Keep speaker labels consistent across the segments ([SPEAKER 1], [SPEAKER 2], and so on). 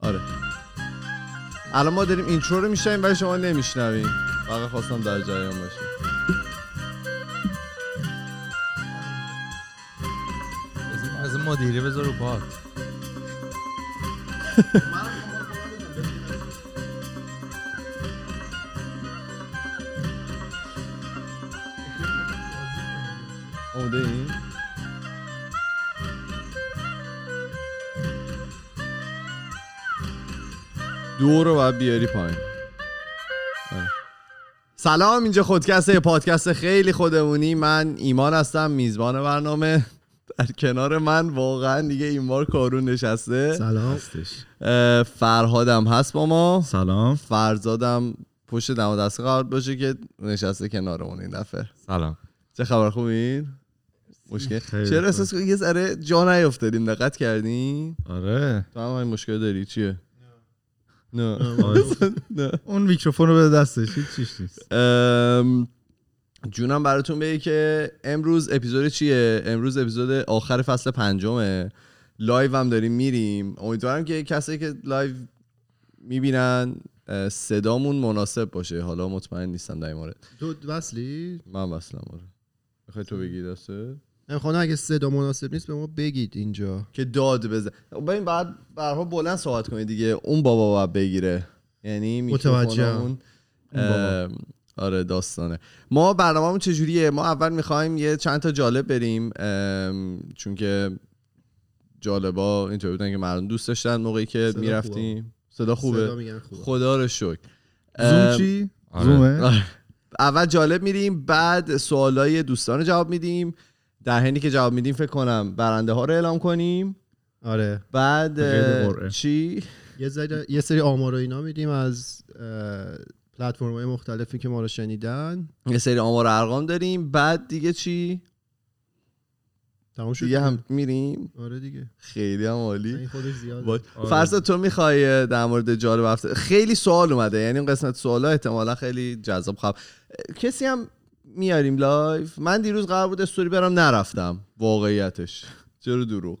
[SPEAKER 1] آره الان ما داریم اینترو رو میشنیم ولی شما نمیشنویم فقط خواستم در جریان باشیم
[SPEAKER 2] اسم- از این مدیره بذار رو پات
[SPEAKER 1] آماده این دو رو باید بیاری پایین آره. سلام اینجا خودکسته یه پادکست خیلی خودمونی من ایمان هستم میزبان برنامه در کنار من واقعا دیگه این بار کارون نشسته
[SPEAKER 3] سلام
[SPEAKER 1] اه، فرهادم هست با ما
[SPEAKER 4] سلام
[SPEAKER 1] فرزادم پشت دم دست قرار باشه که نشسته کنارمون این دفعه
[SPEAKER 2] سلام
[SPEAKER 1] چه خبر خوبین؟ مشکل
[SPEAKER 4] خیلی
[SPEAKER 1] چرا
[SPEAKER 4] خوب.
[SPEAKER 1] احساس کنی یه ذره جا نیافتادیم دقت کردین
[SPEAKER 4] آره
[SPEAKER 1] تو هم همین مشکل داری چیه نه نه
[SPEAKER 4] اون میکروفون رو به دستش هیچ چیش نیست
[SPEAKER 1] ام، جونم براتون بگه که امروز اپیزود چیه امروز اپیزود آخر فصل پنجمه لایو هم داریم میریم امیدوارم که کسایی که لایو میبینن صدامون مناسب باشه حالا مطمئن نیستم آره. در این مورد
[SPEAKER 3] تو وصلی
[SPEAKER 1] من وصلم آره میخوای تو بگی دسته
[SPEAKER 3] خانم اگه صدا مناسب نیست به ما بگید اینجا
[SPEAKER 1] که داد بزن ببین بعد برها بلند صحبت کنی دیگه اون بابا باید بگیره یعنی
[SPEAKER 3] متوجهم.
[SPEAKER 1] میکروفون آره داستانه ما برنامه‌مون چجوریه ما اول میخوایم یه چند تا جالب بریم ام، چون که جالبا اینطوری بودن که مردم دوست داشتن موقعی که
[SPEAKER 3] صدا
[SPEAKER 1] میرفتیم صدا
[SPEAKER 3] صدا
[SPEAKER 1] خوبه
[SPEAKER 3] میگن خوبه
[SPEAKER 1] خدا رو شکر ام،
[SPEAKER 4] زوم چی؟ زومه؟
[SPEAKER 1] آره. اول جالب میریم بعد سوالای دوستان رو جواب میدیم در حینی که جواب میدیم فکر کنم برنده ها رو اعلام کنیم
[SPEAKER 3] آره
[SPEAKER 1] بعد
[SPEAKER 4] غیر
[SPEAKER 1] اه،
[SPEAKER 4] قرعه.
[SPEAKER 1] چی
[SPEAKER 3] یه, ذره- یه سری آمار و اینا میدیم از پلتفرم های مختلفی که ما رو شنیدن
[SPEAKER 1] یه سری آمار و ارقام داریم بعد دیگه چی
[SPEAKER 3] تمام شد
[SPEAKER 1] دیگه هم میریم
[SPEAKER 3] آره دیگه
[SPEAKER 1] خیلی هم عالی
[SPEAKER 3] این خودش زیاده
[SPEAKER 1] باش.
[SPEAKER 4] آره.
[SPEAKER 1] فرزاد تو میخوای در مورد جالب هفته خیلی سوال اومده یعنی اون قسمت سوالا احتمالا خیلی جذاب خواهد کسی هم میاریم لایف من دیروز قرار بود استوری برم نرفتم واقعیتش چرا دروغ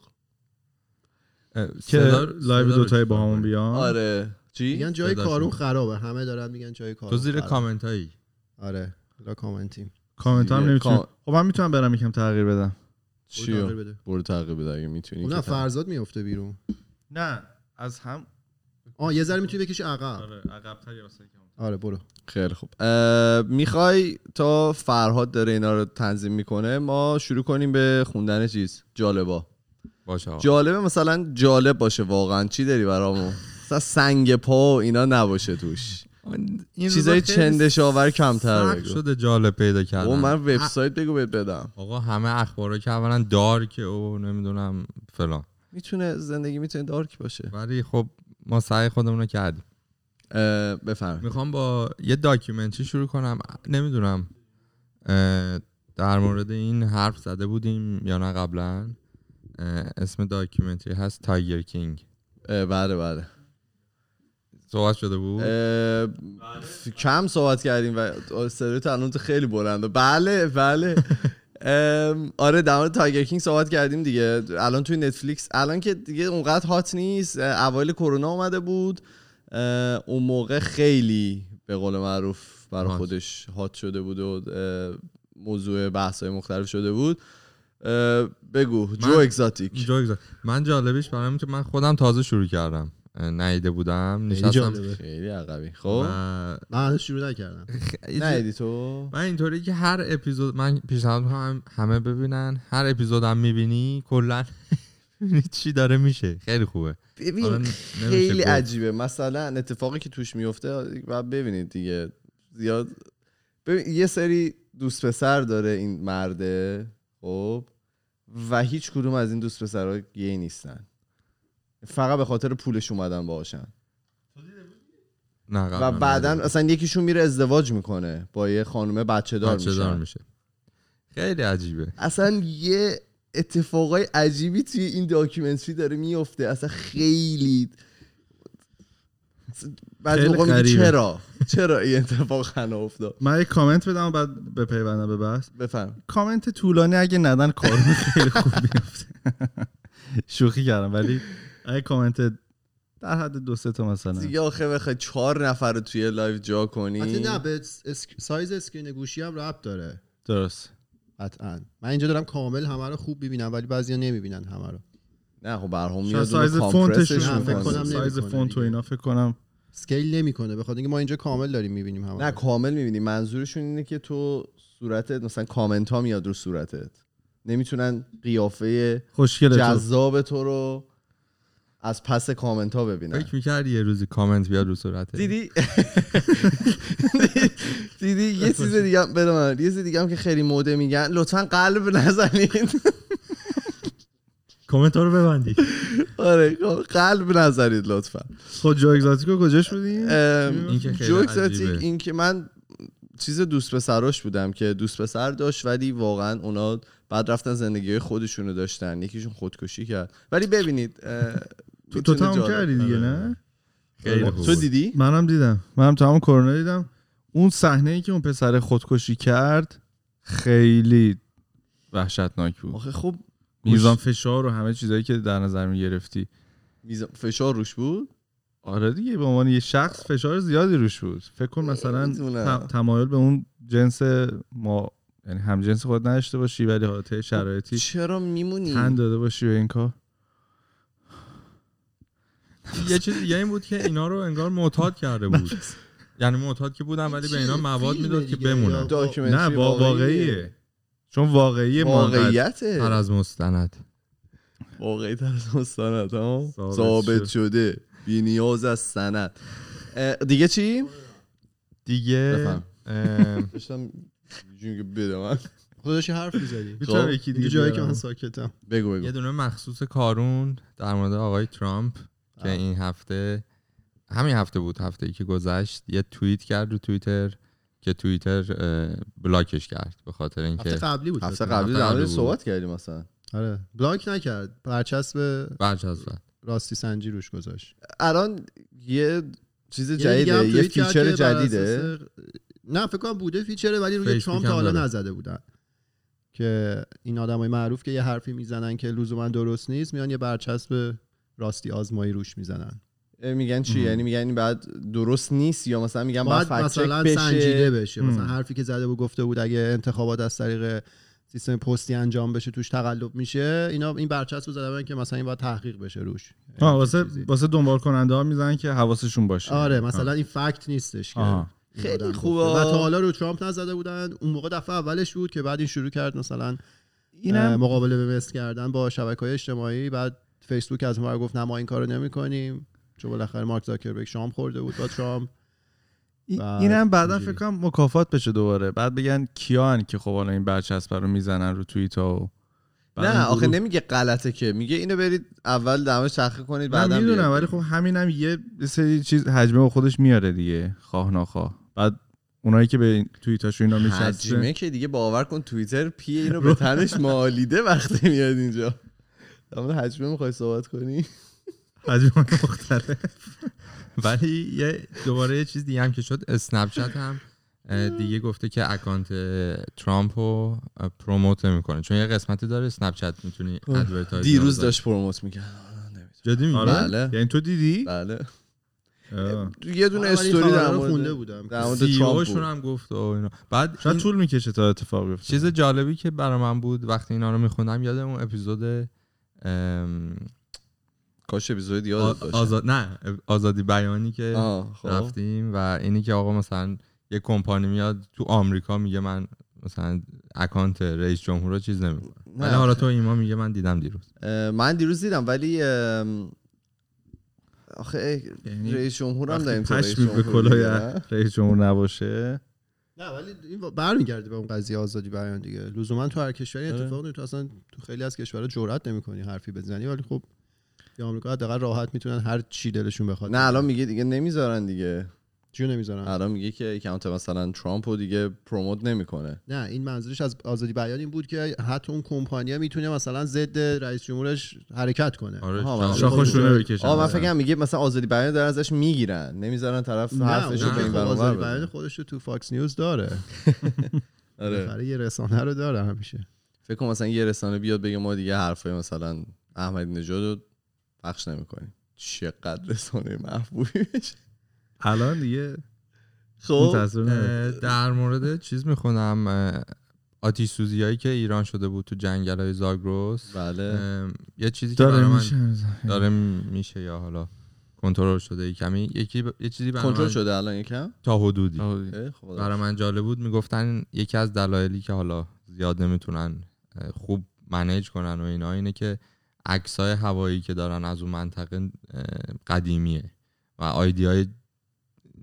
[SPEAKER 4] که لایو دوتایی با همون بیان
[SPEAKER 1] آره چی
[SPEAKER 3] میگن جای
[SPEAKER 2] صداشون.
[SPEAKER 3] کارون خرابه همه دارن میگن جای
[SPEAKER 2] تو
[SPEAKER 3] کارون
[SPEAKER 2] زیر
[SPEAKER 3] خرابه.
[SPEAKER 2] کامنت هایی
[SPEAKER 3] آره لا کامنتیم
[SPEAKER 4] کامنت هم
[SPEAKER 1] دیگه.
[SPEAKER 4] نمیتونم
[SPEAKER 1] کام-
[SPEAKER 4] خب من میتونم برم یکم تغییر بدم
[SPEAKER 1] چیو برو تعقیب بده اگه میتونی
[SPEAKER 3] اون
[SPEAKER 1] که تعقیب-
[SPEAKER 3] فرزاد میفته بیرون
[SPEAKER 4] نه از هم
[SPEAKER 3] آه یه ذره میتونی بکشی عقب
[SPEAKER 4] آره عقب تر
[SPEAKER 3] آره برو
[SPEAKER 1] خیلی خوب اه، میخوای تا فرهاد داره اینا رو تنظیم میکنه ما شروع کنیم به خوندن چیز جالبا
[SPEAKER 2] باشه آقا.
[SPEAKER 1] جالبه مثلا جالب باشه واقعا چی داری برامون مثلا سنگ پا و اینا نباشه توش
[SPEAKER 2] این روزا
[SPEAKER 1] چیزای
[SPEAKER 2] خیلی
[SPEAKER 1] چندش آور کمتر
[SPEAKER 2] سخت
[SPEAKER 1] بگو
[SPEAKER 2] شده جالب پیدا
[SPEAKER 1] او
[SPEAKER 2] کردن
[SPEAKER 1] من وبسایت بگو بهت بدم
[SPEAKER 2] آقا همه اخبارا که اولا دارک او نمیدونم فلان
[SPEAKER 1] میتونه زندگی میتونه دارک باشه
[SPEAKER 2] ولی خب ما سعی خودمون رو کردیم
[SPEAKER 1] اه، بفرمایید
[SPEAKER 2] میخوام با یه داکیومنتری شروع کنم نمیدونم در مورد این حرف زده بودیم یا نه قبلا اه، اسم داکیومنتری هست تایگر کینگ
[SPEAKER 1] اه، بله بله
[SPEAKER 2] صحبت شده بود
[SPEAKER 1] اه، ف- کم صحبت کردیم و سرت الان تو خیلی بلنده بله بله ام، آره در مورد تایگر کینگ صحبت کردیم دیگه الان توی نتفلیکس الان که دیگه اونقدر هات نیست اه، اوایل کرونا اومده بود اه، اون موقع خیلی به قول معروف برای
[SPEAKER 2] هات.
[SPEAKER 1] خودش هات شده بود و اه، موضوع بحث های مختلف شده بود اه، بگو جو
[SPEAKER 2] من-
[SPEAKER 1] اگزاتیک
[SPEAKER 2] جوک زد. من جالبش برام که من خودم تازه شروع کردم اه، نیده بودم
[SPEAKER 3] خیلی
[SPEAKER 2] نشستم
[SPEAKER 3] جالبه
[SPEAKER 1] خیلی عقبی
[SPEAKER 2] و
[SPEAKER 1] خب
[SPEAKER 3] من هنوز شروع نکردم
[SPEAKER 2] خ-
[SPEAKER 1] نه تو
[SPEAKER 2] من اینطوری که هر اپیزود من پیشنهاد میکنم همه ببینن هر اپیزودم میبینی کلا می‌بینی چی داره میشه خیلی خوبه حالا
[SPEAKER 1] ببین
[SPEAKER 2] ن- نمیشه
[SPEAKER 1] خیلی
[SPEAKER 2] گفت.
[SPEAKER 1] عجیبه مثلا اتفاقی که توش میفته بعد ببینید دیگه زیاد ببین یه سری دوست پسر داره این مرده خب و هیچ کدوم از این دوست پسرها گی نیستن فقط به خاطر پولش اومدن باشن
[SPEAKER 2] نه قبلا
[SPEAKER 1] و
[SPEAKER 2] نه.
[SPEAKER 1] بعدا اصلا یکیشون میره ازدواج میکنه با یه خانم بچه دار
[SPEAKER 2] بچه دار
[SPEAKER 1] میشن
[SPEAKER 2] میشه خیلی عجیبه
[SPEAKER 1] اصلا یه اتفاقای عجیبی توی این داکیومنتری داره میفته اصلا خیلی بعضی
[SPEAKER 4] خیلی
[SPEAKER 1] موقع میگی
[SPEAKER 4] غریبه.
[SPEAKER 1] چرا چرا این اتفاق هنا افتاد
[SPEAKER 4] من یک کامنت بدم و بعد بپیوندم به بحث
[SPEAKER 1] بفهم
[SPEAKER 4] کامنت طولانی اگه ندن کارون خیلی خوب میفته شوخی کردم ولی اگه کامنت در حد دو سه تا مثلا
[SPEAKER 1] دیگه آخه بخوای چهار نفر رو توی لایو جا
[SPEAKER 3] حتی
[SPEAKER 1] کنی
[SPEAKER 3] نه به اسک- سایز اسکرین گوشی هم ربط داره
[SPEAKER 4] درست
[SPEAKER 3] قطعا من اینجا دارم کامل همه رو خوب میبینم ولی بعضیا نمیبینن همه رو
[SPEAKER 1] نه خب برهم
[SPEAKER 4] شاید
[SPEAKER 1] میاد
[SPEAKER 4] سایز
[SPEAKER 1] فونتش
[SPEAKER 4] فونتشون
[SPEAKER 3] فکر کنم
[SPEAKER 4] کنم سایز
[SPEAKER 3] نمی‌کنه
[SPEAKER 4] فونت و
[SPEAKER 3] دیگه.
[SPEAKER 4] اینا فکر کنم
[SPEAKER 3] سکیل نمیکنه بخاطر اینکه ما اینجا کامل داریم میبینیم همه
[SPEAKER 1] نه
[SPEAKER 3] رو.
[SPEAKER 1] کامل میبینی منظورشون اینه که تو صورتت مثلا کامنت ها میاد رو صورتت نمیتونن قیافه
[SPEAKER 4] خوشگله تو.
[SPEAKER 1] جذاب تو رو از پس کامنت ها ببینن
[SPEAKER 2] فکر میکردی یه روزی کامنت بیاد رو صورته
[SPEAKER 1] دیدی دیدی یه چیز دیگه هم بده من. یه چیز دیگه هم که خیلی موده میگن لطفا قلب نزنید
[SPEAKER 4] کامنت ها رو ببندی
[SPEAKER 1] آره قلب نزنید لطفا
[SPEAKER 4] خود جو اگزاتیکو خب کجاش بودی
[SPEAKER 1] ام،
[SPEAKER 2] این که خیلی
[SPEAKER 1] جو اکزاتیک
[SPEAKER 2] عجیبه.
[SPEAKER 1] این که من چیز دوست پسراش بودم که دوست پسر داشت ولی واقعا اونا بعد رفتن زندگی خودشونو داشتن یکیشون خودکشی کرد ولی ببینید اه،
[SPEAKER 4] تو تو
[SPEAKER 1] می‌تونه
[SPEAKER 4] تمام
[SPEAKER 1] جالب-
[SPEAKER 4] کردی دیگه نه
[SPEAKER 2] خیلی
[SPEAKER 1] تو
[SPEAKER 2] خوب
[SPEAKER 1] دیدی
[SPEAKER 4] منم دیدم منم تمام کرونا دیدم اون صحنه ای که اون پسر خودکشی کرد خیلی وحشتناک بود
[SPEAKER 1] آخه خب
[SPEAKER 4] میزان فشار و همه چیزایی که در نظر می گرفتی
[SPEAKER 1] میزان- فشار روش بود
[SPEAKER 4] آره دیگه به عنوان یه شخص فشار زیادی روش بود فکر کن مثلا
[SPEAKER 1] نمی‌دونم.
[SPEAKER 4] ت- تمایل به اون جنس ما یعنی هم جنس خود نداشته باشی ولی حالت شرایطی
[SPEAKER 1] چرا میمونی
[SPEAKER 4] تن داده باشی به این کار
[SPEAKER 2] یه چیز دیگه این بود که اینا رو انگار معتاد کرده بود یعنی معتاد که بودن ولی به اینا
[SPEAKER 3] چیز
[SPEAKER 2] مواد
[SPEAKER 3] فیلمه
[SPEAKER 2] میداد که
[SPEAKER 3] دیگه،
[SPEAKER 2] بمونن
[SPEAKER 3] یا-
[SPEAKER 1] داکیومنتری
[SPEAKER 4] نه با واقعیه چون واقعیه واقعیت
[SPEAKER 1] واقعیته
[SPEAKER 2] هر از مستند
[SPEAKER 1] واقعی تر از اون سند ها
[SPEAKER 2] ثابت
[SPEAKER 1] ثابت
[SPEAKER 2] شد.
[SPEAKER 1] شده بی نیاز از سند اه، دیگه چی؟
[SPEAKER 2] دیگه
[SPEAKER 1] بفهم.
[SPEAKER 2] ام،
[SPEAKER 1] داشتم جون که بده من
[SPEAKER 3] خودش حرف میزدی خب؟
[SPEAKER 4] می‌تونم یکی دیگه
[SPEAKER 3] اینجا جایی که
[SPEAKER 4] بیارم.
[SPEAKER 3] من ساکتم
[SPEAKER 1] بگو بگو
[SPEAKER 2] یه دونه مخصوص کارون در مورد آقای ترامپ که این هفته همین هفته بود هفته ای که گذشت یه توییت کرد رو توییتر که توییتر اه، بلاکش کرد به خاطر
[SPEAKER 3] هفته
[SPEAKER 2] اینکه
[SPEAKER 3] قبلی بود
[SPEAKER 1] هفته
[SPEAKER 3] فکر
[SPEAKER 1] قبلی
[SPEAKER 2] هفته
[SPEAKER 1] در مورد
[SPEAKER 2] قبلی بود.
[SPEAKER 1] صحبت کردیم مثلا
[SPEAKER 3] کنم. آره بلاک نکرد برچسب
[SPEAKER 2] برچ از زد.
[SPEAKER 3] راستی سنجی روش گذاشت یعنی
[SPEAKER 1] الان یه چیز
[SPEAKER 3] یه دیگه هم
[SPEAKER 1] جدیده یه
[SPEAKER 3] توییت کرد
[SPEAKER 1] فیچر
[SPEAKER 3] که بر
[SPEAKER 1] جدیده
[SPEAKER 3] اساس- نه فکر کنم بوده فیچره ولی روی
[SPEAKER 2] فیسبوک
[SPEAKER 3] ترامپ
[SPEAKER 2] هم
[SPEAKER 3] تا حالا
[SPEAKER 2] داره.
[SPEAKER 3] نزده بودن که این آدمای معروف که یه حرفی میزنن که لزوما درست نیست میان یه برچسب راستی آزمایی روش میزنن
[SPEAKER 1] اه، میگن چی یعنی میگن این بعد درست نیست یا مثلا میگن بعد
[SPEAKER 3] باید
[SPEAKER 1] فکت چک
[SPEAKER 3] مثلا
[SPEAKER 1] بشه
[SPEAKER 3] سنجیده بشه مثلا حرفی که زده بود گفته بود اگه انتخابات از طریق سیستم پستی انجام بشه توش تقلب میشه اینا این برچسب رو زده بودن که مثلا این باید تحقیق بشه روش یعنی
[SPEAKER 4] آه واسه
[SPEAKER 3] چیزی.
[SPEAKER 4] واسه دنبال کننده ها میزنن که حواسشون باشه
[SPEAKER 3] آره مثلا این فکت نیستش که
[SPEAKER 4] آها.
[SPEAKER 3] این
[SPEAKER 1] خیلی
[SPEAKER 3] آدم
[SPEAKER 1] خوبه.
[SPEAKER 3] گفته. و تا حالا رو ترامپ نزده بودن اون موقع دفعه اولش بود که بعد این شروع کرد مثلا اه،
[SPEAKER 4] اینم
[SPEAKER 3] مقابله به مثل کردن با شبکه های اجتماعی بعد فیسبوک از ما گفت نه ما این کارو نمیکنیم چون بالاخره مارک زاکربرگ شام خورده بود با ترامپ
[SPEAKER 4] این-
[SPEAKER 3] بعد
[SPEAKER 4] اینم بعدا
[SPEAKER 3] اینجوری.
[SPEAKER 4] فکر کنم مکافات بشه دوباره بعد بگن کیان که خب حالا این برچسب رو میزنن رو توییت ها و بعد
[SPEAKER 1] نه
[SPEAKER 4] اون
[SPEAKER 1] آخه
[SPEAKER 4] گروه-
[SPEAKER 1] نمیگه غلطه که میگه اینو برید اول دمش تحقیق کنید بعدا
[SPEAKER 4] من میدونم
[SPEAKER 1] بیارید.
[SPEAKER 4] ولی خب همینم یه سری چیز حجمه به خودش میاره دیگه خواه ناخواه بعد اونایی که به توییتاش اینا میچسبه
[SPEAKER 1] حجمه که دیگه باور کن توییتر پی اینو به تنش مالیده وقتی میاد اینجا در مورد حجمه میخوای صحبت کنی
[SPEAKER 4] حجمه مختلف
[SPEAKER 2] ولی یه دوباره یه چیز دیگه هم که شد اسنپ چت هم اه، دیگه گفته که اکانت ترامپ رو اه، پروموت نمیکنه چون یه قسمتی داره اسنپ چت میتونی ادورتایز
[SPEAKER 1] دیروز داشت پروموت میکرد
[SPEAKER 2] جدی میگی
[SPEAKER 4] آره
[SPEAKER 1] بله.
[SPEAKER 4] یعنی تو دیدی
[SPEAKER 1] بله
[SPEAKER 4] آه.
[SPEAKER 1] یه دونه
[SPEAKER 3] من ولی
[SPEAKER 1] استوری
[SPEAKER 3] خبرها
[SPEAKER 1] در
[SPEAKER 3] رو
[SPEAKER 1] مورد
[SPEAKER 3] خونده بودم
[SPEAKER 1] در مورد
[SPEAKER 2] سی
[SPEAKER 1] ترامپ
[SPEAKER 2] اوشون
[SPEAKER 1] بود.
[SPEAKER 2] E هم گفت و اینا بعد
[SPEAKER 4] شاید
[SPEAKER 2] این
[SPEAKER 4] طول میکشه تا اتفاق بیفته
[SPEAKER 2] چیز جالبی که برا من بود وقتی اینا رو میخوندم یادم اون اپیزود ام،
[SPEAKER 1] کاش اپیزود
[SPEAKER 2] آ-
[SPEAKER 1] یادت باشه
[SPEAKER 2] آزاد نه آزادی بیانی که
[SPEAKER 1] آه، خب.
[SPEAKER 2] رفتیم و اینی که آقا مثلا یه کمپانی میاد تو آمریکا میگه من مثلا اکانت رئیس جمهور رو چیز نمیکنه
[SPEAKER 1] نه.
[SPEAKER 2] ولی حالا تو ایما میگه من دیدم دیروز
[SPEAKER 1] اه، من دیروز دیدم ولی ام، آخه
[SPEAKER 4] یعنی
[SPEAKER 1] رئیس جمهورم
[SPEAKER 4] وقتی
[SPEAKER 1] داریم تو رئیس
[SPEAKER 4] پشمی به
[SPEAKER 1] جمهور
[SPEAKER 4] کلاه
[SPEAKER 1] دیگه، نه؟
[SPEAKER 4] رئیس جمهور نباشه
[SPEAKER 3] نه ولی این وا- برمیگرده به اون قضیه آزادی بیان دیگه لزوما تو هر کشوری این اتفاق نمیفته. تو اصلا تو خیلی از کشورها جرئت نمیکنی حرفی بزنی ولی خب یه آمریکا حداقل راحت میتونن هر چی دلشون بخواد
[SPEAKER 1] نه الان آره. میگه دیگه نمیذارن دیگه
[SPEAKER 3] چیو نمیذارن
[SPEAKER 1] الان میگه که اکانت مثلا ترامپ رو دیگه پروموت نمیکنه
[SPEAKER 3] نه این منظورش از آزادی بیان این بود که حتی اون کمپانیا میتونه مثلا ضد رئیس جمهورش حرکت کنه
[SPEAKER 2] آره
[SPEAKER 1] آها،
[SPEAKER 2] شاید.
[SPEAKER 1] من-
[SPEAKER 4] شاخشونه بکشن
[SPEAKER 1] آه من فکر کنم میگه مثلا آزادی بیان دارن ازش میگیرن نمیذارن طرف حرفش
[SPEAKER 2] اونجا
[SPEAKER 1] رو
[SPEAKER 3] نه
[SPEAKER 1] به این
[SPEAKER 3] اون خب
[SPEAKER 1] ور اون ور
[SPEAKER 3] آزادی
[SPEAKER 1] بزنه.
[SPEAKER 3] بیان خودش رو تو فاکس نیوز داره
[SPEAKER 1] آره
[SPEAKER 3] بالاخره یه رسانه رو داره همیشه
[SPEAKER 1] فکر کنم مثلا یه رسانه بیاد بگه ما دیگه حرفای مثلا احمدی نژاد رو پخش نمیکنیم چقدر رسانه محبوبی میشه
[SPEAKER 4] الان دیگه
[SPEAKER 1] خب
[SPEAKER 4] متأثر نداره.
[SPEAKER 2] اه، در مورد چیز میخونم آتیش سوزی هایی که ایران شده بود تو جنگل های زاگروس
[SPEAKER 1] بله
[SPEAKER 2] اه، یه چیزی که برای
[SPEAKER 4] داره
[SPEAKER 2] من
[SPEAKER 4] میشه
[SPEAKER 2] داره میشه یا حالا کنترل شده کمی یکی ب- یه چیزی برای
[SPEAKER 1] کنترل
[SPEAKER 2] من
[SPEAKER 1] شده الان یکم
[SPEAKER 2] تا حدودی
[SPEAKER 1] اه، خب
[SPEAKER 2] برای من جالب بود میگفتن یکی از دلایلی که حالا زیاد نمیتونن اه، خوب منیج کنن و اینا اینه که عکسای هوایی که دارن از اون منطقه اه، قدیمیه و آیدیای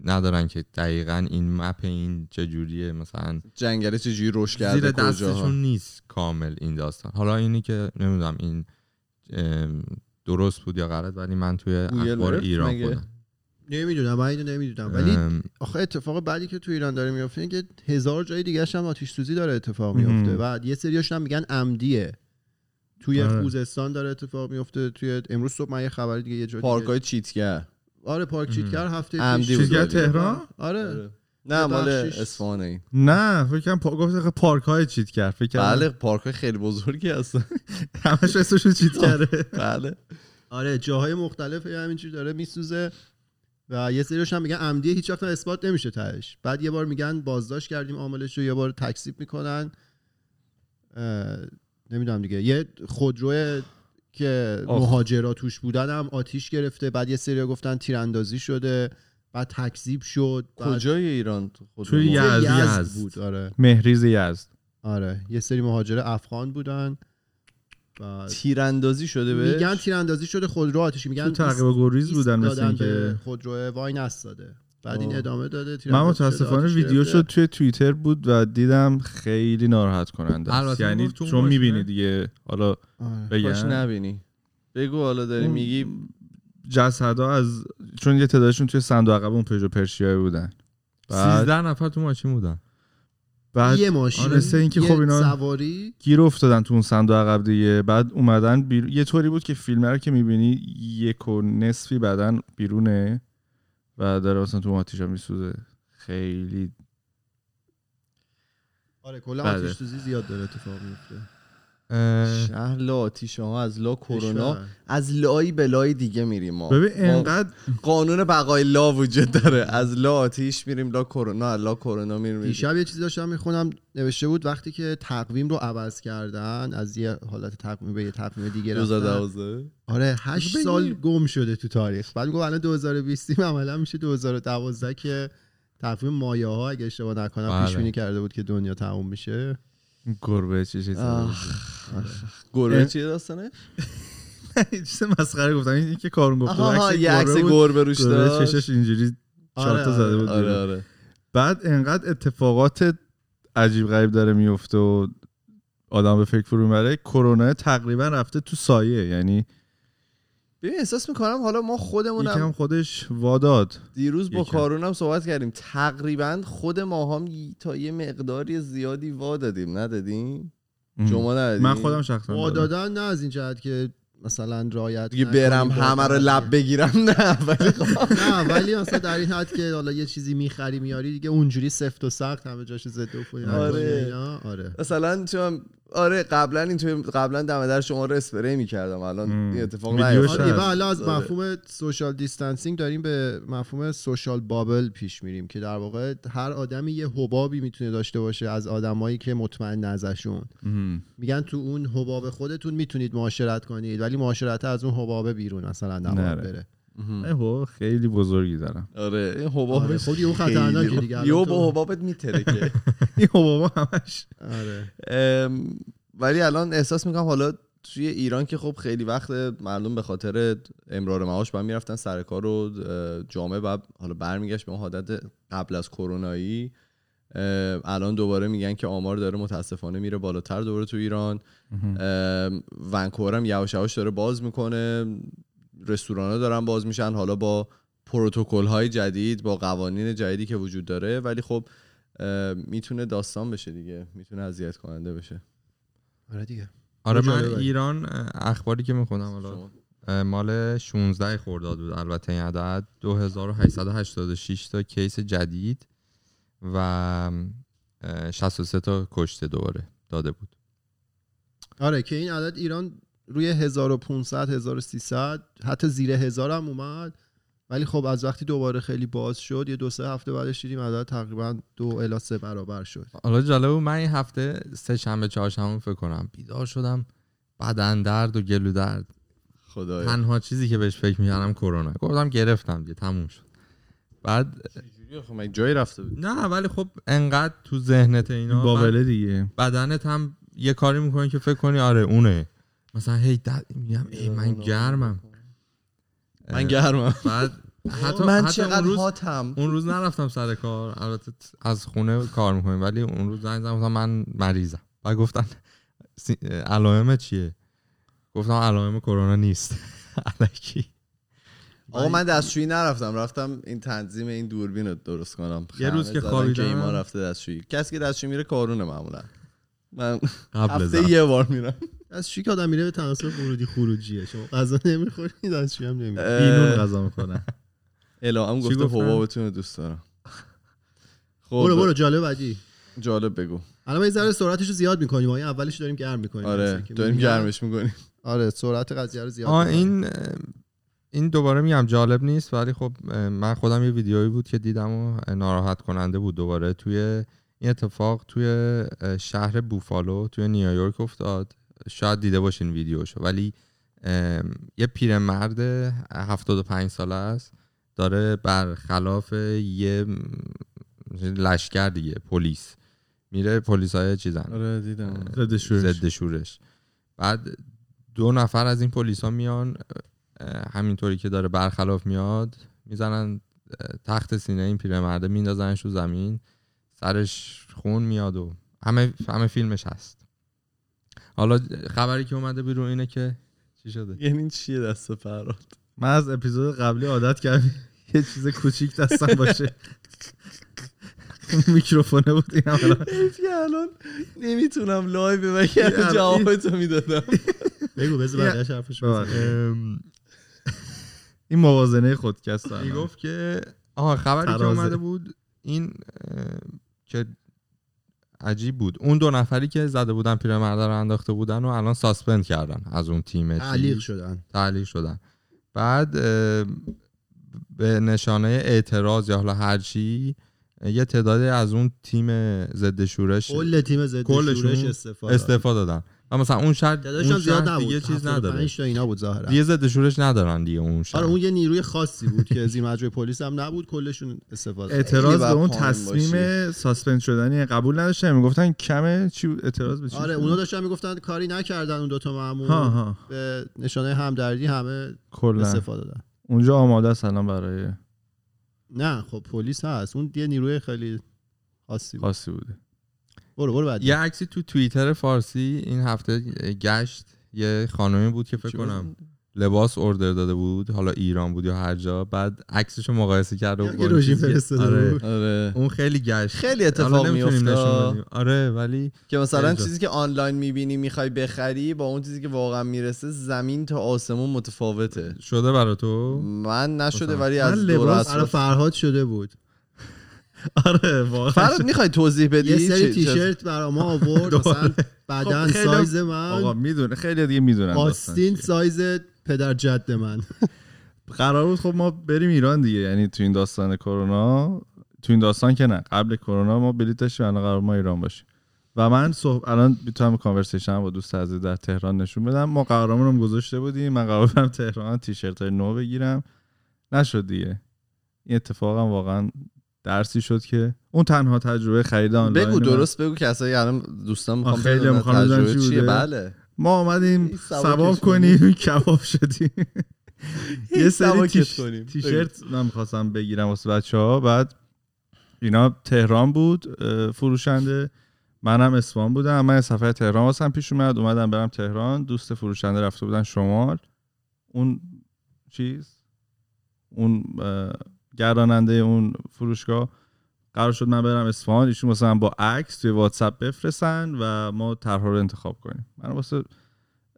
[SPEAKER 2] ندارن که دقیقا این مپ این چجوریه مثلا
[SPEAKER 1] جنگله چجوری روش کرده
[SPEAKER 2] زیر
[SPEAKER 1] کجاها.
[SPEAKER 2] دستشون نیست کامل این داستان حالا اینی که نمیدونم این ام، درست بود یا غلط ولی من توی
[SPEAKER 1] گوگل
[SPEAKER 2] اخبار
[SPEAKER 1] ارث
[SPEAKER 2] ایران
[SPEAKER 1] مگه؟
[SPEAKER 2] خوندم
[SPEAKER 3] نمیدونم من اینو نمیدونم ولی
[SPEAKER 2] ام،
[SPEAKER 3] آخه اتفاق بعدی که تو ایران داره میفته اینه که هزار جای دیگه هم آتیش سوزی داره اتفاق
[SPEAKER 4] مهم.
[SPEAKER 3] میفته و یه سریاش هم میگن عمدیه توی
[SPEAKER 4] آره.
[SPEAKER 3] خوزستان داره اتفاق میفته توی امروز صبح من یه خبری دیگه یه جای دیگه-
[SPEAKER 1] پارکای چیتگر
[SPEAKER 3] آره پارک
[SPEAKER 2] مهم.
[SPEAKER 3] چیتگر هفته
[SPEAKER 1] عمدی
[SPEAKER 3] پیش
[SPEAKER 1] بود.
[SPEAKER 4] چیزگر
[SPEAKER 1] بزرگی.
[SPEAKER 4] تهران
[SPEAKER 3] آره
[SPEAKER 1] نه مال
[SPEAKER 3] بخشش.
[SPEAKER 1] اصفهان این
[SPEAKER 4] نه فکر کنم پا... گفت آخه پارک های چیت کرد فکر کنم
[SPEAKER 1] بله پارک خیلی بزرگی هستن
[SPEAKER 4] همش اسمشو چیت کرده
[SPEAKER 1] بله
[SPEAKER 3] آره جاهای مختلف هی همینجوری داره میسوزه و یه سریش هم میگن عمدیه هیچ وقت هم اثبات نمیشه تهش بعد یه بار میگن بازداشت کردیم عاملش رو یه بار تکسیب میکنن نمیدونم دیگه یه خودرو که
[SPEAKER 1] آخ.
[SPEAKER 3] مهاجرا توش بودن هم آتیش گرفته بعد یه سری گفتن تیراندازی شده بعد تکذیب شد بعد
[SPEAKER 1] کجای ایران تو خود
[SPEAKER 4] توی
[SPEAKER 1] ما؟
[SPEAKER 3] بله. توی
[SPEAKER 4] یزد.
[SPEAKER 3] یزد بود آره
[SPEAKER 4] مهریز یزد
[SPEAKER 3] آره یه سری مهاجر افغان بودن و
[SPEAKER 1] تیراندازی شده به
[SPEAKER 3] میگن تیراندازی شده خودرو آتیشی میگن
[SPEAKER 4] یعنی تو تعقیب و گریز
[SPEAKER 3] ایست
[SPEAKER 4] بودن مثل
[SPEAKER 3] دادن
[SPEAKER 4] این
[SPEAKER 3] به
[SPEAKER 4] که
[SPEAKER 3] خودرو وای نستاده بعد این
[SPEAKER 1] آه.
[SPEAKER 3] ادامه داده
[SPEAKER 4] من
[SPEAKER 3] تیراندازی شده،
[SPEAKER 4] متاسفانه
[SPEAKER 3] آتیش
[SPEAKER 4] ویدیو
[SPEAKER 3] گرفته.
[SPEAKER 4] شد توی توییتر بود و دیدم خیلی ناراحت کننده است.
[SPEAKER 2] البته
[SPEAKER 4] یعنی
[SPEAKER 2] میگفت اون
[SPEAKER 4] چون
[SPEAKER 2] ماشینه.
[SPEAKER 4] میبینی دیگه حالا
[SPEAKER 3] آره.
[SPEAKER 1] کاش
[SPEAKER 4] بگم
[SPEAKER 1] نبینی بگو حالا داری
[SPEAKER 4] اون-
[SPEAKER 1] میگی
[SPEAKER 4] جسدا از چون یه تعدادشون توی صندوق عقب اون پژو پرشیای بودن بعد
[SPEAKER 2] 13 نفر تو ماشین بودن
[SPEAKER 4] بعد
[SPEAKER 3] یه ماشین
[SPEAKER 4] آره، مثل اینکه
[SPEAKER 3] یه
[SPEAKER 4] خب اینا-
[SPEAKER 3] سواری
[SPEAKER 4] گیر افتادن تو اون صندوق عقب دیگه بعد اومدن بیرون یه طوری بود که فیلم رو که میبینی یک و نصفی بعدن بیرونه و داره اصلا تو آتیش میسوزه خیلی
[SPEAKER 3] آره کلا
[SPEAKER 2] بله.
[SPEAKER 3] آتیش سوزی زیاد داره اتفاق میفته
[SPEAKER 2] اه،
[SPEAKER 1] شهر لا آتیش ها از لا کرونا
[SPEAKER 3] کشور.
[SPEAKER 1] از لایی به لای دیگه میریم ما
[SPEAKER 4] ببین
[SPEAKER 1] ما
[SPEAKER 4] انقدر
[SPEAKER 1] قانون بقای لا وجود داره از لا آتیش میریم لا کرونا از لا کرونا میریم
[SPEAKER 3] دیشب یه چیزی داشتم میخونم نوشته بود وقتی که تقویم رو عوض کردن از یه حالت تقویم به یه تقویم دیگه رفتن
[SPEAKER 1] 2012
[SPEAKER 3] آره 8 سال گم شده تو تاریخ بعد میگم الان 2020 م عملا میشه 2012 که تقویم مایه ها اگه اشتباه نکنم
[SPEAKER 2] بله.
[SPEAKER 3] پیش بینی کرده بود که دنیا تموم میشه
[SPEAKER 4] گربه چه چیزی
[SPEAKER 1] آه.
[SPEAKER 4] بود.
[SPEAKER 1] گربه
[SPEAKER 4] اه.
[SPEAKER 1] چیه داستانه
[SPEAKER 4] چیز مسخره گفتم این که کارون گفته بود.
[SPEAKER 1] آها یه عکس
[SPEAKER 4] گربه بود.
[SPEAKER 1] گربه روش
[SPEAKER 4] گربه
[SPEAKER 1] داشت
[SPEAKER 4] چشش اینجوری چهار تا
[SPEAKER 3] آره،
[SPEAKER 4] زده بود
[SPEAKER 1] آره
[SPEAKER 4] بیرون.
[SPEAKER 1] آره
[SPEAKER 4] بعد انقدر اتفاقات عجیب غریب داره میفته و آدم به فکر فرو میبره کرونا تقریبا رفته تو سایه یعنی
[SPEAKER 1] ببین احساس میکنم حالا ما خودمونم
[SPEAKER 4] یکم خودش واداد
[SPEAKER 1] دیروز با
[SPEAKER 4] یکم.
[SPEAKER 1] کارون هم صحبت کردیم تقریبا خود ما هم ی- تا یه مقداری زیادی وا دادیم ندادیم شما ندادیم
[SPEAKER 4] من خودم شخصا
[SPEAKER 3] وا
[SPEAKER 4] دادم.
[SPEAKER 3] دادن نه از این جهت که مثلا رایت
[SPEAKER 1] دیگه
[SPEAKER 3] نکنیم،
[SPEAKER 1] برم
[SPEAKER 3] با
[SPEAKER 1] همه رو
[SPEAKER 3] توجه.
[SPEAKER 1] لب بگیرم نه ولی خب
[SPEAKER 3] نه ولی مثلا در این حد که حالا یه چیزی میخری میاری دیگه اونجوری سفت و سخت همه جاش ضد و فوری
[SPEAKER 1] آره.
[SPEAKER 3] نکنی اینا، آره
[SPEAKER 1] مثلا چون آره قبلا این توی قبلا دم در شما رو اسپری میکردم الان
[SPEAKER 4] مم.
[SPEAKER 1] این اتفاق
[SPEAKER 4] ویدیوش
[SPEAKER 1] نیفتاد
[SPEAKER 3] آره و
[SPEAKER 4] شاید.
[SPEAKER 3] حالا از
[SPEAKER 1] آره.
[SPEAKER 3] مفهوم سوشال دیستانسینگ داریم به مفهوم سوشال بابل پیش میریم که در واقع هر آدمی یه حبابی میتونه داشته باشه از آدمایی که مطمئن ازشون
[SPEAKER 4] مم.
[SPEAKER 3] میگن تو اون حباب خودتون میتونید معاشرت کنید ولی معاشرت از اون حباب بیرون مثلا نباید
[SPEAKER 4] نره.
[SPEAKER 3] بره
[SPEAKER 1] مهم.
[SPEAKER 4] اه، بابا، خیلی بزرگی دارم
[SPEAKER 1] آره این
[SPEAKER 3] آره،
[SPEAKER 1] حبابش
[SPEAKER 3] خب یه اون خطرناکه دیگه الان
[SPEAKER 1] یو
[SPEAKER 3] تو-
[SPEAKER 1] با حبابت میترکه
[SPEAKER 4] این بابا همش
[SPEAKER 3] آره
[SPEAKER 1] ام، ولی الان احساس میکنم حالا توی ایران که خب خیلی وقت مردم به خاطر امرار معاش بعد میرفتن سر کار و اه، جامعه و حالا برمیگشت به اون حالت قبل از کرونایی اه، الان دوباره میگن که آمار داره متاسفانه میره بالاتر دوباره تو ایران ام، ونکوور هم یواش یواش داره باز میکنه رستوران ها دارن باز میشن حالا با پروتکل های جدید با قوانین جدیدی که وجود داره ولی خب ام، میتونه داستان بشه دیگه میتونه اذیت کننده بشه
[SPEAKER 3] آره دیگه
[SPEAKER 2] آره
[SPEAKER 3] جالبه.
[SPEAKER 2] من ایران اه، اخباری که میخونم حالا
[SPEAKER 1] شما.
[SPEAKER 2] اه، مال 16 خرداد بود البته این عدد 2886 تا کیس جدید و اه، 63 تا کشته دوباره داده بود
[SPEAKER 3] آره که این عدد ایران روی 1500 1300 حتی زیر 1000 هم اومد ولی خب از وقتی دوباره خیلی باز شد یه دو سه هفته بعدش دیدیم عدد تقریبا دو الا سه برابر شد
[SPEAKER 2] حالا جالب بود، من این هفته سه شنبه چهارشنبه فکر کنم بیدار شدم بدن درد و گلو درد
[SPEAKER 1] خدایا
[SPEAKER 2] تنها چیزی که بهش فکر میکردم کرونا گفتم گرفتم دیگه تموم شد بعد
[SPEAKER 1] خب مگه جایی رفته بود
[SPEAKER 2] نه ولی خب انقدر تو ذهنت اینا بعد
[SPEAKER 4] باقله دیگه
[SPEAKER 2] بدنت هم یه کاری میکنه که فکر کنی آره اونه مثلا هی دد میگم ای من گرمم
[SPEAKER 1] من گرمم
[SPEAKER 2] بعد
[SPEAKER 1] من
[SPEAKER 2] حتی حتی اون
[SPEAKER 1] چقدر
[SPEAKER 2] روز
[SPEAKER 1] هاتم
[SPEAKER 2] اون روز نرفتم سر کار البته ت- از خونه کار میکنیم ولی اون روز زنگ زدم گفتم من مریضم و گفتن سی- علائم چیه گفتم علائم کرونا نیست علکی
[SPEAKER 1] آقا من دستشویی نرفتم رفتم این تنظیم این دوربین رو درست کنم
[SPEAKER 2] یه روز
[SPEAKER 1] خنده
[SPEAKER 2] که
[SPEAKER 1] زدن
[SPEAKER 2] خوابیدم.
[SPEAKER 1] ایمان رفته دستشویی کسی که دستشویی میره کارونه معمولا من
[SPEAKER 2] قبل
[SPEAKER 1] هفته
[SPEAKER 2] زن
[SPEAKER 1] یه بار میرم
[SPEAKER 3] از چی که آدم میره به تناسب ورودی خروجیه شما غذا نمیخورید از چی هم نمی‌خورید.
[SPEAKER 4] اینون غذا میکنه
[SPEAKER 1] الهام
[SPEAKER 2] چی
[SPEAKER 1] گفته
[SPEAKER 2] گفتن؟
[SPEAKER 1] حبابتون رو دوست دارم
[SPEAKER 3] برو برو
[SPEAKER 1] خب
[SPEAKER 3] جالب بعدی
[SPEAKER 1] جالب بگو
[SPEAKER 3] الان ما یه ذره سرعتش رو زیاد میکنیم ما این اولش رو داریم گرم میکنیم
[SPEAKER 1] آره داریم گرمش میکنیم
[SPEAKER 3] آره سرعت قضیه رو زیاد
[SPEAKER 2] آه
[SPEAKER 3] می‌کنیم.
[SPEAKER 2] این این دوباره میگم جالب نیست ولی خب من خودم یه ویدیویی بود که دیدم و ناراحت کننده بود دوباره توی این اتفاق توی شهر بوفالو توی نیویورک افتاد شاید دیده باشین ویدیوشو ولی ام، یه پیرمرد 75 ساله است داره برخلاف یه لشکر دیگه پلیس میره پلیس های چیزن
[SPEAKER 4] آره دیدم ضد شورش.
[SPEAKER 2] ضد شورش بعد دو نفر از این پلیسا میان اه، همینطوری که داره برخلاف میاد میزنن اه، تخت سینه این پیرمرده میندازنش رو زمین سرش خون میاد و همه همه فیلمش هست حالا خبری که اومده بیرون اینه که چی شده
[SPEAKER 1] یعنی چیه دست فراد
[SPEAKER 4] من از اپیزود قبلی عادت کردم یه چیز کوچیک دستم باشه میکروفونه بود این هم الان.
[SPEAKER 1] الان نمیتونم لایو وگرنه
[SPEAKER 4] این-
[SPEAKER 1] جوابتو میدادم
[SPEAKER 3] بگو بذار
[SPEAKER 4] یه-
[SPEAKER 3] بعدش حرفش بزن.
[SPEAKER 4] ببخشید. این موازنه خودکست
[SPEAKER 3] بله.
[SPEAKER 4] الان.
[SPEAKER 2] میگفت که آها خبری که
[SPEAKER 4] ترازه.
[SPEAKER 2] اومده بود این اه، که عجیب بود اون دو نفری که زده بودن پیرمرد رو انداخته بودن و الان ساسپند کردن از اون تیم
[SPEAKER 3] تعلیق شدن
[SPEAKER 2] تعلیق شدن بعد اه، به نشانه اعتراض یا حالا هرچی یه تعدادی از اون تیم ضد شورش
[SPEAKER 3] کل تیم ضد
[SPEAKER 2] کلشون
[SPEAKER 3] شورش استفاده
[SPEAKER 2] استعفا دادن و مثلا اون شهر
[SPEAKER 3] داداشم
[SPEAKER 2] اون
[SPEAKER 3] زیاد
[SPEAKER 2] شهر
[SPEAKER 3] نبود
[SPEAKER 2] دیگه چیز
[SPEAKER 3] 75
[SPEAKER 2] نداره
[SPEAKER 3] تا اینا بود ظاهرا
[SPEAKER 2] دیگه ضد شورش ندارن دیگه اون شهر
[SPEAKER 3] آره اون یه نیروی خاصی بود که زیر مجموعه پلیس هم نبود کلشون استفاده کرد.
[SPEAKER 4] اعتراض به
[SPEAKER 1] باید
[SPEAKER 4] اون
[SPEAKER 1] پایین
[SPEAKER 4] تصمیم ساسپند شدنی قبول نداشتن میگفتن کمه چی بود؟ اعتراض به چی
[SPEAKER 3] آره
[SPEAKER 4] شد؟
[SPEAKER 3] اونا داشتن میگفتن کاری نکردن اون دوتا
[SPEAKER 4] ها بله.
[SPEAKER 3] معمول
[SPEAKER 4] ها
[SPEAKER 3] به نشانه همدردی همه
[SPEAKER 4] کلا
[SPEAKER 3] استفاده دادن
[SPEAKER 4] اونجا آماده است الان برای
[SPEAKER 3] نه خب پلیس هست اون یه نیروی خیلی خاصی بود
[SPEAKER 4] خاصی بوده
[SPEAKER 3] برو برو بعد
[SPEAKER 2] یه عکسی تو توییتر فارسی این هفته گشت یه خانمی بود که فکر کنم لباس اوردر داده بود حالا ایران بود یا هر جا بعد عکسش رو مقایسه کرد و
[SPEAKER 3] یه
[SPEAKER 2] با اون
[SPEAKER 3] رژیم
[SPEAKER 2] چیزی که-
[SPEAKER 3] فرستاده
[SPEAKER 2] آره،
[SPEAKER 3] بود.
[SPEAKER 1] آره
[SPEAKER 2] اون خیلی گشت
[SPEAKER 1] خیلی
[SPEAKER 2] حالا
[SPEAKER 1] اتفاق
[SPEAKER 2] نمی‌تونیم نشون
[SPEAKER 1] میفته
[SPEAKER 2] بدیم. آره ولی
[SPEAKER 1] که مثلا
[SPEAKER 2] خیلی.
[SPEAKER 1] چیزی که آنلاین میبینی میخوای بخری با اون چیزی که واقعا میرسه زمین تا آسمون متفاوته
[SPEAKER 2] شده برا تو
[SPEAKER 1] من نشده
[SPEAKER 2] مثلا.
[SPEAKER 1] ولی
[SPEAKER 4] من
[SPEAKER 1] از دور
[SPEAKER 4] لباس
[SPEAKER 3] برای
[SPEAKER 1] اطراف
[SPEAKER 3] فرهاد شده بود
[SPEAKER 4] آره واقعا
[SPEAKER 1] فراد میخوای توضیح بدی
[SPEAKER 3] یه سری
[SPEAKER 1] چه- چه-
[SPEAKER 3] تیشرت برای ما آورد مثلا بدن
[SPEAKER 4] خب، خیلی-
[SPEAKER 3] سایز
[SPEAKER 4] آقا
[SPEAKER 3] من
[SPEAKER 4] میدونه خیلی دیگه میدونن داستان
[SPEAKER 3] آستین
[SPEAKER 4] چیه.
[SPEAKER 3] سایز پدر جد من
[SPEAKER 4] قرار بود خب ما بریم ایران دیگه یعنی تو این داستان کرونا تو این داستان که نه قبل کرونا ما بلیط داشتیم الان قرار ما ایران باشیم و من صحب... الان میتونم کانورسیشن با دوست عزیز در تهران نشون بدم ما قرارمون رو هم گذاشته بودیم من قرار برم تهران تیشرت های نو بگیرم نشد دیگه این اتفاق هم واقعا درسی شد که اون تنها تجربه خرید آنلاین
[SPEAKER 1] بگو
[SPEAKER 4] من-
[SPEAKER 1] درست بگو کسایی الان دوستان میخوام
[SPEAKER 4] آه، خیلی
[SPEAKER 1] بدونن
[SPEAKER 4] می‌خوام بدونن
[SPEAKER 1] تجربه
[SPEAKER 4] چی
[SPEAKER 1] چیه
[SPEAKER 4] بوده.
[SPEAKER 1] بله
[SPEAKER 4] ما آمدیم
[SPEAKER 1] این سبک
[SPEAKER 4] سواب
[SPEAKER 1] کشیدیم.
[SPEAKER 4] کنیم کباب شدیم یه سری
[SPEAKER 1] سبکت
[SPEAKER 4] تیش...
[SPEAKER 1] کنیم.
[SPEAKER 4] تیشرت من خواستم بگیرم واسه بچه ها بعد اینا تهران بود اه، فروشنده منم اصفهان بودم من یه سفر تهران واسم پیش اومد اومدم برم تهران دوست فروشنده رفته بودن شمال اون چیز اون اه، گرداننده اون فروشگاه قرار شد من برم اصفهان ایشون مثلا با عکس توی واتساپ بفرستن و ما طرح رو انتخاب کنیم من واسه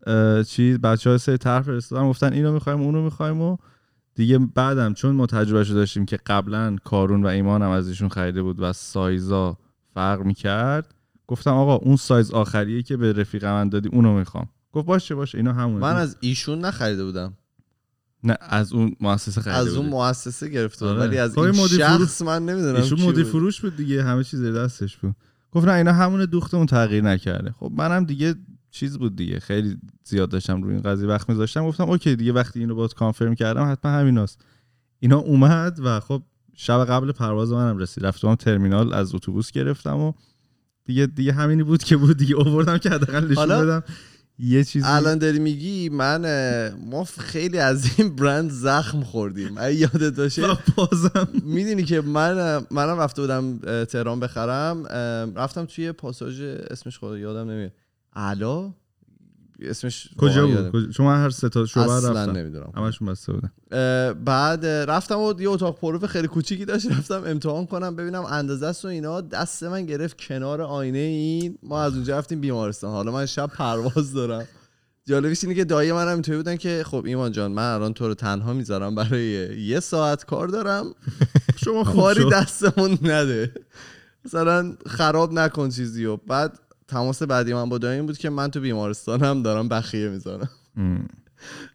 [SPEAKER 4] اه، چیز بچه های سه طرح فرستادم گفتن اینو میخوایم اونو میخوایم و دیگه بعدم چون ما تجربهشو داشتیم که قبلا کارون و ایمان هم از ایشون خریده بود و سایزا فرق میکرد گفتم آقا اون سایز آخریه که به رفیق من دادی اونو میخوام گفت باشه باشه اینا همونه
[SPEAKER 1] من از ایشون نخریده بودم
[SPEAKER 4] نه از اون مؤسسه خریده
[SPEAKER 1] از اون
[SPEAKER 4] بودی.
[SPEAKER 1] مؤسسه گرفته بود
[SPEAKER 4] آره.
[SPEAKER 1] ولی از
[SPEAKER 4] کار
[SPEAKER 1] این
[SPEAKER 4] مدیر
[SPEAKER 1] شخص من نمیدونم
[SPEAKER 4] ایشون مدیر فروش بود دیگه همه چیز زیر دستش بود گفت نه اینا همون دوختمون تغییر نکرده خب منم دیگه چیز بود دیگه خیلی زیاد داشتم روی این قضیه وقت میذاشتم گفتم اوکی دیگه وقتی اینو باز کانفرم کردم حتما همیناست اینا اومد و خب شب قبل پرواز منم رسید رفتم ترمینال از اتوبوس گرفتم و دیگه دیگه همینی بود که بود دیگه اووردم که حداقل نشون
[SPEAKER 1] حالا
[SPEAKER 4] بدم یه چیزی
[SPEAKER 1] الان داری میگی من اه، ما خیلی از این برند زخم خوردیم اگه یادت باشه
[SPEAKER 4] و بازم
[SPEAKER 1] میدونی که من منم رفته بودم اه، تهران بخرم اه، رفتم توی پاساژ اسمش خدا یادم نمیاد علا اسمش
[SPEAKER 4] کجا
[SPEAKER 1] واقعا
[SPEAKER 4] بود
[SPEAKER 1] یادم.
[SPEAKER 4] کجا- چون من هر سه تا شعبه
[SPEAKER 1] اصلا
[SPEAKER 4] رفتم
[SPEAKER 1] آره. نمیدونم
[SPEAKER 4] همشون بسته بودن
[SPEAKER 1] اه، بعد اه، رفتم و یه اتاق پروف خیلی کوچیکی داشت رفتم امتحان کنم ببینم اندازه است و اینا دست من گرفت کنار آینه این ما از اونجا رفتیم بیمارستان حالا من شب پرواز دارم جالبیش اینه که دایی من هم اینطوری بودن که خب ایمان جان من الان تو رو تنها میذارم برای یه ساعت کار دارم
[SPEAKER 4] شما
[SPEAKER 1] کاری دستمون نده مثلا خراب نکن چیزی و بعد تماس بعدی من با دایی این بود که من تو بیمارستانم دارم بخیه میزنم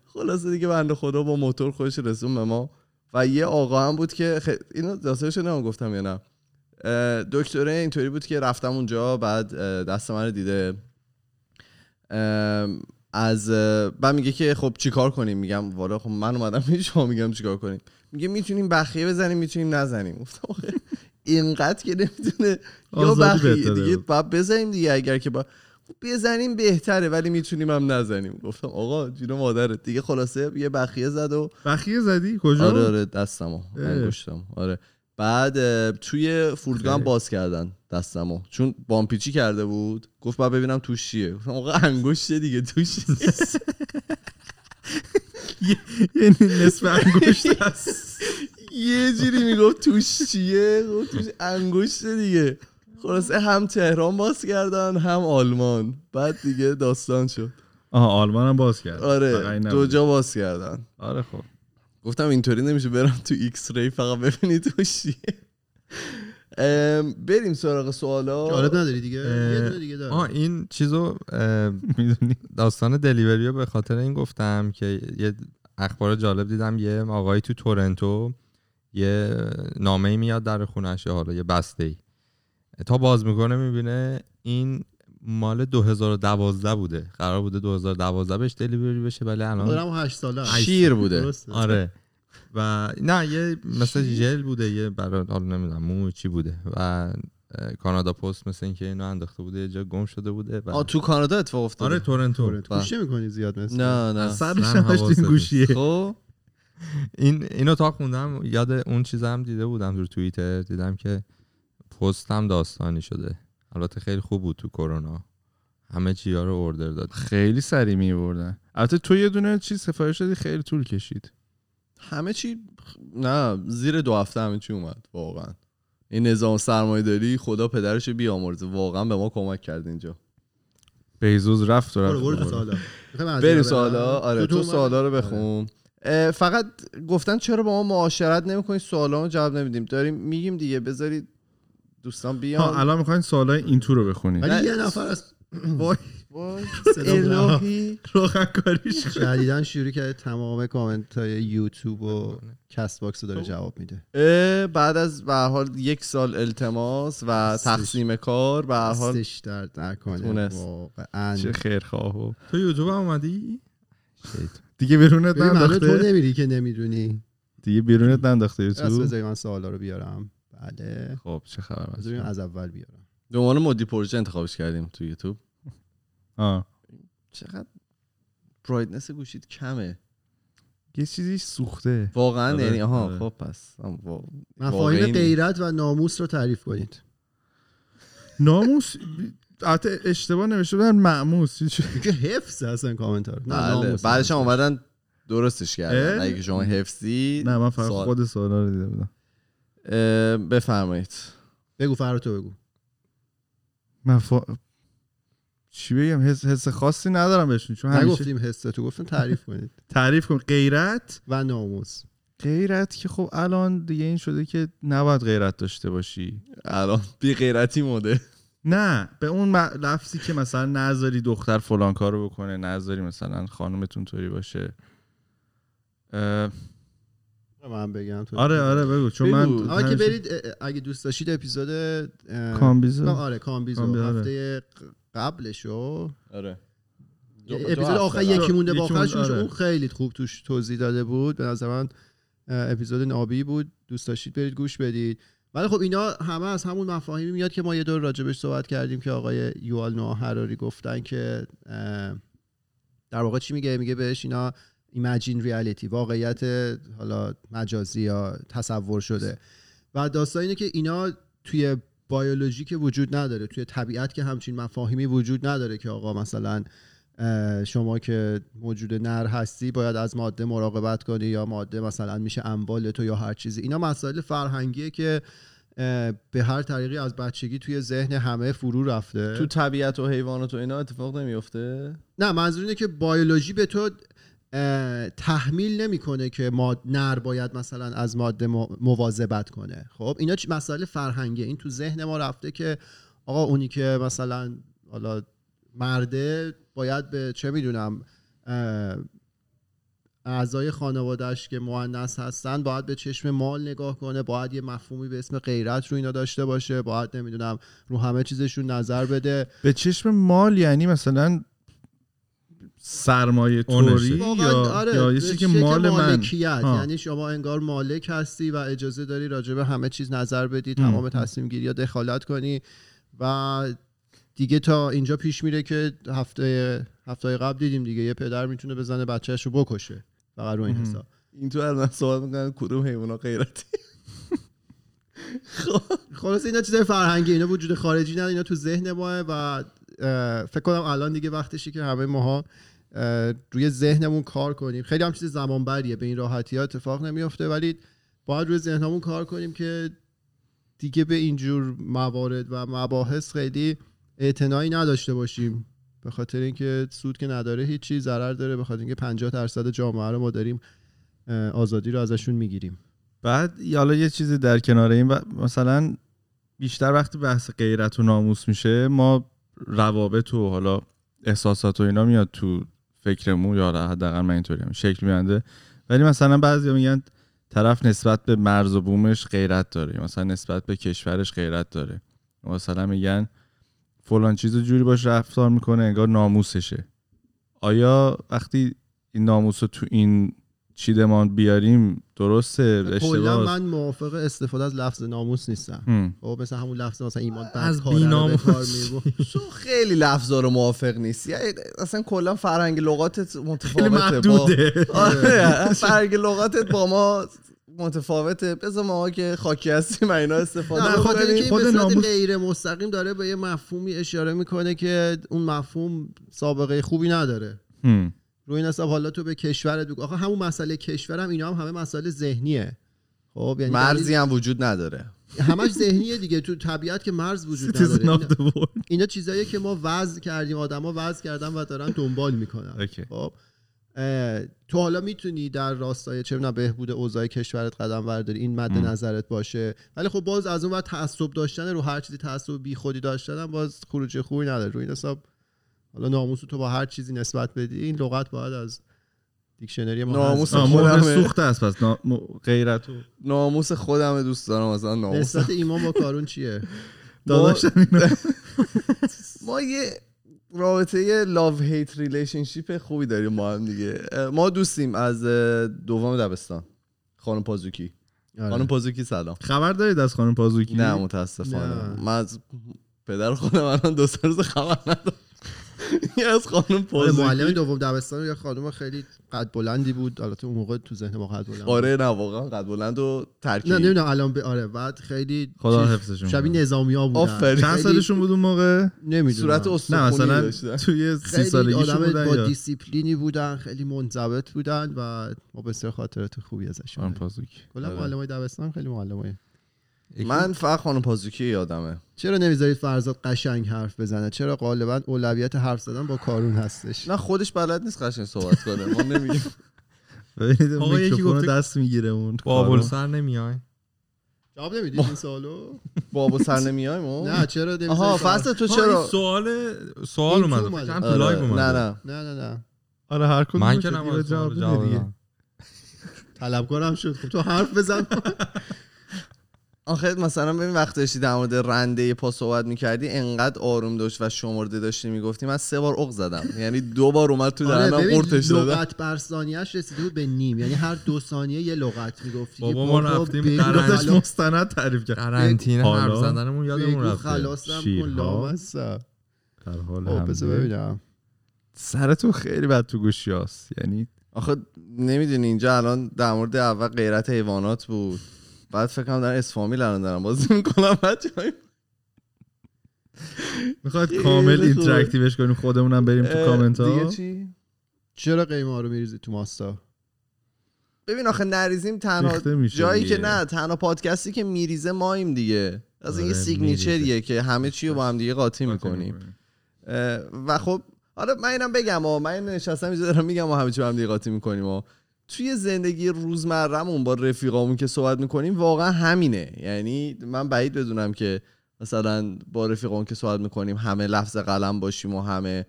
[SPEAKER 1] خلاصه دیگه بنده خدا با موتور خودش رسون به ما و یه آقا هم بود که خ... اینو داستانش نام گفتم یا نه اه، دکتره اینطوری بود که رفتم اونجا بعد اه، دست من رو دیده ام، از اه، بعد میگه که خب چیکار کنیم میگم والا خب من اومدم پیش شما میگم چیکار کنیم میگه میتونیم بخیه بزنیم میتونیم نزنیم گفتم آخه اینقدر که نمیتونه یا
[SPEAKER 4] آزادی
[SPEAKER 1] بخیه
[SPEAKER 4] بهتره
[SPEAKER 1] دیگه
[SPEAKER 4] بود.
[SPEAKER 1] بعد بزنیم دیگه اگر که با خب بزنیم بهتره ولی میتونیم هم نزنیم گفتم آقا جون مادرت دیگه خلاصه یه بخیه زد و
[SPEAKER 4] بخیه زدی کجا
[SPEAKER 1] آره آره دستمو
[SPEAKER 4] اه.
[SPEAKER 1] انگشتم آره بعد اه، توی فرودگاه هم
[SPEAKER 4] خیلی.
[SPEAKER 1] باز کردن دستمو چون بامپیچی کرده بود گفت بعد ببینم توش چیه گفتم آقا انگشت دیگه توش نیست.
[SPEAKER 4] یعنی نصف انگشت هست
[SPEAKER 1] یه جوری میگفت توش چیه گفت توش انگشت دیگه خلاصه هم تهران باز کردن هم آلمان بعد دیگه داستان شد
[SPEAKER 4] آها آلمان هم باز کرد فقط
[SPEAKER 1] آره
[SPEAKER 4] این
[SPEAKER 1] دو
[SPEAKER 4] نبود.
[SPEAKER 1] جا باز کردن
[SPEAKER 4] آره خب
[SPEAKER 1] گفتم اینطوری نمیشه برم تو ایکس ری فقط ببینی توش چیه ام، بریم سراغ سوالا
[SPEAKER 4] آره،
[SPEAKER 3] جالب آره، نداری دیگه
[SPEAKER 2] اه،
[SPEAKER 3] یه دونه دیگه داره
[SPEAKER 2] آه این چیزو اه،
[SPEAKER 4] میدونی
[SPEAKER 2] داستان دلیوری رو به خاطر این گفتم که یه اخبار جالب دیدم یه آقایی تو تورنتو یه نامه ای میاد در خونش حالا یه بسته ای تا باز میکنه میبینه این مال 2012 بوده قرار بوده 2012 بهش دلیوری بشه ولی الان
[SPEAKER 3] دارم 8 ساله است.
[SPEAKER 1] شیر بوده
[SPEAKER 3] درسته.
[SPEAKER 2] آره و نه یه مثل ژل بوده یه برای حالا نمیدونم مو چی بوده و اه، کانادا پست مثل اینکه اینو انداخته بوده یه جا گم شده بده و
[SPEAKER 1] آ تو کانادا اتفاق افتاده
[SPEAKER 2] بله.
[SPEAKER 1] بله.
[SPEAKER 2] آره تورنتو
[SPEAKER 3] تو گوش میکنی زیاد مثل
[SPEAKER 1] نه نه
[SPEAKER 4] سرش
[SPEAKER 2] اصلا
[SPEAKER 4] همش
[SPEAKER 2] حواست
[SPEAKER 4] این گوشیه
[SPEAKER 1] خب
[SPEAKER 2] این این اتاق خوندم یاد اون چیزم دیده بودم تو توییتر دیدم که پستم داستانی شده البته خیلی خوب بود تو کرونا همه چیا رو اوردر داد
[SPEAKER 4] خیلی سری میبردن البته تو یه دونه چیز سفارش دادی خیلی طول کشید
[SPEAKER 1] همه چی نه زیر دو هفته همه چی اومد واقعا این نظام سرمایه داری خدا پدرش بیامرزه واقعا به ما کمک کرد اینجا
[SPEAKER 4] بیزوز رفت و
[SPEAKER 3] برو برو تو
[SPEAKER 4] رفت
[SPEAKER 3] سوالا می‌خوای من از اینا
[SPEAKER 1] بریم
[SPEAKER 3] برم؟
[SPEAKER 1] سوالا آره تو
[SPEAKER 3] اومد؟
[SPEAKER 1] سوالا رو بخون اه، فقط گفتن چرا با ما معاشرت نمیکنید سوالا رو جواب نمیدیم داریم میگیم دیگه بذارید دوستان
[SPEAKER 4] ها
[SPEAKER 1] بیان
[SPEAKER 4] الان میخواین سوالای این تو رو بخونید
[SPEAKER 1] نه.
[SPEAKER 3] ولی یه نفر از
[SPEAKER 1] وای،
[SPEAKER 3] صدا بلند.
[SPEAKER 1] الهی
[SPEAKER 4] روغن کاریش
[SPEAKER 3] شدیدن شروع کرده تمام کامنت های یوتیوب و کست باکس رو داره جواب میده
[SPEAKER 1] اه، بعد از به هر حال یک سال التماس و
[SPEAKER 3] هستش.
[SPEAKER 1] تقسیم کار به هر حال
[SPEAKER 3] دستش درد نکنه
[SPEAKER 1] تونست.
[SPEAKER 3] واقعا
[SPEAKER 4] چه خیرخواه و
[SPEAKER 2] تو یوتیوب هم اومدی شیط.
[SPEAKER 4] دیگه بیرونت
[SPEAKER 3] ببین، معلومه تو
[SPEAKER 4] ننداخته
[SPEAKER 3] نمیری که نمیدونی
[SPEAKER 4] دیگه بیرونت ننداخته
[SPEAKER 3] راست
[SPEAKER 4] یوتیوب
[SPEAKER 3] بذاری من سوالا رو بیارم بله
[SPEAKER 4] خب چه خبر
[SPEAKER 3] بذاری من
[SPEAKER 4] بچه‌ها؟
[SPEAKER 3] از اول بیارم
[SPEAKER 1] به عنوان مدیر پروژه انتخابش کردیم تو یوتیوب
[SPEAKER 4] آه.
[SPEAKER 1] چقدر برایتنس گوشید کمه
[SPEAKER 4] یه چیزی سوخته
[SPEAKER 1] واقعا
[SPEAKER 4] آره،
[SPEAKER 1] یعنی آها
[SPEAKER 4] آره.
[SPEAKER 1] خب پس آم، وا- واقعی
[SPEAKER 3] مفاهیم
[SPEAKER 1] نیست.
[SPEAKER 3] غیرت و ناموس رو تعریف کنید
[SPEAKER 4] ناموس البته اشتباه نوشته بودن معموس یه چی-
[SPEAKER 3] که حفظ اصلا کامنت ها رو. نه
[SPEAKER 1] بله
[SPEAKER 3] ناموس.
[SPEAKER 1] بعدش هم اومدن درستش کردن
[SPEAKER 4] اه؟
[SPEAKER 1] اگه شما حفظی
[SPEAKER 4] نه من فقط
[SPEAKER 1] سوال.
[SPEAKER 4] خود سوالا رو دیده بودم
[SPEAKER 1] اه، بفرمایید
[SPEAKER 3] بگو فرار تو بگو
[SPEAKER 4] مفا... چی بگم حس, حس خاصی ندارم بهشون چون همیشه
[SPEAKER 3] نگفتیم حسه تو گفتم تعریف کنید
[SPEAKER 4] تعریف کن غیرت
[SPEAKER 3] و ناموس
[SPEAKER 4] غیرت که خب الان دیگه این شده که نباید غیرت داشته باشی
[SPEAKER 1] الان بی غیرتی مده
[SPEAKER 4] نه به اون م- لفظی که مثلا نذاری دختر فلان کارو بکنه نذاری مثلا خانمتون طوری باشه اه،
[SPEAKER 3] من بگم تو
[SPEAKER 4] آره آره بگو چون
[SPEAKER 1] بگو.
[SPEAKER 4] من
[SPEAKER 3] آقا که برید اه، اه، اگه دوست داشتید اپیزود اه،
[SPEAKER 4] کامبیزو
[SPEAKER 3] آره کامبیزو
[SPEAKER 4] کامبیزو، آره.
[SPEAKER 3] هفته قبلشو
[SPEAKER 1] آره دو- دو
[SPEAKER 3] اپیزود
[SPEAKER 1] هفته
[SPEAKER 3] آخر
[SPEAKER 1] قبل.
[SPEAKER 3] یکی مونده
[SPEAKER 4] یکی
[SPEAKER 3] با آخرش
[SPEAKER 4] مونده،
[SPEAKER 3] میشه.
[SPEAKER 4] آره.
[SPEAKER 3] اون خیلی خوب توش توضیح داده بود به نظر من اه، اپیزود نابی بود دوست داشتید برید گوش بدید ولی خب اینا همه از همون مفاهیمی میاد که ما یه دور راجبش صحبت کردیم که آقای یوال نوآ هراری گفتن که اه، در واقع چی میگه میگه بهش اینا ایمجین ریالیتی واقعیت حالا مجازی یا تصور شده و داستان اینه که اینا توی بیولوژی که وجود نداره توی طبیعت که همچین مفاهیمی وجود نداره که آقا مثلا اه، شما که موجود نر هستی باید از ماده مراقبت کنی یا ماده مثلا میشه اموال تو یا هر چیزی اینا مسائل فرهنگیه که اه، به هر طریقی از بچگی توی ذهن همه فرو رفته
[SPEAKER 1] تو طبیعت و حیوانات و اینا اتفاق نمیفته
[SPEAKER 3] نه منظور اینه که بیولوژی به تو اه، تحمیل نمیکنه که ماد... نر باید مثلا از ماده مو- مواظبت کنه خب اینا چی مسئله فرهنگیه این تو ذهن ما رفته که آقا اونی که مثلا حالا مرده باید به چه میدونم اه، اعضای خانوادهش که مؤنث هستن باید به چشم مال نگاه کنه باید یه مفهومی به اسم غیرت رو اینا داشته باشه باید نمیدونم رو همه چیزشون نظر بده
[SPEAKER 4] به چشم مال یعنی مثلا سرمایه
[SPEAKER 2] اونشه.
[SPEAKER 4] توری یا,
[SPEAKER 3] واقعا آره
[SPEAKER 4] یا یه
[SPEAKER 3] به
[SPEAKER 4] چیزی که
[SPEAKER 3] شکل
[SPEAKER 4] مال من
[SPEAKER 3] مالکیت
[SPEAKER 4] ها.
[SPEAKER 3] یعنی شما انگار مالک هستی و اجازه داری راجع به همه چیز نظر بدی
[SPEAKER 4] هم.
[SPEAKER 3] تمام تصمیم گیری ها دخالت کنی و دیگه تا اینجا پیش میره که هفته هفته قبل دیدیم دیگه یه پدر میتونه بزنه بچهش رو بکشه فقط رو این
[SPEAKER 4] هم.
[SPEAKER 3] حساب
[SPEAKER 1] این تو از من صحبت میکنن کدوم حیوان غیرتی
[SPEAKER 3] خلاص اینا چیزای فرهنگی اینا وجود خارجی نداره اینا تو ذهن ماه و اه، فکر کنم الان دیگه وقتشه که همه ماها اه، روی ذهنمون کار کنیم خیلی هم چیز زمان بریه به این راحتی ها اتفاق نمیفته ولی باید روی ذهنمون کار کنیم که دیگه به اینجور موارد و مباحث خیلی اعتنایی نداشته باشیم به خاطر اینکه سود که نداره هیچی ضرر داره به خاطر اینکه 50 درصد جامعه رو ما داریم اه، آزادی رو ازشون میگیریم
[SPEAKER 4] بعد یا حالا یه چیزی در کنار این و- مثلا بیشتر وقتی بحث غیرت و ناموس میشه ما روابط و حالا احساسات و اینا میاد تو فکرمون یا حداقل من اینطوری هم شکل میانده ولی مثلا بعضی میگن طرف نسبت به مرز و بومش غیرت داره مثلا نسبت به کشورش غیرت داره مثلا میگن فلان چیز رو جوری باش رفتار میکنه انگار ناموسشه آیا وقتی این ناموس رو تو این چیدمان بیاریم درسته
[SPEAKER 3] کلا
[SPEAKER 4] اشتباه
[SPEAKER 3] من موافق استفاده از لفظ ناموس نیستم
[SPEAKER 4] هم.
[SPEAKER 3] خب مثل همون لفظ مثلا ایمان
[SPEAKER 2] از
[SPEAKER 3] بدکاره رو به کار
[SPEAKER 2] بی‌ناموسی.
[SPEAKER 3] می‌برد.
[SPEAKER 1] تو خیلی لفظا رو موافق نیست یعنی اصلا کلا فرهنگ لغاتت
[SPEAKER 4] خیلی
[SPEAKER 1] متفاوته با
[SPEAKER 4] محدوده
[SPEAKER 1] آره فرهنگ لغاتت با ما متفاوته بذار ما که خاکی هستیم و اینا
[SPEAKER 3] نه
[SPEAKER 1] استفاده
[SPEAKER 3] خب، به خاطر
[SPEAKER 1] کنیم.
[SPEAKER 3] اینکه این
[SPEAKER 4] خود
[SPEAKER 3] به صورت
[SPEAKER 4] ناموس-
[SPEAKER 3] غیر مستقیم داره به یه مفهومی اشاره میکنه که اون مفهوم سابقه خوبی نداره
[SPEAKER 4] هم.
[SPEAKER 3] روی این حساب حالا تو به کشورت بگو آخه همون مسئله کشورم اینا هم همه مسئله ذهنیه خب یعنی
[SPEAKER 1] مرزی هم وجود نداره
[SPEAKER 3] دلیل- همش ذهنیه دیگه تو طبیعت که مرز وجود
[SPEAKER 4] Citizen
[SPEAKER 3] نداره
[SPEAKER 4] of
[SPEAKER 3] اینا,
[SPEAKER 4] the world.
[SPEAKER 3] اینا چیزاییه که ما وضع کردیم آدما وضع کردن و دارن دنبال میکنن
[SPEAKER 4] اوکی.
[SPEAKER 3] خب اه، تو حالا میتونی در راستای چه می‌دونم بهبود اوضاع کشورت قدم برداری این مد
[SPEAKER 4] مم.
[SPEAKER 3] نظرت باشه ولی خب باز از اون ور تعصب داشتن رو هر چیزی تعصب بی خودی داشتن هم باز خروج خوبی نداره روی این حساب حالا ناموس رو تو با هر چیزی نسبت بدی این لغت باید از دیکشنری ما
[SPEAKER 1] ناموس
[SPEAKER 4] آه،
[SPEAKER 3] هست.
[SPEAKER 1] خودمه. آره.
[SPEAKER 4] مهر سوخته است پس نا- م- غیرت و
[SPEAKER 1] ناموس خودم دوست دارم مثلا ناموس
[SPEAKER 3] نسبت ایمان با کارون چیه
[SPEAKER 4] داداشم اینو-
[SPEAKER 1] ما یه رابطه یه لاو هیت ریلیشنشیپ خوبی داریم ما هم دیگه اه، ما دوستیم از اه، دوم دبستان خانم پازوکی خانم
[SPEAKER 3] آره.
[SPEAKER 1] پازوکی سلام
[SPEAKER 4] خبر دارید از خانم پازوکی
[SPEAKER 1] نه متاسفانه
[SPEAKER 3] نه.
[SPEAKER 1] من از پدر خودم الان دو سه روز خبر ندارم یه از خانم
[SPEAKER 3] آره، معلم
[SPEAKER 1] پازوکی
[SPEAKER 3] دوم دبستان یه خانم خیلی قد بلندی بود البته اون موقع تو ذهن ما قد بلند بود.
[SPEAKER 1] آره نه واقعا قد بلند و
[SPEAKER 3] نه
[SPEAKER 1] ترکیب
[SPEAKER 3] نمیدونم الان به آره بعد خیلی
[SPEAKER 4] خدا
[SPEAKER 3] چیز-
[SPEAKER 4] حفظشون
[SPEAKER 3] شبیه
[SPEAKER 4] کنه.
[SPEAKER 3] نظامیا بودن
[SPEAKER 1] آفرین.
[SPEAKER 4] چند
[SPEAKER 3] خیلی-
[SPEAKER 4] سالشون بود اون موقع
[SPEAKER 3] نمیدونم
[SPEAKER 1] صورت
[SPEAKER 4] نه
[SPEAKER 1] استخونی
[SPEAKER 4] مثلا
[SPEAKER 1] داشتن
[SPEAKER 4] توی سی
[SPEAKER 3] خیلی
[SPEAKER 4] سالگیشون
[SPEAKER 3] آدم
[SPEAKER 4] بودن
[SPEAKER 3] با
[SPEAKER 4] یا
[SPEAKER 3] دیسیپلینی بودن خیلی منضبط بودن و ما بسیار خاطرات خوبی ازشون
[SPEAKER 4] خانم
[SPEAKER 3] داریم.
[SPEAKER 4] پازوکی
[SPEAKER 3] کلا معلمای دبستان هم خیلی معلمای
[SPEAKER 1] من فقط خانم پازوکی یادمه
[SPEAKER 3] چرا نمیذارید فرزاد قشنگ حرف بزنه چرا غالبا اولویت حرف زدن با کارون هستش
[SPEAKER 1] نه خودش بلد نیست قشنگ صحبت کنه ما نمیگیم
[SPEAKER 4] ببینید
[SPEAKER 2] آقا
[SPEAKER 4] اون
[SPEAKER 2] یکی
[SPEAKER 4] میکروفون رو
[SPEAKER 2] گفته-
[SPEAKER 4] دست میگیره اون
[SPEAKER 2] بابل
[SPEAKER 4] کارو.
[SPEAKER 2] سر نمیای
[SPEAKER 3] جواب نمیدید این سوالو
[SPEAKER 1] بابا سر نمیایم و
[SPEAKER 3] نه چرا نمی‌ذاری
[SPEAKER 1] آها
[SPEAKER 3] سوال؟
[SPEAKER 1] فصل تو
[SPEAKER 2] آه، این
[SPEAKER 1] چرا
[SPEAKER 2] سوال سوال
[SPEAKER 3] این تو
[SPEAKER 2] اومده
[SPEAKER 3] اومده.
[SPEAKER 2] فکرم تو
[SPEAKER 1] آره،
[SPEAKER 2] لایو
[SPEAKER 1] نه
[SPEAKER 2] اومده
[SPEAKER 1] نه
[SPEAKER 3] نه نه نه
[SPEAKER 4] آره هر کدوم
[SPEAKER 2] من
[SPEAKER 4] یه
[SPEAKER 2] که
[SPEAKER 4] جوری
[SPEAKER 2] نباید
[SPEAKER 4] جواب
[SPEAKER 2] جواب
[SPEAKER 4] بده
[SPEAKER 2] جواب
[SPEAKER 4] دیگه.
[SPEAKER 2] بدم.
[SPEAKER 3] طلبکارم شد خب تو حرف بزن
[SPEAKER 1] آخه مثلا ببین وقت داشتی در مورد رنده پا صحبت میکردی انقدر آروم داشت و شمرده داشتی میگفتی من سه بار اق زدم یعنی دو بار اومد تو
[SPEAKER 3] آره،
[SPEAKER 1] دهنم
[SPEAKER 3] ببین،
[SPEAKER 1] قورتش دادم
[SPEAKER 3] لغت بر ثانیه‌اش رسیده بود به نیم یعنی هر دو ثانیه یه لغت میگفتی
[SPEAKER 2] بابا، ما رفتیم قرن-
[SPEAKER 4] گفتش
[SPEAKER 2] الان-
[SPEAKER 4] مستند تعریف کرد
[SPEAKER 2] قرنطینه حرف
[SPEAKER 4] حالا
[SPEAKER 2] زدنمون یادمون رفته
[SPEAKER 3] خلاصم کن
[SPEAKER 4] شیرها.
[SPEAKER 3] لامصب
[SPEAKER 4] در حال
[SPEAKER 3] خب
[SPEAKER 1] بله،
[SPEAKER 3] بذار
[SPEAKER 4] حمله
[SPEAKER 3] ببینم
[SPEAKER 4] سرتون خیلی بد تو گوشی هاست یعنی
[SPEAKER 1] آخه نمیدونی اینجا الان در مورد اول غیرت حیوانات بود بعد فکر کنم در اسفامیل الان دارم بازی میکنم بچه‌ها
[SPEAKER 4] میخواد
[SPEAKER 1] خیلی
[SPEAKER 4] کامل
[SPEAKER 1] خوبه.
[SPEAKER 4] اینتراکتیوش کنیم خودمونم بریم تو کامنت
[SPEAKER 1] دیگه
[SPEAKER 4] ها
[SPEAKER 1] چی
[SPEAKER 3] چرا قیمه رو میریزی تو ماستا
[SPEAKER 1] ببین آخه نریزیم تنها
[SPEAKER 4] ریخته میشه
[SPEAKER 1] جایی
[SPEAKER 4] دیگه.
[SPEAKER 1] که نه تنها پادکستی که میریزه مایم دیگه از این یه
[SPEAKER 2] آره،
[SPEAKER 1] سیگنیچریه
[SPEAKER 2] میریزه.
[SPEAKER 1] که همه چی رو با هم دیگه قاطی میکنیم اه، و خب آره من اینم بگم و من اینو نشستم اینجا دارم میگم و همه چی با هم دیگه قاطی میکنیم و توی زندگی روزمرهمون با رفیقامون که صحبت میکنیم واقعا همینه یعنی من بعید بدونم که مثلا با رفیقامون که صحبت میکنیم همه لفظ قلم باشیم و همه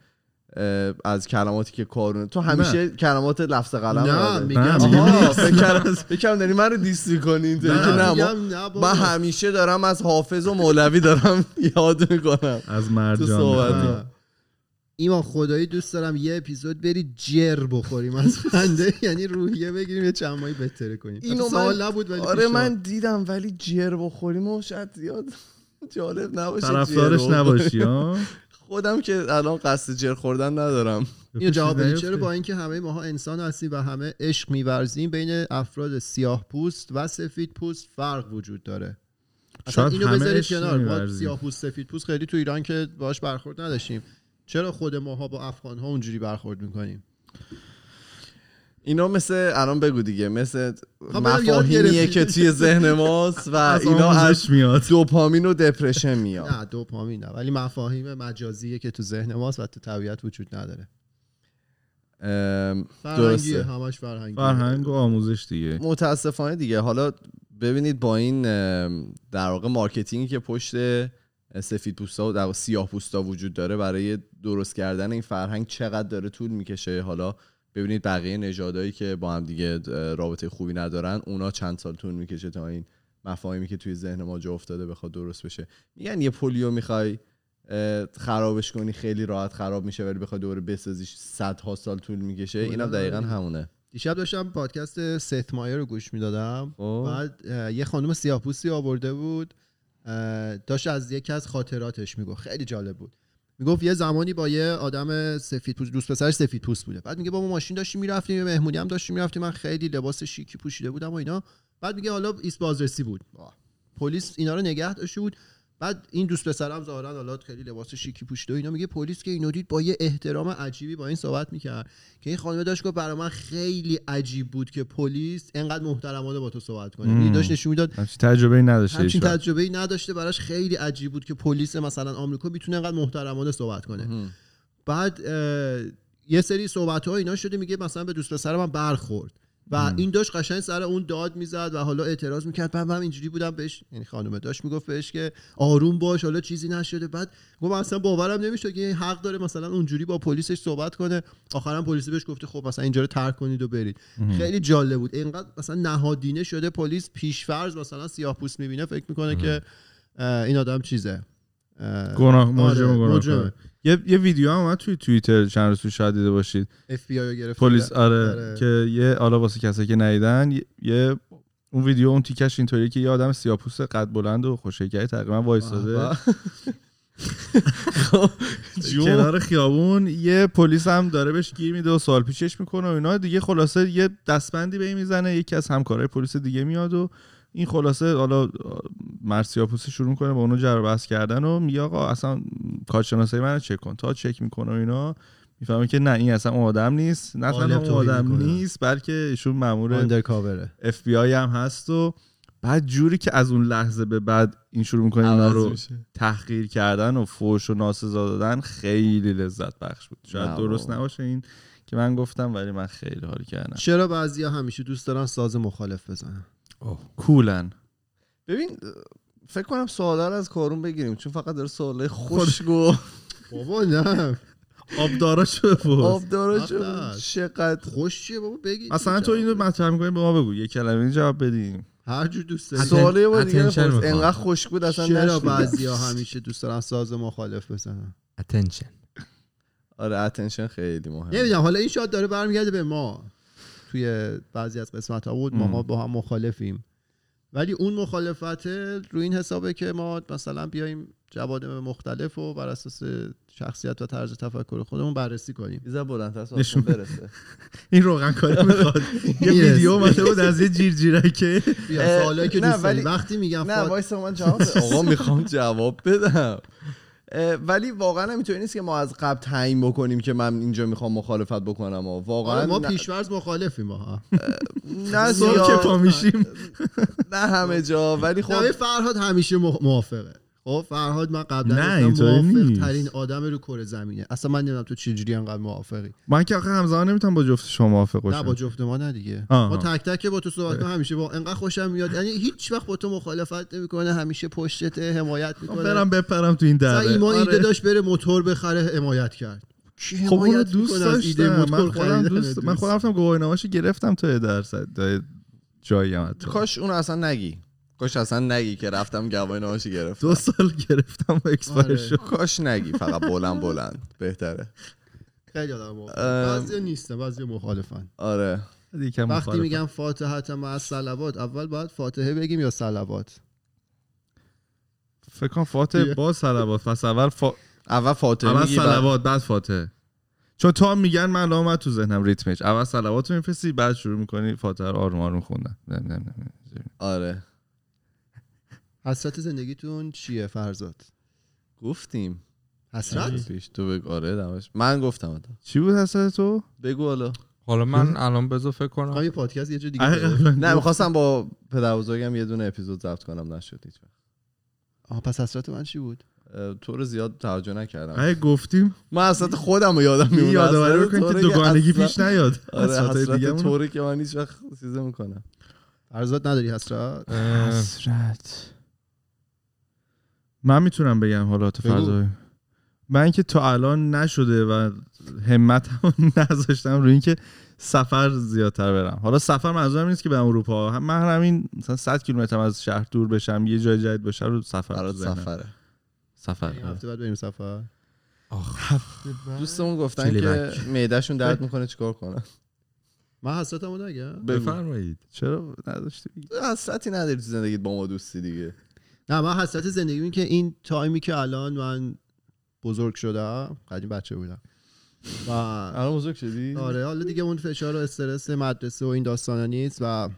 [SPEAKER 1] اه، از کلماتی که کارونه تو همیشه کلمات لفظ قلم
[SPEAKER 3] نه
[SPEAKER 1] یاده.
[SPEAKER 3] میگم
[SPEAKER 4] نه، میگم
[SPEAKER 1] آها فکر کردم- فکر کردم داری من رو دیس میکنی که نه ما-
[SPEAKER 3] میگم نه
[SPEAKER 1] من
[SPEAKER 3] بابا.
[SPEAKER 1] همیشه دارم از حافظ و مولوی دارم یاد میکنم
[SPEAKER 4] از
[SPEAKER 1] تو
[SPEAKER 4] مرجان
[SPEAKER 1] صحبت.
[SPEAKER 4] می‌خوام.
[SPEAKER 3] نه. ایمان خدایی دوست دارم یه اپیزود بری جر بخوریم از خنده یعنی روحیه بگیریم یه چند ماهی بهتره کنیم
[SPEAKER 1] اینو من-
[SPEAKER 3] سوال نبود ولی
[SPEAKER 1] آره
[SPEAKER 3] پیشنهاد.
[SPEAKER 1] من دیدم ولی جر بخوریم و شاید زیاد جالب نباشه جر
[SPEAKER 4] طرفدارش
[SPEAKER 1] بخوریم.
[SPEAKER 4] نباشی ها
[SPEAKER 1] خودم که الان قصد جر خوردن ندارم
[SPEAKER 3] اینو جواب بدید
[SPEAKER 4] نیفته.
[SPEAKER 3] چرا با اینکه همه ماها انسان هستیم و همه عشق میورزیم بین افراد سیاه پوست و سفید پوست فرق وجود داره اصلا
[SPEAKER 4] شاید
[SPEAKER 3] اینو
[SPEAKER 4] همه
[SPEAKER 3] بذارید
[SPEAKER 4] عشق
[SPEAKER 3] کنار ما
[SPEAKER 4] می‌ورزیم.
[SPEAKER 3] سیاه پوست سفید پوست خیلی تو ایران که باش برخورد نداشتیم چرا خود ماها با افغان ها اونجوری برخورد میکنیم
[SPEAKER 1] اینا مثل الان بگو دیگه مثل
[SPEAKER 3] خب، منم یاد
[SPEAKER 1] مفاهیمیه
[SPEAKER 3] گرفتی.
[SPEAKER 1] که توی ذهن ماست و
[SPEAKER 4] از
[SPEAKER 1] اینا از
[SPEAKER 4] آموزش میاد
[SPEAKER 1] دوپامین و دپرشن میاد
[SPEAKER 3] نه دوپامین نه ولی مفاهیم مجازیه که تو ذهن ماست و تو طبیعت وجود نداره
[SPEAKER 1] ام،
[SPEAKER 3] فرهنگیه
[SPEAKER 1] درسته.
[SPEAKER 3] همش فرهنگیه
[SPEAKER 4] فرهنگ و آموزش دیگه
[SPEAKER 1] متاسفانه دیگه حالا ببینید با این ام، در واقع مارکتینگی که پشت سفید پوستا و در سیاه پوستا وجود داره برای درست کردن این فرهنگ چقدر داره طول میکشه حالا ببینید بقیه نژادهایی که با هم دیگه اه، رابطه خوبی ندارن اونا چند سال طول میکشه تا این مفاهیمی که توی ذهن ما جا افتاده بخواد درست بشه میگن یه پلیو میخوای اه، خرابش کنی خیلی راحت خراب میشه ولی بخوای دوباره بسازیش صدها سال طول میکشه اینم دقیقا همونه
[SPEAKER 3] دیشب داشتم پادکست ست مایر رو گوش میدادم
[SPEAKER 1] خب.
[SPEAKER 3] بعد اه، یه خانم سیاهپوستی آورده بود اه، داشت از یکی از خاطراتش میگفت خیلی جالب بود میگفت یه زمانی با یه آدم سفید پوست دوست پسرش سفید پوست بوده بعد میگه با ما ماشین داشتیم میرفتیم یه مهمونی هم داشتیم میرفتیم من خیلی لباس شیکی پوشیده بودم و اینا بعد میگه حالا ایست بازرسی بود آه. پلیس اینا رو نگه داشته بود بعد این دوست پسرم ظاهرا حالا خیلی لباس شیکی پوشیده و اینا میگه پلیس که اینو دید با یه احترام عجیبی با این صحبت میکرد که این خانم داشت گفت برای من خیلی عجیب بود که پلیس انقدر محترمانه با تو صحبت کنه
[SPEAKER 4] مم.
[SPEAKER 3] یعنی داشت نشون میداد
[SPEAKER 4] همچین تجربه ای نداشته
[SPEAKER 3] همچین
[SPEAKER 4] هیچ وقت.
[SPEAKER 3] تجربه ای نداشته براش خیلی عجیب بود که پلیس مثلا آمریکا میتونه انقدر محترمانه صحبت کنه
[SPEAKER 1] هم.
[SPEAKER 3] بعد اه، یه سری صحبت ها اینا شده میگه مثلا به دوست پسر من برخورد و این داشت قشنگ سر اون داد میزد و حالا اعتراض میکرد بعد من اینجوری بودم بهش یعنی خانم داشت میگفت بهش که آروم باش حالا چیزی نشده بعد گفت من اصلا باورم نمیشه که این حق داره مثلا اونجوری با پلیسش صحبت کنه آخرم پلیس بهش گفته خب مثلا اینجا رو ترک کنید و برید خیلی جالب بود اینقدر مثلا نهادینه شده پلیس پیشفرض مثلا سیاه‌پوست میبینه فکر میکنه که اه، این آدم چیزه اه،
[SPEAKER 4] گناه مجرم
[SPEAKER 3] آره،
[SPEAKER 4] و گناه
[SPEAKER 3] مجرمه.
[SPEAKER 4] کار. یه یه ویدیو هم اومد توی توییتر چند روز پیش شاید دیده باشید
[SPEAKER 3] FBI رو گرفته
[SPEAKER 4] پلیس آره
[SPEAKER 3] آره.
[SPEAKER 4] که یه حالا واسه کسایی که ندیدن یه- یه اون ویدیو اون تیکش اینطوریه که یه آدم سیاپوست قد بلند و خوشه‌گری تقریبا وایساده خب، کنار خیابون یه پلیس هم داره بهش گیر میده و سوال پیچش میکنه و اینا دیگه خلاصه یه دستبندی به این میزنه یکی از همکارای پلیس دیگه میاد و این خلاصه حالا مرسیاپوس شروع میکنه با اونو جر و بحث کردن و میگه آقا اصلا کارشناسی منو چک کن تا چک میکنه و اینا میفهمه که نه این اصلا اون آدم نیست نه
[SPEAKER 3] قالب
[SPEAKER 4] اصلا اون
[SPEAKER 3] توهین
[SPEAKER 4] آدم
[SPEAKER 3] می‌کنه.
[SPEAKER 4] نیست بلکه ایشون مامور
[SPEAKER 3] آندرکاوره
[SPEAKER 4] اف بی آی هم هست و بعد جوری که از اون لحظه به بعد این شروع میکنه اینا
[SPEAKER 1] عوض
[SPEAKER 4] رو
[SPEAKER 1] میشه.
[SPEAKER 4] تحقیر کردن و فوش و ناسزا دادن خیلی لذت بخش بود شاید
[SPEAKER 1] نه
[SPEAKER 4] درست
[SPEAKER 1] بابا.
[SPEAKER 4] نباشه این که من گفتم ولی من خیلی حال کردم
[SPEAKER 3] چرا بعضیا همیشه دوست دارن ساز مخالف بزنن
[SPEAKER 4] کولن
[SPEAKER 1] ببین فکر کنم سوالا رو از کارون بگیریم چون فقط داره سوالای خوشگو
[SPEAKER 3] بابا نه
[SPEAKER 4] آبداراش بپرس
[SPEAKER 1] آبدارا
[SPEAKER 3] آب
[SPEAKER 1] چون
[SPEAKER 3] دار.
[SPEAKER 1] چقدر
[SPEAKER 3] خوش چیه بابا بگی
[SPEAKER 4] مثلا تو اینو مطرح میکنی به ما بگو یه کلمه این جواب بدیم
[SPEAKER 3] هر جور دوست داری
[SPEAKER 2] حتی-
[SPEAKER 1] سوال یه بار خب، دیگه
[SPEAKER 2] attention
[SPEAKER 1] بپرس.
[SPEAKER 2] میخوام.
[SPEAKER 1] انقدر خوش بود اصلا
[SPEAKER 3] چرا
[SPEAKER 1] نشنیدم.
[SPEAKER 3] بعضیا همیشه دوست دارن ساز مخالف بزنن
[SPEAKER 2] اتنشن
[SPEAKER 1] آره اتنشن خیلی مهمه
[SPEAKER 3] نمیدونم حالا این شاید داره برمیگرده به ما توی بعضی از قسمت ها بود ماها
[SPEAKER 4] ام.
[SPEAKER 3] با هم مخالفیم ولی اون مخالفت رو این حسابه که ما مثلا بیایم جوانب مختلف و بر اساس شخصیت و طرز تفکر خودمون بررسی کنیم
[SPEAKER 1] بیزا بلندتر سوال
[SPEAKER 4] نشون بده.
[SPEAKER 1] برسه
[SPEAKER 4] این روغن کاری میخواد یه
[SPEAKER 3] Yes.
[SPEAKER 4] ویدیو اومده بود از یه جیرجیرکه
[SPEAKER 3] بیا
[SPEAKER 1] اه،
[SPEAKER 3] سوالایی که
[SPEAKER 1] نه،
[SPEAKER 3] دوست داری
[SPEAKER 1] ولی-
[SPEAKER 3] وقتی میگم
[SPEAKER 1] نه
[SPEAKER 3] فاد-
[SPEAKER 1] وایس من جواب بده. آقا میخوام جواب بدم اه، ولی واقعا همینطوری نیست که ما از قبل تعیین بکنیم که من اینجا میخوام مخالفت بکنم و واقعا
[SPEAKER 3] آره، ما
[SPEAKER 1] نه-
[SPEAKER 3] پیشورز مخالفیم ما
[SPEAKER 1] نه
[SPEAKER 4] صبح
[SPEAKER 1] زیاد،
[SPEAKER 4] که پا میشیم
[SPEAKER 1] نه همه جا ولی خب
[SPEAKER 3] نه فرهاد همیشه مخ- موافقه خب فرهاد من قبلا
[SPEAKER 4] نه،
[SPEAKER 3] گفتم
[SPEAKER 4] اینطوری
[SPEAKER 3] موافق
[SPEAKER 4] نیست.
[SPEAKER 3] ترین آدم رو کره زمینه اصلا من نمیدونم تو چجوری انقدر موافقی
[SPEAKER 4] من که آخه همزمان نمیتونم با جفت شما موافق
[SPEAKER 3] نه با
[SPEAKER 4] باشم
[SPEAKER 3] جفت ما نه دیگه
[SPEAKER 4] آها.
[SPEAKER 3] ما تک تک با تو صحبت کنم همیشه با انقدر خوشم میاد یعنی هیچ وقت با تو مخالفت نمیکنه همیشه پشتت حمایت
[SPEAKER 4] خب
[SPEAKER 3] میکنه
[SPEAKER 4] برم بپرم تو این دره
[SPEAKER 3] ایمان
[SPEAKER 4] آره.
[SPEAKER 3] ایده داشت بره موتور بخره حمایت کرد کی
[SPEAKER 4] خب اونو
[SPEAKER 3] حمایت
[SPEAKER 4] دوست
[SPEAKER 3] می‌کنه از ایده
[SPEAKER 4] داشتم من
[SPEAKER 3] موتور
[SPEAKER 4] خودم
[SPEAKER 3] خریدن
[SPEAKER 4] دوست من خودم رفتم گواهینامه‌شو گرفتم تا یه درصد تا یه جایی هم حتی.
[SPEAKER 1] کاش اون اصلا نگی کاش اصلا نگی که رفتم گواهینامه‌شو گرفتم
[SPEAKER 4] دو سال گرفتم و
[SPEAKER 3] آره.
[SPEAKER 4] اکسپایر شد
[SPEAKER 1] کاش نگی فقط بلند بلند بهتره
[SPEAKER 3] خیلی آدم موافقه.
[SPEAKER 1] ام.
[SPEAKER 3] بعضیا نیستن بعضیا مخالفن
[SPEAKER 1] آره
[SPEAKER 4] یکم
[SPEAKER 3] وقتی
[SPEAKER 4] مخالفم.
[SPEAKER 3] میگم فاتحت مع الصلوات اول باید فاتحه بگیم یا صلوات
[SPEAKER 4] فکر کنم فاتح
[SPEAKER 3] دیگه.
[SPEAKER 4] با صلوات پس اول فا...
[SPEAKER 1] اول فاطمه
[SPEAKER 4] اول
[SPEAKER 1] میگی بعد-
[SPEAKER 4] صلوات بعد فاتح چون تا میگن من الان اومد تو ذهنم ریتمش اول صلوات رو میفرستی بعد شروع میکنی فاتح رو آروم آروم خوندن نه، نه، نه، نه.
[SPEAKER 1] آره
[SPEAKER 3] حسرت زندگیتون چیه فرزاد
[SPEAKER 1] گفتیم
[SPEAKER 3] حسرت
[SPEAKER 1] پیش تو بگو آره دمش من گفتم
[SPEAKER 4] چی بود حسد تو؟
[SPEAKER 1] بگو حالا
[SPEAKER 2] حالا من الان بذار فکر
[SPEAKER 3] میخوام
[SPEAKER 2] کنم
[SPEAKER 3] یه پادکست یه جا دیگه
[SPEAKER 4] آره،
[SPEAKER 3] بذاریم.
[SPEAKER 4] قبلا
[SPEAKER 1] نه
[SPEAKER 4] گفت.
[SPEAKER 1] میخواستم با پدر بزرگم یه دونه اپیزود ضبط کنم نشد هیچ وقت.
[SPEAKER 3] آها پس حسرت من چی بود
[SPEAKER 1] اه، تو رو زیاد توجه نکردم
[SPEAKER 4] آره گفتیم
[SPEAKER 1] من اصلا خودم رو یادم
[SPEAKER 4] این
[SPEAKER 1] میمونه
[SPEAKER 4] یادآوری
[SPEAKER 1] حسرت
[SPEAKER 4] رو کنیم که
[SPEAKER 1] طوره که
[SPEAKER 4] دوگانگی
[SPEAKER 1] اصلا-
[SPEAKER 4] پیش نیاد
[SPEAKER 1] آره
[SPEAKER 4] حسرت‌های دیگه‌مون
[SPEAKER 1] حسرت
[SPEAKER 4] رو.
[SPEAKER 1] طوری که من هیچ وقت چیزه میکنم
[SPEAKER 3] فرزاد نداری حسرت
[SPEAKER 2] اه،
[SPEAKER 4] حسرت من میتونم بگم حالا تا فردا من که تا الان نشده و همت هم نذاشتم روی اینکه سفر زیادتر برم حالا سفر منظورم این نیست که به اروپا هم- من همین مثلا 100 کیلومتر از شهر دور بشم یه جای جدید باشم رو سفر
[SPEAKER 1] برات
[SPEAKER 4] تو ذهنم.
[SPEAKER 1] سفره
[SPEAKER 4] سفر
[SPEAKER 3] این
[SPEAKER 4] آره.
[SPEAKER 3] هفته بعد بریم سفر
[SPEAKER 1] دوستمون گفتن که
[SPEAKER 2] چلیبک.
[SPEAKER 1] معدهشون درد میکنه چیکار کنن
[SPEAKER 3] من حسرتمو نگم
[SPEAKER 1] بفهم
[SPEAKER 2] بفرمایید
[SPEAKER 4] چرا نداشتی
[SPEAKER 1] حسرتی نداری تو زندگیت با ما دوستی دیگه
[SPEAKER 3] نه من حسرت زندگی این که این تایمی که الان من بزرگ شدم قدیم بچه بودم و
[SPEAKER 1] الان بزرگ شدی
[SPEAKER 3] آره حالا دیگه اون فشار و استرس مدرسه و این داستانا نیست و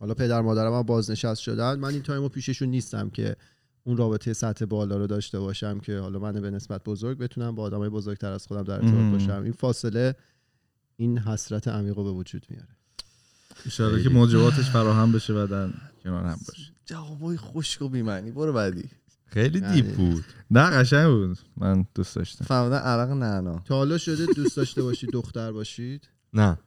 [SPEAKER 3] حالا پدر مادرم هم بازنشست شدن من این تایمو پیششون نیستم که اون رابطه سطح بالا رو داشته باشم که حالا من به نسبت بزرگ بتونم با آدمای بزرگتر از خودم در ارتباط
[SPEAKER 4] مم.
[SPEAKER 3] باشم این فاصله این حسرت عمیق رو به وجود میاره
[SPEAKER 4] ان که موجباتش فراهم بشه و در کنار هم باشه
[SPEAKER 1] جوابای خشک و بی‌معنی برو بعدی
[SPEAKER 2] خیلی دیپ بود
[SPEAKER 4] نه قشنگ بود من دوست داشتم
[SPEAKER 1] فهمیدن عرق نعنا
[SPEAKER 3] تا حالا شده دوست داشته باشید دختر باشید
[SPEAKER 2] نه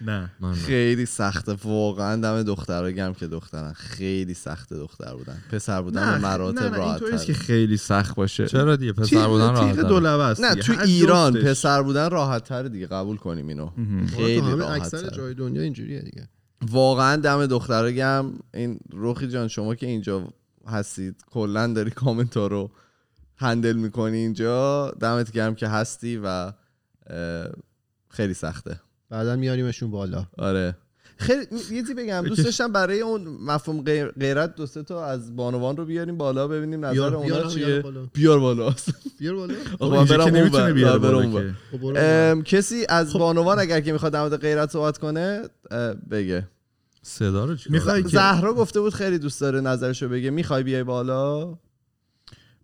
[SPEAKER 4] نه
[SPEAKER 2] من نه.
[SPEAKER 1] خیلی سخته واقعا دم دخترا گم که دخترن خیلی سخت دختر بودن پسر بودن به مراتب راحت
[SPEAKER 4] اینطوری نیست که خیلی سخت باشه
[SPEAKER 2] چرا دیگه پسر بودن
[SPEAKER 4] تیغ دو
[SPEAKER 2] راحت
[SPEAKER 4] لبه است
[SPEAKER 1] نه
[SPEAKER 4] دیگه.
[SPEAKER 1] تو
[SPEAKER 4] هر
[SPEAKER 1] ایران
[SPEAKER 4] جفتش. خب،
[SPEAKER 1] پسر بودن راحت تر دیگه قبول کنیم اینو
[SPEAKER 4] مهم.
[SPEAKER 1] خیلی
[SPEAKER 3] تو همه
[SPEAKER 1] راحت
[SPEAKER 3] اکثر جای دنیا اینجوریه دیگه
[SPEAKER 1] واقعا دم دخترا گم این روخی جان شما که اینجا هستید کلا داری کامنت ها رو هندل میکنی اینجا دمت گرم که هستی و اه، خیلی سخته
[SPEAKER 3] بعدا میاریمشون بالا
[SPEAKER 1] آره خیلی یه چیزی بگم دوست داشتم برای اون مفهوم غیر- غیرت دو سه تا از بانوان رو بیاریم بالا ببینیم نظر
[SPEAKER 3] بیار
[SPEAKER 1] اونا
[SPEAKER 3] بیار
[SPEAKER 1] چیه
[SPEAKER 3] بیار بالا
[SPEAKER 1] بیار بالا
[SPEAKER 3] بیار بالا
[SPEAKER 1] آقا
[SPEAKER 4] اینجا
[SPEAKER 1] برم
[SPEAKER 4] که
[SPEAKER 1] اون
[SPEAKER 4] نمیتونه
[SPEAKER 1] بر-
[SPEAKER 4] بیاره
[SPEAKER 1] برم
[SPEAKER 4] بالا
[SPEAKER 1] اون بر.
[SPEAKER 4] که.
[SPEAKER 3] خب برو بالا.
[SPEAKER 1] ام، کسی از بانوان اگر که میخواد در مورد غیرت صحبت کنه اه، بگه
[SPEAKER 2] صدا رو چیکار
[SPEAKER 4] میخوای که
[SPEAKER 1] زهرا گفته بود خیلی دوست داره نظرشو بگه میخوای بیای بالا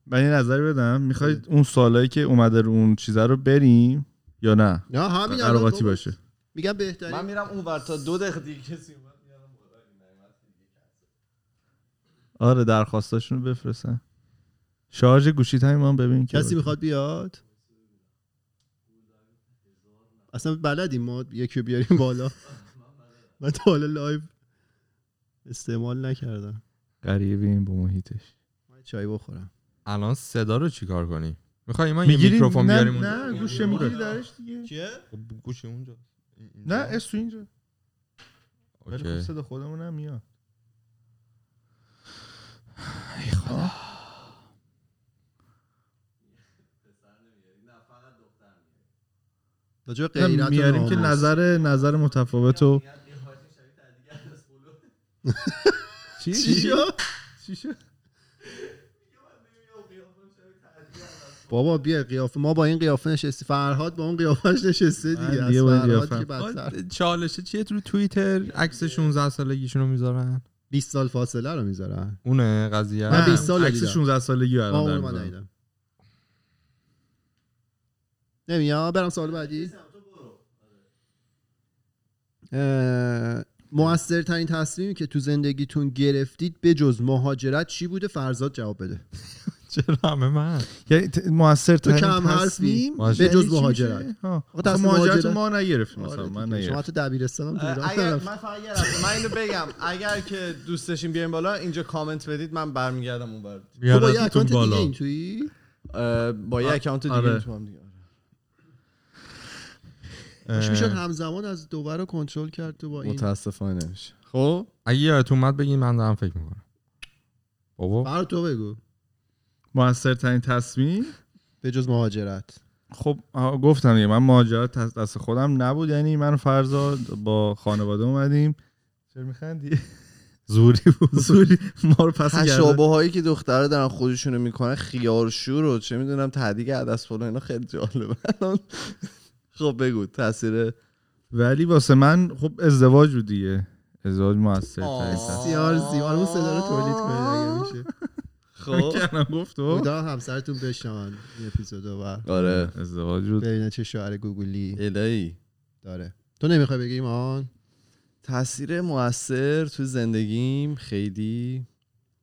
[SPEAKER 4] من یه نظری بدم میخواید اون سالایی که اومده رو اون چیزه رو بریم یا نه
[SPEAKER 3] نه همین الان
[SPEAKER 4] قراقاتی
[SPEAKER 3] بابا.
[SPEAKER 4] باشه
[SPEAKER 3] میگم بهترین
[SPEAKER 1] من میرم اون ور تا دو دقیقه دیگه کسی اومد میارم بالا.
[SPEAKER 4] آره درخواستاشون رو بفرستن شارژ گوشیت همین من ببین که
[SPEAKER 3] کسی میخواد بیاد اصلا بلدیم ما یکی رو بیاریم بالا من تا حالا لایو استعمال نکردم
[SPEAKER 4] قریبیم با محیطش
[SPEAKER 3] من چای بخورم
[SPEAKER 2] الان صدا رو چیکار کنیم میخوای من یه
[SPEAKER 4] میگیری
[SPEAKER 2] میکروفون
[SPEAKER 4] نه
[SPEAKER 2] بیاریم
[SPEAKER 4] نه
[SPEAKER 2] اونجا؟
[SPEAKER 4] گوش میگیری درش دیگه
[SPEAKER 1] چیه؟
[SPEAKER 2] خب، گوشی اونجا
[SPEAKER 4] نه اس تو اینجا ولی خب
[SPEAKER 2] اوکی.
[SPEAKER 4] صدا خودمون هم میاد
[SPEAKER 3] راجع به
[SPEAKER 4] نه،
[SPEAKER 3] غیرت و
[SPEAKER 4] میاریم که
[SPEAKER 3] ناموس.
[SPEAKER 4] نظر نظر متفاوت و چی
[SPEAKER 3] چی شد؟
[SPEAKER 4] چی شد؟
[SPEAKER 3] بابا بیا قیافه ما با این قیافه نشستی فرهاد با اون قیافش نشسته
[SPEAKER 4] من
[SPEAKER 3] دیگه
[SPEAKER 4] دیگه
[SPEAKER 3] از
[SPEAKER 4] با این
[SPEAKER 3] فرهاد
[SPEAKER 4] قیافه‌ام.
[SPEAKER 3] که بدتر
[SPEAKER 2] چالشه چیه تو توییتر عکس 16 سالگیشون رو میذارن
[SPEAKER 3] 20 سال فاصله رو میذارن
[SPEAKER 2] اونه قضیه
[SPEAKER 3] من
[SPEAKER 4] نه،
[SPEAKER 3] 20 سال
[SPEAKER 4] عکس
[SPEAKER 3] دیدم.
[SPEAKER 4] 16 سالگی
[SPEAKER 3] ما
[SPEAKER 4] برام
[SPEAKER 3] اون رو
[SPEAKER 4] در
[SPEAKER 3] من
[SPEAKER 4] می‌ذارم.
[SPEAKER 3] ندیدم نمیاد برم سال بعدی اه، موثرترین تصمیمی که تو زندگیتون گرفتید به جز مهاجرت چی بوده فرزاد جواب بده
[SPEAKER 2] چرا همه من
[SPEAKER 4] یعنی موثر
[SPEAKER 3] تو کم حرفی. به جز مهاجرت. آقا دست
[SPEAKER 4] مهاجرت
[SPEAKER 3] مهاجرت-
[SPEAKER 4] ما نگرفتیم مثلا
[SPEAKER 3] آره
[SPEAKER 4] من
[SPEAKER 3] دیگه. شما
[SPEAKER 4] نگرفتم
[SPEAKER 3] تو دبیرستان هم دوران
[SPEAKER 1] اگر من
[SPEAKER 3] طرف
[SPEAKER 1] فقط یه لحظه، من اینو بگم اگر که دوست داشتین بیاین بالا اینجا کامنت بدید من برمیگردم اون بر
[SPEAKER 3] تو با یه
[SPEAKER 2] یعنی تو
[SPEAKER 3] اکانت دیگه
[SPEAKER 2] بالا
[SPEAKER 3] این تویی
[SPEAKER 1] اه، با یه
[SPEAKER 4] آ-
[SPEAKER 1] اکانت دیگه
[SPEAKER 4] آره.
[SPEAKER 1] میتونم دیگه
[SPEAKER 3] کاش میشد همزمان از دوبر رو کنترل کرد تو با این
[SPEAKER 1] متاسفانه نمیشه خب
[SPEAKER 2] اگه یادتون اومد بگین من دارم فکر میکنم بابا
[SPEAKER 3] برای تو بگو
[SPEAKER 4] موثرترین تصمیم
[SPEAKER 3] به جز مهاجرت
[SPEAKER 4] خب آه، گفتم دیگه من مهاجرت از دست خودم نبود یعنی من و فرزاد با خانواده اومدیم چرا میخندی
[SPEAKER 2] زوری بود
[SPEAKER 4] زوری ما رو پس گردن
[SPEAKER 1] تشابه هایی
[SPEAKER 2] یعنی-
[SPEAKER 1] که دختره دارن خودشونو میکنن خیارشور و چه میدونم تعدیق عدس فلان اینا خیلی جالبه الان خب بگو تاثیر
[SPEAKER 4] ولی واسه من خب ازدواج بود دیگه ازدواج موثرترین
[SPEAKER 1] آه.
[SPEAKER 4] تصمیم
[SPEAKER 3] بسیار زیبا اون صدا رو تولید کنید اگه میشه
[SPEAKER 1] خب
[SPEAKER 4] کردم گفت تو
[SPEAKER 3] خدا همسرتون بشنون این اپیزودو و
[SPEAKER 1] آره
[SPEAKER 4] ازدواج بود
[SPEAKER 3] ببینه چه شعر گوگلی
[SPEAKER 1] الهی
[SPEAKER 3] داره تو نمیخوای بگی ایمان
[SPEAKER 1] تاثیر موثر تو زندگیم خیلی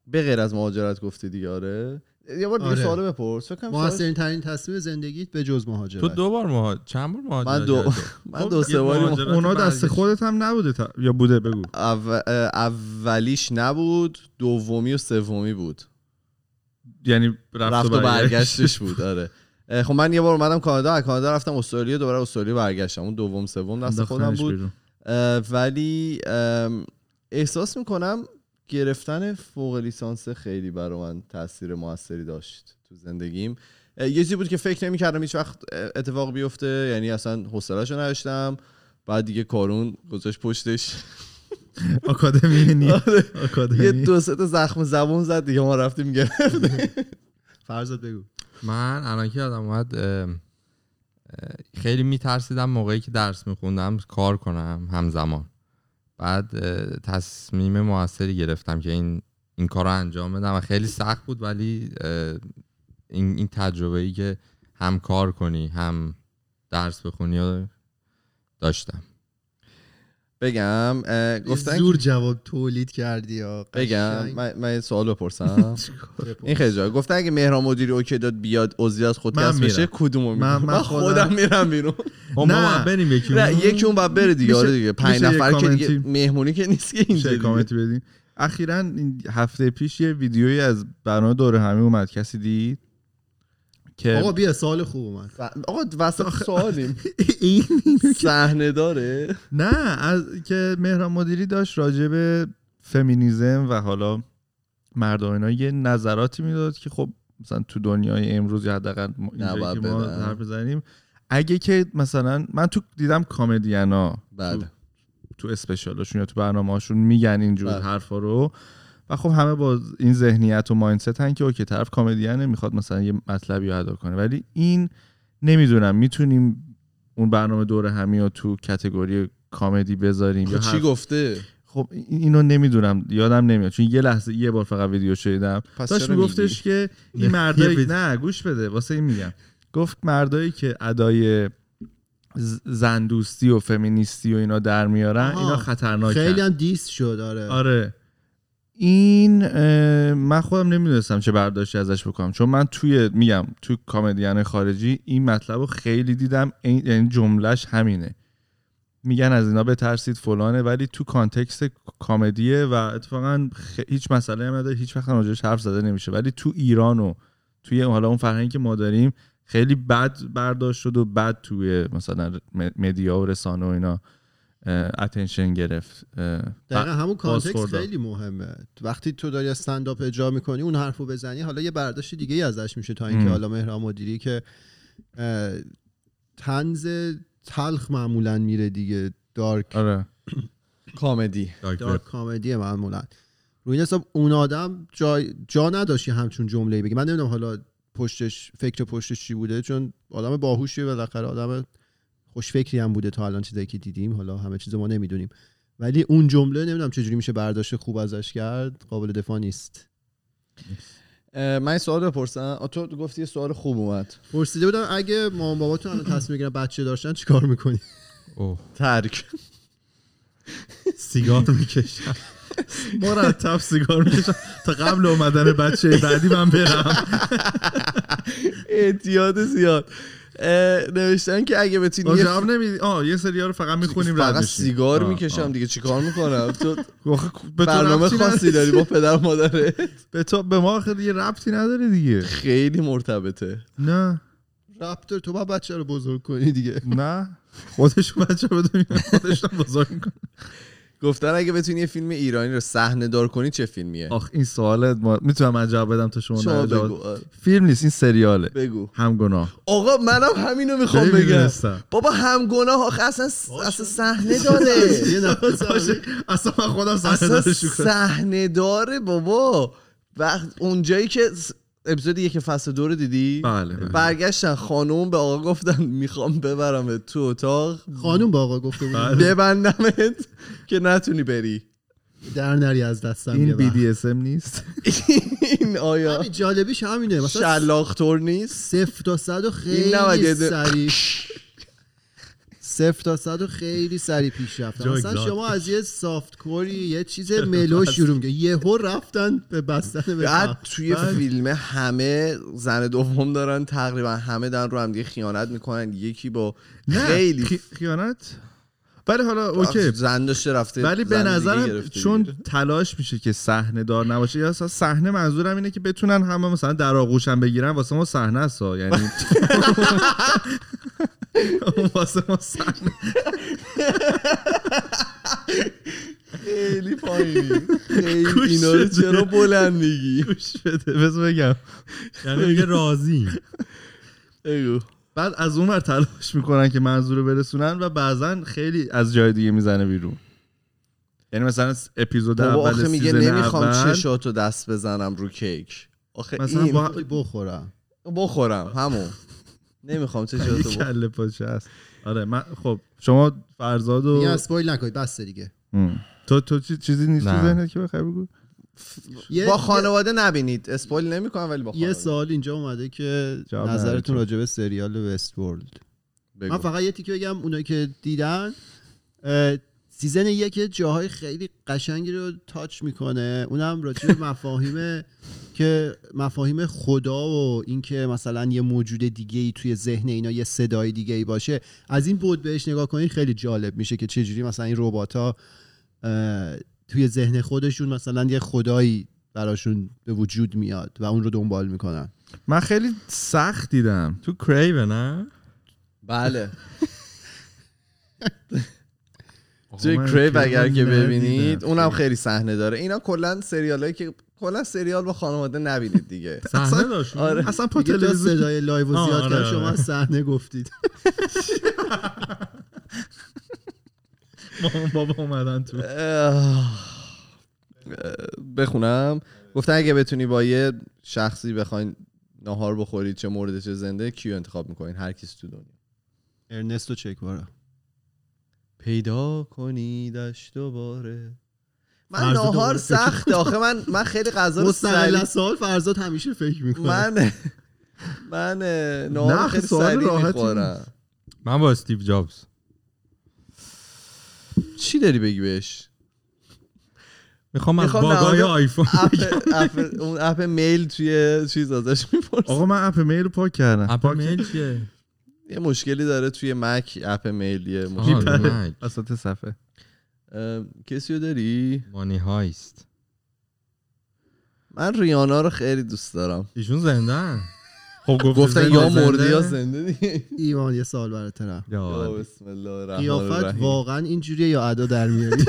[SPEAKER 1] به غیر از مهاجرت گفتی دیگه آره یه بار دیگه
[SPEAKER 3] آره.
[SPEAKER 1] سوالو بپرس فکر کنم سوال-
[SPEAKER 3] موثرترین ترین تصمیم زندگیت به جز
[SPEAKER 2] تو
[SPEAKER 3] مهاجرت
[SPEAKER 2] دو بار مهاجرت چند بار مهاجرت
[SPEAKER 1] من دو-
[SPEAKER 2] کردی؟
[SPEAKER 1] من
[SPEAKER 2] خب،
[SPEAKER 1] دو سه
[SPEAKER 2] یه
[SPEAKER 1] باری
[SPEAKER 2] مهاجرت
[SPEAKER 4] اونا
[SPEAKER 2] برگشت.
[SPEAKER 4] دست خودت هم نبوده تا- یا بوده بگو
[SPEAKER 1] اول- اولیش نبود دومی و سومی بود
[SPEAKER 4] یعنی
[SPEAKER 1] رفت و برگشتش بود آره اه، خب من یه بار اومدم کانادا از کانادا رفتم استرالیا دوباره استرالیا برگشتم اون دوم سوم دست خودم
[SPEAKER 4] انداختنش
[SPEAKER 1] بود
[SPEAKER 4] بیرون.
[SPEAKER 1] اه، ولی ام، احساس میکنم گرفتن فوق لیسانس خیلی برای من تاثیر موثری داشت تو زندگیم اه، یه چیزی بود که فکر نمیکردم هیچ وقت اه، اتفاق بیفته یعنی اصلا حوصله‌شو نداشتم بعد دیگه کارون گذاشت پشتش
[SPEAKER 4] آکادمی نی
[SPEAKER 1] آره. یه
[SPEAKER 4] آکادمی
[SPEAKER 1] دو سه تا زخم زبون زد دیگه ما رفتیم گرفت
[SPEAKER 3] فرزاد بگو
[SPEAKER 2] من الان که یادم اومد ام، اه، خیلی میترسیدم موقعی که درس میخوندم کار کنم همزمان بعد اه، تصمیم موثری گرفتم که این این کار رو انجام بدم و خیلی سخت بود ولی اه، این, این تجربه ای که هم کار کنی هم درس بخونی رو داشتم
[SPEAKER 1] بگم اه، گفتن
[SPEAKER 3] زور جواب تولید کردی یا
[SPEAKER 1] بگم من, من یه سوال بپرسم این خیلی جالب گفتن اگه مهران مدیری اوکی داد بیاد عضوی از
[SPEAKER 4] من
[SPEAKER 1] خودکست بشه
[SPEAKER 4] میرم.
[SPEAKER 1] کدومو میگم
[SPEAKER 4] من-
[SPEAKER 1] من,
[SPEAKER 4] من
[SPEAKER 1] خودم
[SPEAKER 4] خودم-
[SPEAKER 1] میرم بیرون
[SPEAKER 2] خب
[SPEAKER 4] نه.
[SPEAKER 2] ما باید بریم یکی
[SPEAKER 1] نه
[SPEAKER 2] اون.
[SPEAKER 1] یکی اون بعد بره دیگه
[SPEAKER 4] میشه-
[SPEAKER 1] آره دیگه پنج
[SPEAKER 4] میشه یه
[SPEAKER 1] نفر که دیگه
[SPEAKER 4] کامنتی-
[SPEAKER 1] مهمونی که نیست که اینجا
[SPEAKER 4] چه
[SPEAKER 1] دیگه.
[SPEAKER 4] کامنتی بدین اخیرا این هفته پیش یه ویدیویی از برنامه دور همی اومد کسی دید
[SPEAKER 3] آقا
[SPEAKER 4] که
[SPEAKER 3] بیا سال خوب اومد
[SPEAKER 1] س- آقا وسط سوالیم
[SPEAKER 4] این
[SPEAKER 1] صحنه داره
[SPEAKER 4] نه از که مهران مدیری داشت راجع به فمینیزم و حالا مرد و اینا یه نظراتی میداد که خب مثلا تو دنیای امروز یا حداقل ما- اینجایی
[SPEAKER 1] نباید
[SPEAKER 4] که ما
[SPEAKER 1] بدن.
[SPEAKER 4] حرف بزنیم اگه که مثلا من تو دیدم کامدینا
[SPEAKER 1] بله
[SPEAKER 4] تو اسپشیالشون یا تو برنامه‌هاشون میگن اینجور
[SPEAKER 1] بله.
[SPEAKER 4] حرفا رو و خب همه با این ذهنیت و مایندست هن که اوکی طرف کمدینه میخواد مثلا یه مطلبی رو ادا کنه ولی این نمیدونم میتونیم اون برنامه دور همی رو تو کتگوری کامدی بذاریم
[SPEAKER 1] خب
[SPEAKER 4] یا
[SPEAKER 1] چی
[SPEAKER 4] حرف-
[SPEAKER 1] گفته
[SPEAKER 4] خب این- اینو نمیدونم یادم نمیاد چون یه لحظه یه بار فقط ویدیو شدیدم
[SPEAKER 1] پس
[SPEAKER 4] داشت
[SPEAKER 1] چرا
[SPEAKER 4] میگفتش که این
[SPEAKER 2] یه
[SPEAKER 4] مردایی
[SPEAKER 2] وید-
[SPEAKER 4] نه گوش بده واسه این میگم گفت مردایی که ادای ز- زندوستی و فمینیستی و اینا در میارن
[SPEAKER 3] آها.
[SPEAKER 4] اینا خطرناکن
[SPEAKER 3] خیلی هم دیس شد آره
[SPEAKER 4] آره این اه، من خودم نمیدونستم چه برداشتی ازش بکنم چون من توی میگم توی کامدین خارجی این مطلب رو خیلی دیدم این- یعنی جملهش همینه میگن از اینا بترسید فلانه ولی تو کانتکست کمدیه و اتفاقا خ- هیچ مسئله هم نداره هیچ وقت هم راجعش حرف زده نمیشه ولی تو ایران و توی حالا اون فرهنگی که ما داریم خیلی بد برداشت شد و بد توی مثلا م- مدیا و رسانه و اینا اتنشن گرفت اه، ب-
[SPEAKER 3] دقیقا همون کانتکست
[SPEAKER 4] بازخوردها.
[SPEAKER 3] خیلی مهمه وقتی تو داری استنداپ اجرا میکنی اون حرفو بزنی حالا یه برداشت دیگه ای ازش میشه تا اینکه
[SPEAKER 4] ام.
[SPEAKER 3] حالا مهران مدیری که اه، تنز تلخ معمولا میره دیگه دارک
[SPEAKER 4] آره
[SPEAKER 1] کامدی
[SPEAKER 4] خب.
[SPEAKER 3] دارک کامدی معمولا روی این حساب اون آدم جا, جا نداشت یه همچون جمله بگه من نمیدونم حالا پشتش فکر پشتش چی بوده چون آدم باهوشی بالاخره آدم خوش فکری هم بوده تا الان چیزایی که دیدیم حالا همه چیز ما نمیدونیم ولی اون جمله نمیدونم چجوری میشه برداشت خوب ازش کرد قابل دفاع نیست
[SPEAKER 1] اه، من این سوال بپرسم آه، تو گفتی یه سوال خوب اومد
[SPEAKER 3] پرسیده بودم اگه مامان باباتون الان تصمیم بگیرن بچه داشتن چیکار میکنی
[SPEAKER 2] اوه
[SPEAKER 1] ترک
[SPEAKER 4] سیگار میکشم مرتب سیگار میکشم تا قبل اومدن بچه بعدی من برم
[SPEAKER 1] اعتیاد زیاد اه، نوشتن که اگه بتونی
[SPEAKER 4] آه،
[SPEAKER 1] یه
[SPEAKER 4] جواب نمیدی آه یه سریا رو فقط میخونیم رد
[SPEAKER 1] فقط
[SPEAKER 4] میشیم
[SPEAKER 1] سیگار
[SPEAKER 4] آه، آه.
[SPEAKER 1] میکشم دیگه چیکار میکنم تو
[SPEAKER 4] آخه به تو
[SPEAKER 1] برنامه
[SPEAKER 4] ربطی
[SPEAKER 1] خاصی
[SPEAKER 4] نداره.
[SPEAKER 1] داری با پدر و مادره
[SPEAKER 4] به تو به ما آخه دیگه ربطی نداره دیگه
[SPEAKER 1] خیلی مرتبطه
[SPEAKER 4] نه
[SPEAKER 3] رابطه تو با بچه رو بزرگ کنی دیگه
[SPEAKER 4] نه خودش بچه به دنیا خودش رو بزرگ می‌کنه.
[SPEAKER 1] گفتن اگه بتونی یه فیلم ایرانی رو صحنه دار کنی چه فیلمیه
[SPEAKER 4] آخ این سوالت ما میتونم من جواب بدم تا شما
[SPEAKER 1] شما
[SPEAKER 4] نه
[SPEAKER 1] بگو
[SPEAKER 4] جواب
[SPEAKER 1] آره،
[SPEAKER 4] فیلم نیست این سریاله
[SPEAKER 1] بگو
[SPEAKER 4] هم گناه
[SPEAKER 1] آقا منم همینو میخوام
[SPEAKER 4] خب
[SPEAKER 1] بگم
[SPEAKER 4] بگم
[SPEAKER 1] بابا همگناه آخه اصلا اصلا صحنه داره
[SPEAKER 3] یه نفر صاحب-
[SPEAKER 4] اصلا من خودم
[SPEAKER 1] اصلا
[SPEAKER 4] سرش کنم
[SPEAKER 1] صحنه داره بابا وقت اونجایی که س- اپیزود یک فصل دو رو دیدی
[SPEAKER 4] بله، بله.
[SPEAKER 1] برگشتن خانوم به آقا گفتن میخوام ببرم تو اتاق
[SPEAKER 3] خانم با آقا گفته بود
[SPEAKER 4] بله.
[SPEAKER 1] ببندمت که نتونی بری
[SPEAKER 3] در نری از دستم یه
[SPEAKER 4] این
[SPEAKER 3] وقت.
[SPEAKER 4] BDSM نیست
[SPEAKER 1] این آیا
[SPEAKER 3] همین جالبیش همینه مثلا
[SPEAKER 1] شلاختور نیست
[SPEAKER 3] صفر تا صد و
[SPEAKER 1] این نباید
[SPEAKER 3] خیلی
[SPEAKER 1] یه ده-
[SPEAKER 3] سریع صفر تا صد و خیلی سریع پیش رفتن
[SPEAKER 4] جای
[SPEAKER 3] مثلا
[SPEAKER 4] گلاد.
[SPEAKER 3] شما از یه سافت کوری یه چیز ملو شروع میگه یهو رفتن به بستن به
[SPEAKER 1] بعد
[SPEAKER 3] سقف.
[SPEAKER 1] توی
[SPEAKER 4] بله.
[SPEAKER 1] فیلم همه زن دوم دارن تقریبا همه دارن رو هم دیگه خیانت میکنن یکی با
[SPEAKER 4] نه
[SPEAKER 1] خیلی
[SPEAKER 4] خی- خیانت ولی حالا اوکی
[SPEAKER 1] زن داشته رفته
[SPEAKER 4] ولی به
[SPEAKER 1] زن دیگه
[SPEAKER 4] نظرم
[SPEAKER 1] گرفته
[SPEAKER 4] چون
[SPEAKER 1] دیگه.
[SPEAKER 4] تلاش میشه که صحنه دار نباشه یا اصلا صحنه منظورم اینه که بتونن همه مثلا در آغوشم بگیرن واسه ما صحنه است ها. یعنی اون واسه ما صحنه
[SPEAKER 1] خیلی پایینی خیلی
[SPEAKER 4] گوش
[SPEAKER 1] اینا رو
[SPEAKER 4] بده.
[SPEAKER 1] چرا بلند میگی
[SPEAKER 4] گوش بده بذار بگم
[SPEAKER 5] یعنی میگه راضی
[SPEAKER 1] بگو.
[SPEAKER 4] بعد از اون ور تلاش میکنن که منظور رو برسونن و بعضا خیلی از جای دیگه میزنه بیرون یعنی مثلا اپیزود
[SPEAKER 1] بابا
[SPEAKER 4] اول
[SPEAKER 1] آخه میگه
[SPEAKER 4] بله، سیزن
[SPEAKER 1] نمیخوام
[SPEAKER 4] اول
[SPEAKER 1] چشاتو دست بزنم رو کیک آخه
[SPEAKER 4] مثلا
[SPEAKER 1] این
[SPEAKER 4] با
[SPEAKER 3] می‌خوای بخورم
[SPEAKER 1] بخورم همون نمیخوام
[SPEAKER 4] یه
[SPEAKER 1] چشاتو بخورم
[SPEAKER 4] کله پاچه است آره من خب شما فرزاد
[SPEAKER 3] دیگه
[SPEAKER 4] و
[SPEAKER 3] اسپویل نکنید بس دیگه
[SPEAKER 4] ام. تو تو چی- چیزی نیست تو
[SPEAKER 2] نه.
[SPEAKER 4] ذهنت که بخوای بگو
[SPEAKER 3] یه-
[SPEAKER 1] با خانواده نبینید اسپایل نمیکنم ولی با
[SPEAKER 3] یه
[SPEAKER 1] خانواده
[SPEAKER 3] سوال اینجا اومده که
[SPEAKER 4] جواب
[SPEAKER 3] نظرتون
[SPEAKER 4] نداره.
[SPEAKER 3] راجع به سریال وست ورلد
[SPEAKER 1] بگو.
[SPEAKER 3] من فقط یه تیکه بگم اونایی که دیدن اه، سیزن یک یه جاهای خیلی قشنگی رو تاچ میکنه اونم راجع به مفاهیم که مفاهیم خدا و اینکه مثلا یه موجود دیگه ای توی ذهن اینا یه صدای دیگه ای باشه از این بود بهش نگاه کنین خیلی جالب میشه که چجوری مثلا این ربات ها توی ذهن خودشون مثلا یه خدایی براشون به وجود میاد و اون رو دنبال میکنن
[SPEAKER 4] من خیلی سخت دیدم
[SPEAKER 5] تو کریوه نه
[SPEAKER 1] بله
[SPEAKER 4] آقا
[SPEAKER 1] توی
[SPEAKER 4] من
[SPEAKER 1] کریو
[SPEAKER 4] کریو
[SPEAKER 1] اگر که
[SPEAKER 4] ندیدم.
[SPEAKER 1] ببینید اونم خیلی صحنه داره اینا کلا سریالایی که کلا سریال با خانواده نبینید دیگه
[SPEAKER 5] صحنه داشت
[SPEAKER 1] آره
[SPEAKER 4] اصلا پا
[SPEAKER 3] دیگه تا
[SPEAKER 4] تلویزیون
[SPEAKER 3] صدای لایو و
[SPEAKER 5] آه،
[SPEAKER 3] زیاد
[SPEAKER 5] آره،
[SPEAKER 3] کرد
[SPEAKER 5] آره.
[SPEAKER 3] شما صحنه گفتید
[SPEAKER 5] مامان بابا اومدن تو
[SPEAKER 1] بخونم گفتن اگه بتونی با یه شخصی بخواین ناهار بخورید چه مورد چه زنده کیو انتخاب میکنین هر کیس تو دنیا
[SPEAKER 3] ارنستو چکوارا
[SPEAKER 1] پیدا کنیدش دوباره من
[SPEAKER 5] فرض
[SPEAKER 1] ناهار
[SPEAKER 5] دوباره.
[SPEAKER 1] سخته آخه من من خیلی غذا رو
[SPEAKER 3] مستقل
[SPEAKER 1] سریع
[SPEAKER 3] از سوال فرزاد همیشه فکر میکنه
[SPEAKER 1] من من اه، ناهار
[SPEAKER 4] نه،
[SPEAKER 1] رو
[SPEAKER 4] آخه
[SPEAKER 1] خیلی
[SPEAKER 4] سوال
[SPEAKER 1] سریع
[SPEAKER 4] راحتی
[SPEAKER 1] میخورم
[SPEAKER 2] من با استیو جابز
[SPEAKER 1] چی داری بگی بهش
[SPEAKER 5] میخوام از
[SPEAKER 1] می‌خوام
[SPEAKER 5] باگای
[SPEAKER 1] نهایت-
[SPEAKER 5] آیفون
[SPEAKER 1] اپ اپ- اون اپ میل توی چیز ازش میپرسه
[SPEAKER 4] آقا من اپ میل رو پاک کردم
[SPEAKER 5] اپ میل چیه
[SPEAKER 1] یه مشکلی داره توی مک اپ میلیه
[SPEAKER 2] آها،
[SPEAKER 1] مشکل.
[SPEAKER 2] مک.
[SPEAKER 4] وسط صفحه
[SPEAKER 1] اه، کسی رو داری
[SPEAKER 2] مانی هایست
[SPEAKER 1] من ریانا رو خیلی دوست دارم
[SPEAKER 2] ایشون زنده
[SPEAKER 4] خب
[SPEAKER 1] گفتن
[SPEAKER 2] زنده؟
[SPEAKER 1] یا مردی یا زنده دیگه.
[SPEAKER 3] ایمان یه سال برای ترم
[SPEAKER 1] یا
[SPEAKER 2] یا آره.
[SPEAKER 1] بسم الله الرحمن
[SPEAKER 3] قیافت
[SPEAKER 1] الرحیم.
[SPEAKER 3] واقعا اینجوریه یا ادا در میاری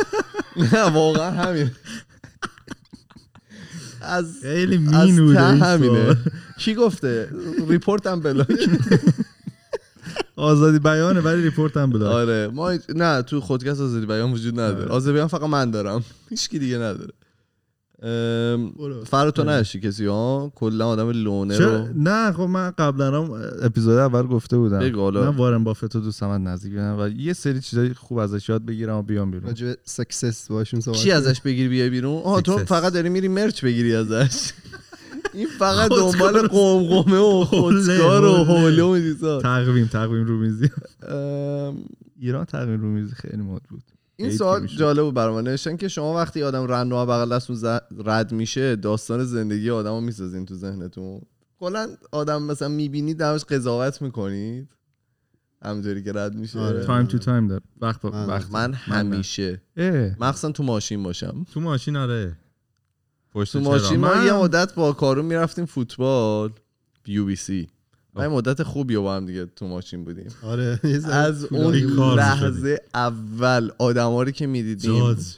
[SPEAKER 1] نه واقعا همین از
[SPEAKER 4] خیلی
[SPEAKER 1] از ته
[SPEAKER 4] مینوده
[SPEAKER 1] همینه کی گفته بله. ریپورت هم بلاک
[SPEAKER 4] آزادی بیانه ولی ریپورت هم بلاک
[SPEAKER 1] آره ما هیچ- نه تو خودکست آزادی بیان وجود نداره
[SPEAKER 4] آره.
[SPEAKER 1] آزادی بیان فقط من دارم هیچ کی دیگه نداره ام،
[SPEAKER 3] برو.
[SPEAKER 1] فرا تو نشی کسی ها کلا آدم لونه
[SPEAKER 4] چرا؟
[SPEAKER 1] رو
[SPEAKER 4] نه خب من قبلا هم اپیزود اول گفته بودم
[SPEAKER 1] بگو حالا.
[SPEAKER 4] من وارن بافت رو دوستم از نزدیک بینم و یه سری چیزای خوب ازش یاد بگیرم و بیام بیرون
[SPEAKER 3] راجب سکسس باشون صحبت
[SPEAKER 1] چی ازش بگیری بیای بیرون آه تو
[SPEAKER 2] Success.
[SPEAKER 1] فقط داری میری مرچ بگیری ازش این فقط دنبال قمقمه و خودکار و حوله و این چیزا.
[SPEAKER 4] تقویم تقویم رومیزی
[SPEAKER 1] ام،
[SPEAKER 4] ایران تقویم رومیزی خیلی مد بود
[SPEAKER 1] این
[SPEAKER 4] خیلی
[SPEAKER 1] سوال
[SPEAKER 4] میشه.
[SPEAKER 1] جالب بود برام نوشتن که شما وقتی آدم رنوا بغل دستون ز- رد میشه داستان زندگی آدمو میسازین تو ذهنتون کلا آدم مثلا میبینی درش قضاوت میکنید همجوری که رد میشه
[SPEAKER 3] آره.
[SPEAKER 4] تایم تو تایم داره وقت
[SPEAKER 3] من-
[SPEAKER 4] وقت
[SPEAKER 1] من همیشه
[SPEAKER 4] اه.
[SPEAKER 1] مخصوصا تو ماشین باشم
[SPEAKER 2] تو ماشین آره پشت
[SPEAKER 1] تو ماشین
[SPEAKER 2] چراغ.
[SPEAKER 1] ما
[SPEAKER 4] من-
[SPEAKER 1] یه مدت با کارون میرفتیم فوتبال یو بی سی ما یه مدت خوبی با هم دیگه تو ماشین بودیم
[SPEAKER 3] آره یه ذره
[SPEAKER 1] از اون
[SPEAKER 3] طولانی بود.
[SPEAKER 5] کار
[SPEAKER 1] لحظه اول آدما رو که میدیدیم
[SPEAKER 5] جاز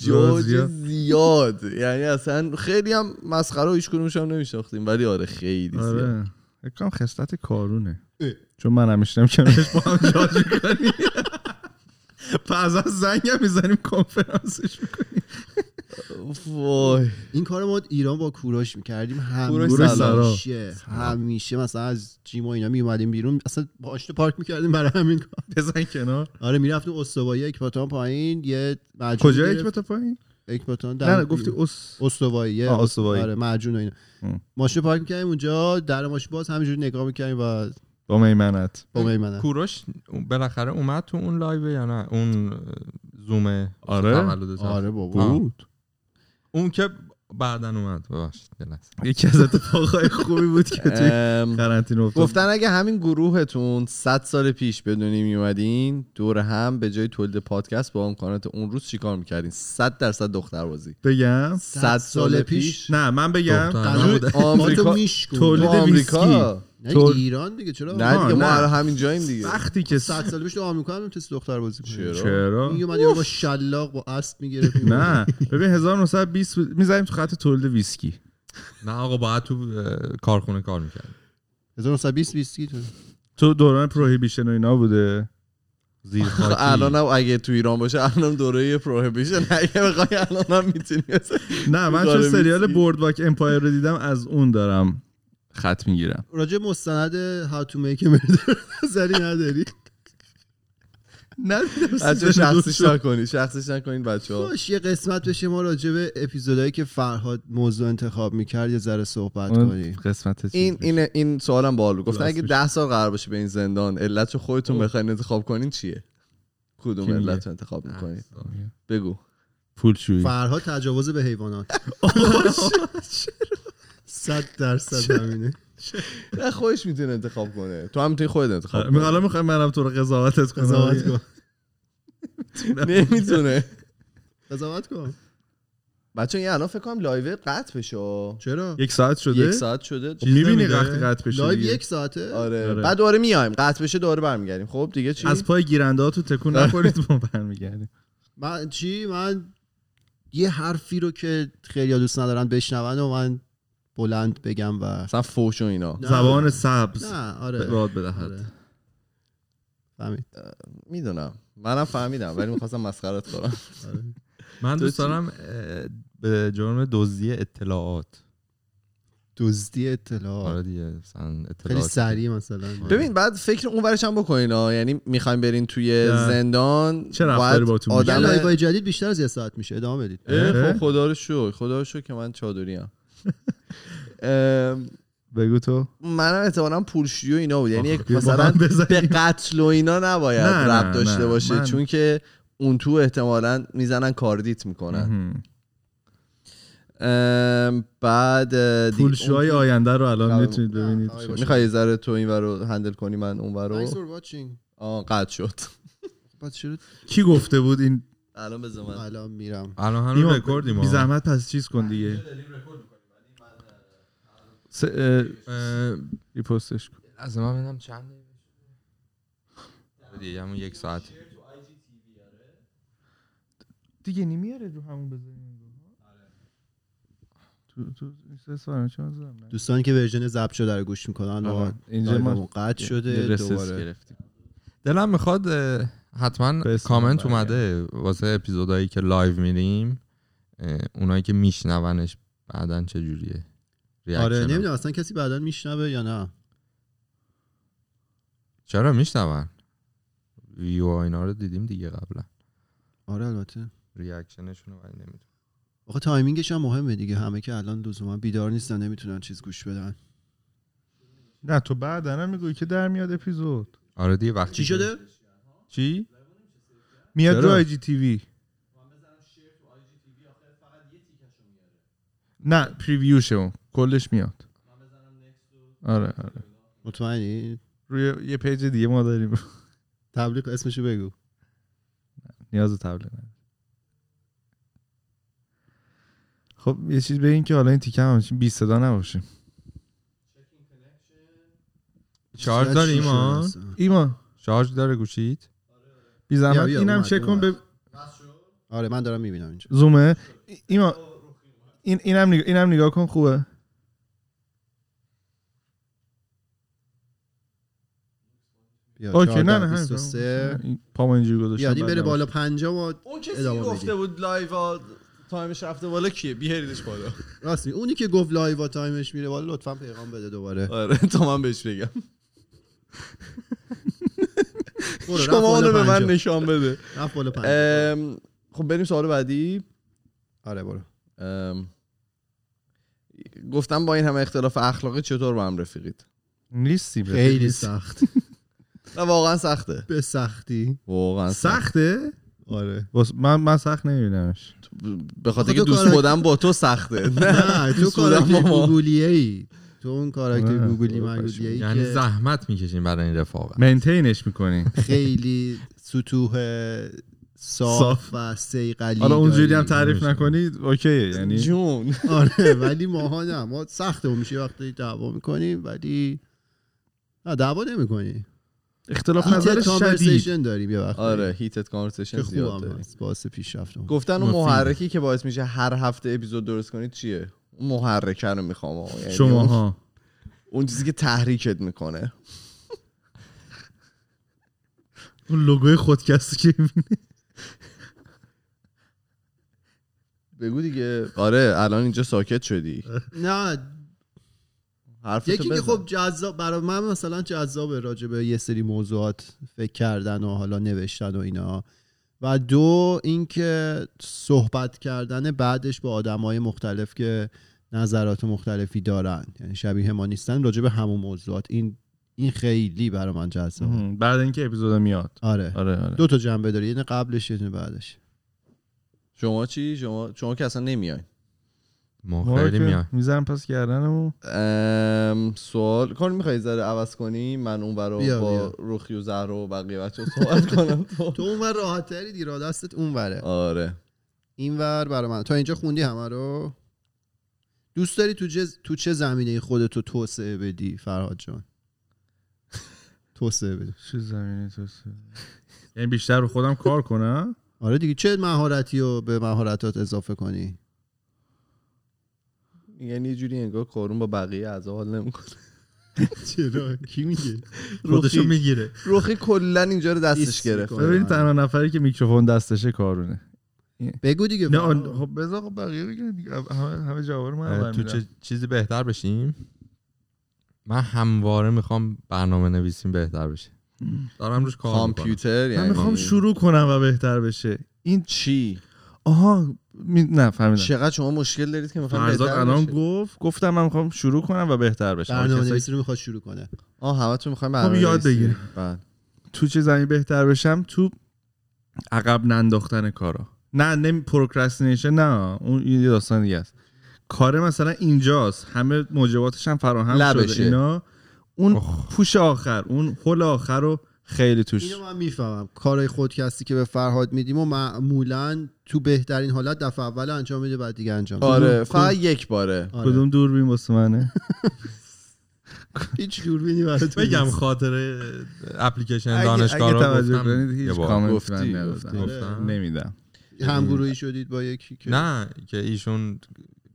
[SPEAKER 1] جوج
[SPEAKER 4] زیاد.
[SPEAKER 1] زیاد یعنی اصلا خیلی هم مسخره و هیچ کدومش هم نمیشناختیم ولی آره خیلی زیاد
[SPEAKER 4] آره فکر کنم خصلت کارونه
[SPEAKER 3] اه.
[SPEAKER 4] چون من همیشه کنارش با هم جاج میکنی پس از زنگ میزنیم کنفرانسش میکنیم
[SPEAKER 1] وای
[SPEAKER 3] این کار ما ایران با کوروش میکردیم
[SPEAKER 1] کوروش
[SPEAKER 3] همیشه
[SPEAKER 4] سرا.
[SPEAKER 3] همیشه. همیشه مثلا از جیم و اینا میومدیم بیرون اصلا با آشنا پارک میکردیم برای همین کار
[SPEAKER 4] بزن کنار
[SPEAKER 3] آره میرفتیم استوایی اکباتان پایین یه معجون
[SPEAKER 4] کجا یک
[SPEAKER 3] می‌گرفت.
[SPEAKER 4] بتا پایین
[SPEAKER 3] اکباتان
[SPEAKER 4] نه
[SPEAKER 3] در
[SPEAKER 4] نه گفتی اس
[SPEAKER 3] استوایی یه
[SPEAKER 4] آه، استوایی.
[SPEAKER 3] آره معجون و اینا
[SPEAKER 4] ام.
[SPEAKER 3] ماشین پارک میکردیم اونجا در ماشین باز همینجوری نگاه میکردیم و
[SPEAKER 4] با میمنت
[SPEAKER 3] با میمنه
[SPEAKER 2] کوروش بالاخره اومد تو اون لایو یا نه اون اه، زومه
[SPEAKER 4] آره.
[SPEAKER 2] تولدت.
[SPEAKER 3] آره
[SPEAKER 2] آه.
[SPEAKER 3] بابا
[SPEAKER 2] اون که بعدا اومد ببخشید یه لحظه.
[SPEAKER 4] یکی از اتفاقهای خوبی بود که توی
[SPEAKER 1] ام،
[SPEAKER 4] قرنطینه افتاد
[SPEAKER 1] گفتن اگه همین گروهتون 100 سال پیش بدونی میومدین دور هم به جای تولید پادکست با امکانات اون روز چیکار میکردین 100 درصد دختر بازی
[SPEAKER 4] بگم
[SPEAKER 1] 100 سال پیش
[SPEAKER 4] نه من بگم
[SPEAKER 2] دختر.
[SPEAKER 4] تو-
[SPEAKER 1] نبوده. آمریکا
[SPEAKER 3] آمریکا میشکون
[SPEAKER 1] تو
[SPEAKER 4] تولید
[SPEAKER 1] آمریکا
[SPEAKER 3] نه
[SPEAKER 4] تول-
[SPEAKER 3] ایران دیگه چرا
[SPEAKER 1] نه دیگه ما
[SPEAKER 4] نه.
[SPEAKER 1] الان همین جاییم دیگه
[SPEAKER 4] وقتی که
[SPEAKER 3] 100 سال پیش تو آمریکا هم تست دختر بازی کنه
[SPEAKER 1] چرا؟
[SPEAKER 4] چرا
[SPEAKER 3] میومد یارو با شلاق با اسب میگرفت
[SPEAKER 4] نه ببین 1920 میزنیم تو خط تولید ویسکی
[SPEAKER 2] نه آقا باید تو اه، کارخونه کار میکرد
[SPEAKER 3] 1920 20 تو
[SPEAKER 4] تو دوران پروهیبیشن و اینا بوده
[SPEAKER 2] زیر
[SPEAKER 1] خب
[SPEAKER 2] خاکی
[SPEAKER 1] الان هم اگه تو ایران باشه الان هم دوره پروهیبیشن اگه بخوای الان هم میتونی
[SPEAKER 4] نه من
[SPEAKER 1] داره
[SPEAKER 4] چون سریال
[SPEAKER 1] می‌سی.
[SPEAKER 4] بوردواک امپایر رو دیدم از اون دارم خط میگیرم
[SPEAKER 3] راجع به مستند هاو تو میک مردر نظری نداری
[SPEAKER 4] نه
[SPEAKER 1] بچه شخصیش نکنید شخصیش نکنید بچه ها
[SPEAKER 3] باش یه قسمت بشه ما راجع به اپیزودایی که فرهاد موضوع انتخاب میکرد یه ذره صحبت کنیم
[SPEAKER 4] قسمت چیز
[SPEAKER 1] این این این سوالم بالو گفتن
[SPEAKER 4] خلاص
[SPEAKER 1] اگه
[SPEAKER 4] میشه.
[SPEAKER 1] 10 سال قرار باشه به این زندان علتشو خودتون بخواین انتخاب کنین چیه کدوم
[SPEAKER 4] کی میگه؟
[SPEAKER 1] علت رو انتخاب میکنین
[SPEAKER 2] اصلا.
[SPEAKER 1] بگو
[SPEAKER 4] پول شویی
[SPEAKER 3] فرهاد تجاوز به حیوانات صد درصد همینه
[SPEAKER 1] نه خودش میتونه انتخاب کنه تو هم میتونی خودت انتخاب
[SPEAKER 4] آره، می-
[SPEAKER 1] کنی
[SPEAKER 4] حالا میخوام منم تو رو قضاوتت کنم
[SPEAKER 3] قضاوت کن
[SPEAKER 1] نمیتونه
[SPEAKER 3] قضاوت کن
[SPEAKER 1] بچه این الان فکر کنم لایو قطع بشه آه.
[SPEAKER 3] چرا
[SPEAKER 4] یک ساعت شده
[SPEAKER 1] یک ساعت شده
[SPEAKER 4] خب میبینی
[SPEAKER 5] نمیده؟
[SPEAKER 4] وقتی قطع بشه
[SPEAKER 3] لایو
[SPEAKER 4] دیگه.
[SPEAKER 3] یک ساعته
[SPEAKER 1] آره
[SPEAKER 4] آره.
[SPEAKER 1] بعد دوباره میایم قطع بشه دوباره برمیگردیم خب دیگه چی
[SPEAKER 4] از پای گیرنده هاتون تکون نخورید ما برمیگردیم
[SPEAKER 3] من چی من یه حرفی رو که خیلی دوست ندارن بشنون و من بلند بگم و
[SPEAKER 1] مثلا فوش و اینا
[SPEAKER 3] نه.
[SPEAKER 4] زبان سبز
[SPEAKER 3] نه آره
[SPEAKER 4] راد بدهد
[SPEAKER 3] آره. فهمید
[SPEAKER 1] میدونم منم فهمیدم ولی میخواستم مسخرت کنم
[SPEAKER 3] آره.
[SPEAKER 2] من دوست
[SPEAKER 1] تو چی؟
[SPEAKER 2] دارم اه، به جرم دزدی اطلاعات
[SPEAKER 3] دزدی اطلاع
[SPEAKER 2] آره دیگه مثلا اطلاعات
[SPEAKER 3] خیلی سریع مثلا
[SPEAKER 1] ببین بعد فکر اون ورش هم بکنین ها یعنی میخوایم برین توی
[SPEAKER 4] نه.
[SPEAKER 1] زندان
[SPEAKER 4] چه رفتاری
[SPEAKER 1] باید
[SPEAKER 4] باتون میشه؟
[SPEAKER 3] یه
[SPEAKER 1] آدم
[SPEAKER 3] لایوهای جدید بیشتر از یه ساعت میشه ادامه بدید
[SPEAKER 1] اه،
[SPEAKER 4] اه.
[SPEAKER 1] خب خدا رو شو خدا رو شو که من چادری ام
[SPEAKER 4] بگو تو
[SPEAKER 1] منم احتمالاً پولشویی و اینا بود یعنی
[SPEAKER 4] آخ،
[SPEAKER 1] یک
[SPEAKER 4] بیا با
[SPEAKER 1] مثلا
[SPEAKER 4] من بزنیم.
[SPEAKER 1] به قتل و اینا نباید
[SPEAKER 4] نه، نه،
[SPEAKER 1] رب داشته
[SPEAKER 4] نه.
[SPEAKER 1] باشه
[SPEAKER 4] من-
[SPEAKER 1] چون که اون تو احتمالاً میزنن کاردیت میکنن
[SPEAKER 4] مهم.
[SPEAKER 1] ام، بعد اه، دیگه
[SPEAKER 4] پولشوهای آینده رو الان
[SPEAKER 1] نه، آره.
[SPEAKER 4] میتونید
[SPEAKER 3] نه،
[SPEAKER 4] ببینید
[SPEAKER 3] آقای
[SPEAKER 4] چه-
[SPEAKER 3] باشه.
[SPEAKER 1] میخوای یه ذره تو این ور رو هندل کنی من اون ور
[SPEAKER 3] Thanks
[SPEAKER 1] رو
[SPEAKER 3] for watching
[SPEAKER 1] آه قطع شد
[SPEAKER 3] بعد شروع
[SPEAKER 4] کی گفته بود این
[SPEAKER 1] الان بذار من
[SPEAKER 3] الان میرم
[SPEAKER 2] الان
[SPEAKER 4] نیما،
[SPEAKER 2] هنوز رکوردیم
[SPEAKER 4] بی
[SPEAKER 2] ما
[SPEAKER 4] زحمت پس چیز کن دیگه س- اه، ریپوستش کن
[SPEAKER 2] از من ببینم چند دقیقه شده. دیگه همون یک ساعت
[SPEAKER 4] دیگه نمیاره رو همون بزنیم تو تو سه سال چون زدم نه؟
[SPEAKER 3] دوستان که ورژن ضبط شده رو گوش میکنن
[SPEAKER 4] آها،
[SPEAKER 3] آقا
[SPEAKER 4] اینجا ما
[SPEAKER 3] لایومون قطع
[SPEAKER 4] یه
[SPEAKER 3] شده
[SPEAKER 4] رسس
[SPEAKER 3] دوباره
[SPEAKER 4] گرفتیم
[SPEAKER 2] دلم میخواد اه، حتما
[SPEAKER 4] به اسم
[SPEAKER 2] کامنت
[SPEAKER 4] برگرد.
[SPEAKER 2] اومده واسه اپیزودهایی که لایو میریم اه، اونایی که میشنونش بعدا چجوریه
[SPEAKER 3] آره
[SPEAKER 2] ریاکشن
[SPEAKER 3] نمیدونم اصلا کسی بعدا میشنوه یا نه
[SPEAKER 2] چرا میشنون ویو و اینا رو دیدیم دیگه قبلا
[SPEAKER 3] آره البته
[SPEAKER 2] ریاکشنشون رو ولی نمی‌دونم.
[SPEAKER 3] آخه تایمینگش هم مهمه دیگه همه که الان لزوما بیدار نیستن نمیتونن چیز گوش بدن
[SPEAKER 4] نه تو بعدا هم میگویی که در میاد اپیزود
[SPEAKER 2] آره دیگه وقتی که-
[SPEAKER 4] چی میاد رو
[SPEAKER 2] چرا؟
[SPEAKER 4] آی جی تیوی نه پریویوشه اون کلش میاد آره آره
[SPEAKER 3] مطمئنی
[SPEAKER 4] روی یه پیج دیگه ما داریم
[SPEAKER 3] تبلیغ اسمشو بگو
[SPEAKER 4] نیاز به تبلیغ نداره. خب یه چیز بگین که حالا این تیکه هم همچین بی صدا نباشه
[SPEAKER 2] شارژ داره ایمان
[SPEAKER 4] ایمان
[SPEAKER 2] شارژ داره گوشید
[SPEAKER 4] بی زحمت
[SPEAKER 3] آره، بیا، بیا،
[SPEAKER 4] اینم
[SPEAKER 3] اومد،
[SPEAKER 4] چک کن
[SPEAKER 3] اومد.
[SPEAKER 4] به
[SPEAKER 3] آره من دارم میبینم اینجا
[SPEAKER 4] زومه ای- ایمان این اینم نگاه اینم نگاه کن خوبه
[SPEAKER 3] بیا
[SPEAKER 4] اوکی، نه،
[SPEAKER 3] 14,
[SPEAKER 4] نه، همین.
[SPEAKER 3] 23.
[SPEAKER 4] این پامو اینجوری گذاشتم
[SPEAKER 3] بیادیم
[SPEAKER 4] بد
[SPEAKER 3] بره
[SPEAKER 4] نباشه.
[SPEAKER 3] بالا 50 و
[SPEAKER 1] اون کسی
[SPEAKER 3] ادامه
[SPEAKER 1] که گفته
[SPEAKER 3] بدیم.
[SPEAKER 1] بود لایو ها تایمش رفته بالا کیه بیهریدش بالا
[SPEAKER 3] راست می اونی که گفت لایو و تایمش میره بالا لطفا پیغام بده دوباره
[SPEAKER 1] آره تا من بهش بگم
[SPEAKER 3] برو، رفت
[SPEAKER 1] شما
[SPEAKER 3] بالا
[SPEAKER 1] اونو به من
[SPEAKER 3] 50.
[SPEAKER 1] نشان بده
[SPEAKER 3] رفت بالا 50
[SPEAKER 1] ام، خب بریم سوال بعدی
[SPEAKER 3] آره برو
[SPEAKER 1] ام، گفتم با این همه اختلاف اخلاقی چطور با هم رفیقید
[SPEAKER 4] نیستی به
[SPEAKER 3] خیلی سخت
[SPEAKER 1] نه واقعا سخته
[SPEAKER 3] به سختی
[SPEAKER 1] واقعا سخت
[SPEAKER 4] سخته
[SPEAKER 3] آره
[SPEAKER 4] واس- من من سخت نمیبینمش
[SPEAKER 1] به خاطر
[SPEAKER 3] خب
[SPEAKER 1] که
[SPEAKER 3] تو
[SPEAKER 1] دوست
[SPEAKER 3] کار-
[SPEAKER 1] بودم با تو سخته نه
[SPEAKER 3] نه تو
[SPEAKER 1] دوست بودم
[SPEAKER 3] کاراکتر
[SPEAKER 1] با ما.
[SPEAKER 3] گوگلیه ای تو اون کاراکتر
[SPEAKER 1] آره.
[SPEAKER 4] نه،
[SPEAKER 3] گوگلی
[SPEAKER 4] خدا
[SPEAKER 3] مگوگلیه ای
[SPEAKER 2] یعنی
[SPEAKER 3] که
[SPEAKER 2] زحمت میکشیم برای این رفاقت
[SPEAKER 4] منتینش میکنی
[SPEAKER 3] خیلی سطوح صاف
[SPEAKER 4] صاف.
[SPEAKER 3] و سیقلی
[SPEAKER 4] حالا اونجوری هم
[SPEAKER 3] داریم.
[SPEAKER 4] تعریف نکنید اوکیه یعنی
[SPEAKER 1] جون
[SPEAKER 3] آره ولی ماها نه ما سختمون میشه وقتی دعوا میکنیم ولی نه دعوا نمیکنی
[SPEAKER 4] اختلاف نظر شدید
[SPEAKER 3] کانورسیشن داریم یه وقت
[SPEAKER 1] آره هیتت کانورسیشن
[SPEAKER 3] که
[SPEAKER 1] زیاد
[SPEAKER 3] خوب هم
[SPEAKER 1] داری
[SPEAKER 3] هست باعث پیشرفتمون
[SPEAKER 1] گفتن اون
[SPEAKER 4] مفیده.
[SPEAKER 1] محرکی که باعث میشه هر هفته اپیزود درست کنید چیه اون محرکه رو میخوام آقا. یعنی اون-
[SPEAKER 4] شماها
[SPEAKER 1] اون چیزی که تحریکت میکنه
[SPEAKER 4] اون لوگوی خودکستی که
[SPEAKER 1] بگو دیگه آره الان اینجا ساکت شدی
[SPEAKER 3] نه
[SPEAKER 1] حرف
[SPEAKER 3] یکی که خب جذاب برای من مثلا جذاب راجع به یه سری موضوعات فکر کردن و حالا نوشتن و اینا و دو اینکه صحبت کردن بعدش با آدمای مختلف که نظرات مختلفی دارن یعنی شبیه ما نیستن راجع به همون موضوعات این این خیلی برای من جذاب
[SPEAKER 4] می‌بینی. بعد اینکه اپیزود میاد
[SPEAKER 3] آره
[SPEAKER 4] آره آره
[SPEAKER 3] دو تا جنبه داره یه دونه قبلش یه دونه بعدش
[SPEAKER 1] شما چی شما شما که اصلا نمیای
[SPEAKER 2] ما
[SPEAKER 4] ما رو
[SPEAKER 2] خیلی
[SPEAKER 4] که
[SPEAKER 2] میایم
[SPEAKER 4] می‌ذارن پس گردنمو
[SPEAKER 1] ام، سوال کار میخوای ذره عوض کنی من اون
[SPEAKER 3] بیا،
[SPEAKER 1] برا
[SPEAKER 3] بیا.
[SPEAKER 1] با روخی و زهر و بقیه بچه صحبت کنم تو
[SPEAKER 3] تو اونور راحت تری دیرا دستت اونوره
[SPEAKER 1] آره
[SPEAKER 3] اینور برای من تا اینجا خوندی همه رو دوست داری تو, جز... تو چه زمینه خودتو توسعه بدی فرهاد جان توسعه بدی
[SPEAKER 4] چه زمینه تو یعنی بیشتر رو خودم کار کنم
[SPEAKER 3] آره دیگه چه مهارتی رو به مهارتات اضافه کنی
[SPEAKER 1] یعنی یه جوری انگار کارون با بقیه اعضا حال نمیکنه
[SPEAKER 3] چرا کی میگه
[SPEAKER 1] روخی
[SPEAKER 4] میگیره
[SPEAKER 1] روخی کلا اینجا رو دستش
[SPEAKER 3] ایست
[SPEAKER 1] گرفت
[SPEAKER 3] می‌کنه.
[SPEAKER 4] ببین تنها نفری که میکروفون دستشه کارونه
[SPEAKER 3] بگو دیگه
[SPEAKER 4] نه آن- خب بذار خب بقیه بگن دیگه. همه همه جواب رو من اول
[SPEAKER 2] آره، تو
[SPEAKER 4] می‌دم.
[SPEAKER 2] چه چیزی بهتر بشیم من همواره میخوام برنامه نویسیم بهتر بشه دارم روش کار میکنم
[SPEAKER 1] کامپیوتر
[SPEAKER 4] من
[SPEAKER 1] یعنی
[SPEAKER 4] میخوام شروع کنم و بهتر بشه این
[SPEAKER 1] چی
[SPEAKER 4] آها می... نه فهمیدم
[SPEAKER 1] چقدر شما مشکل دارید که میخوام
[SPEAKER 4] فرزاد الان گفت گفتم من میخوام شروع کنم و بهتر بشم
[SPEAKER 3] برنامه
[SPEAKER 4] کسایی-
[SPEAKER 3] نویسی رو میخواد شروع کنه
[SPEAKER 1] آه همتون میخوایم
[SPEAKER 4] خب، یاد بگیریم. تو چه زمین بهتر بشم تو عقب ننداختن کارا نه نه پروکرستینیشن نه اون یه داستان دیگه است کار مثلا اینجاست همه موجباتش هم فراهم شده
[SPEAKER 1] لبشه.
[SPEAKER 4] اینا اون پوش آخر اون هول آخر رو خیلی توش
[SPEAKER 3] اینو من میفهمم کارهای خودکستی که به فرهاد میدیم و معمولا تو بهترین حالت دفعه اول انجام میده بعد دیگه انجام نمیده.
[SPEAKER 1] آره خب. فقط یک باره
[SPEAKER 3] آره.
[SPEAKER 4] کدوم دوربین واسه منه
[SPEAKER 3] هیچ دوربینی برای تو نیست.
[SPEAKER 5] بگم خاطر اپلیکیشن
[SPEAKER 4] اگه-
[SPEAKER 5] دانشگاه
[SPEAKER 4] اگه
[SPEAKER 5] رو
[SPEAKER 4] توجه
[SPEAKER 5] گفتم
[SPEAKER 4] کنید
[SPEAKER 2] یه
[SPEAKER 4] هیچ
[SPEAKER 2] بار.
[SPEAKER 4] کامنت
[SPEAKER 1] گفتی،
[SPEAKER 4] من
[SPEAKER 1] گفتی.
[SPEAKER 4] ندادم آره،
[SPEAKER 2] گفتم.
[SPEAKER 4] نمیدم
[SPEAKER 3] همگروهی شدید با یکی که
[SPEAKER 2] نه که ایشون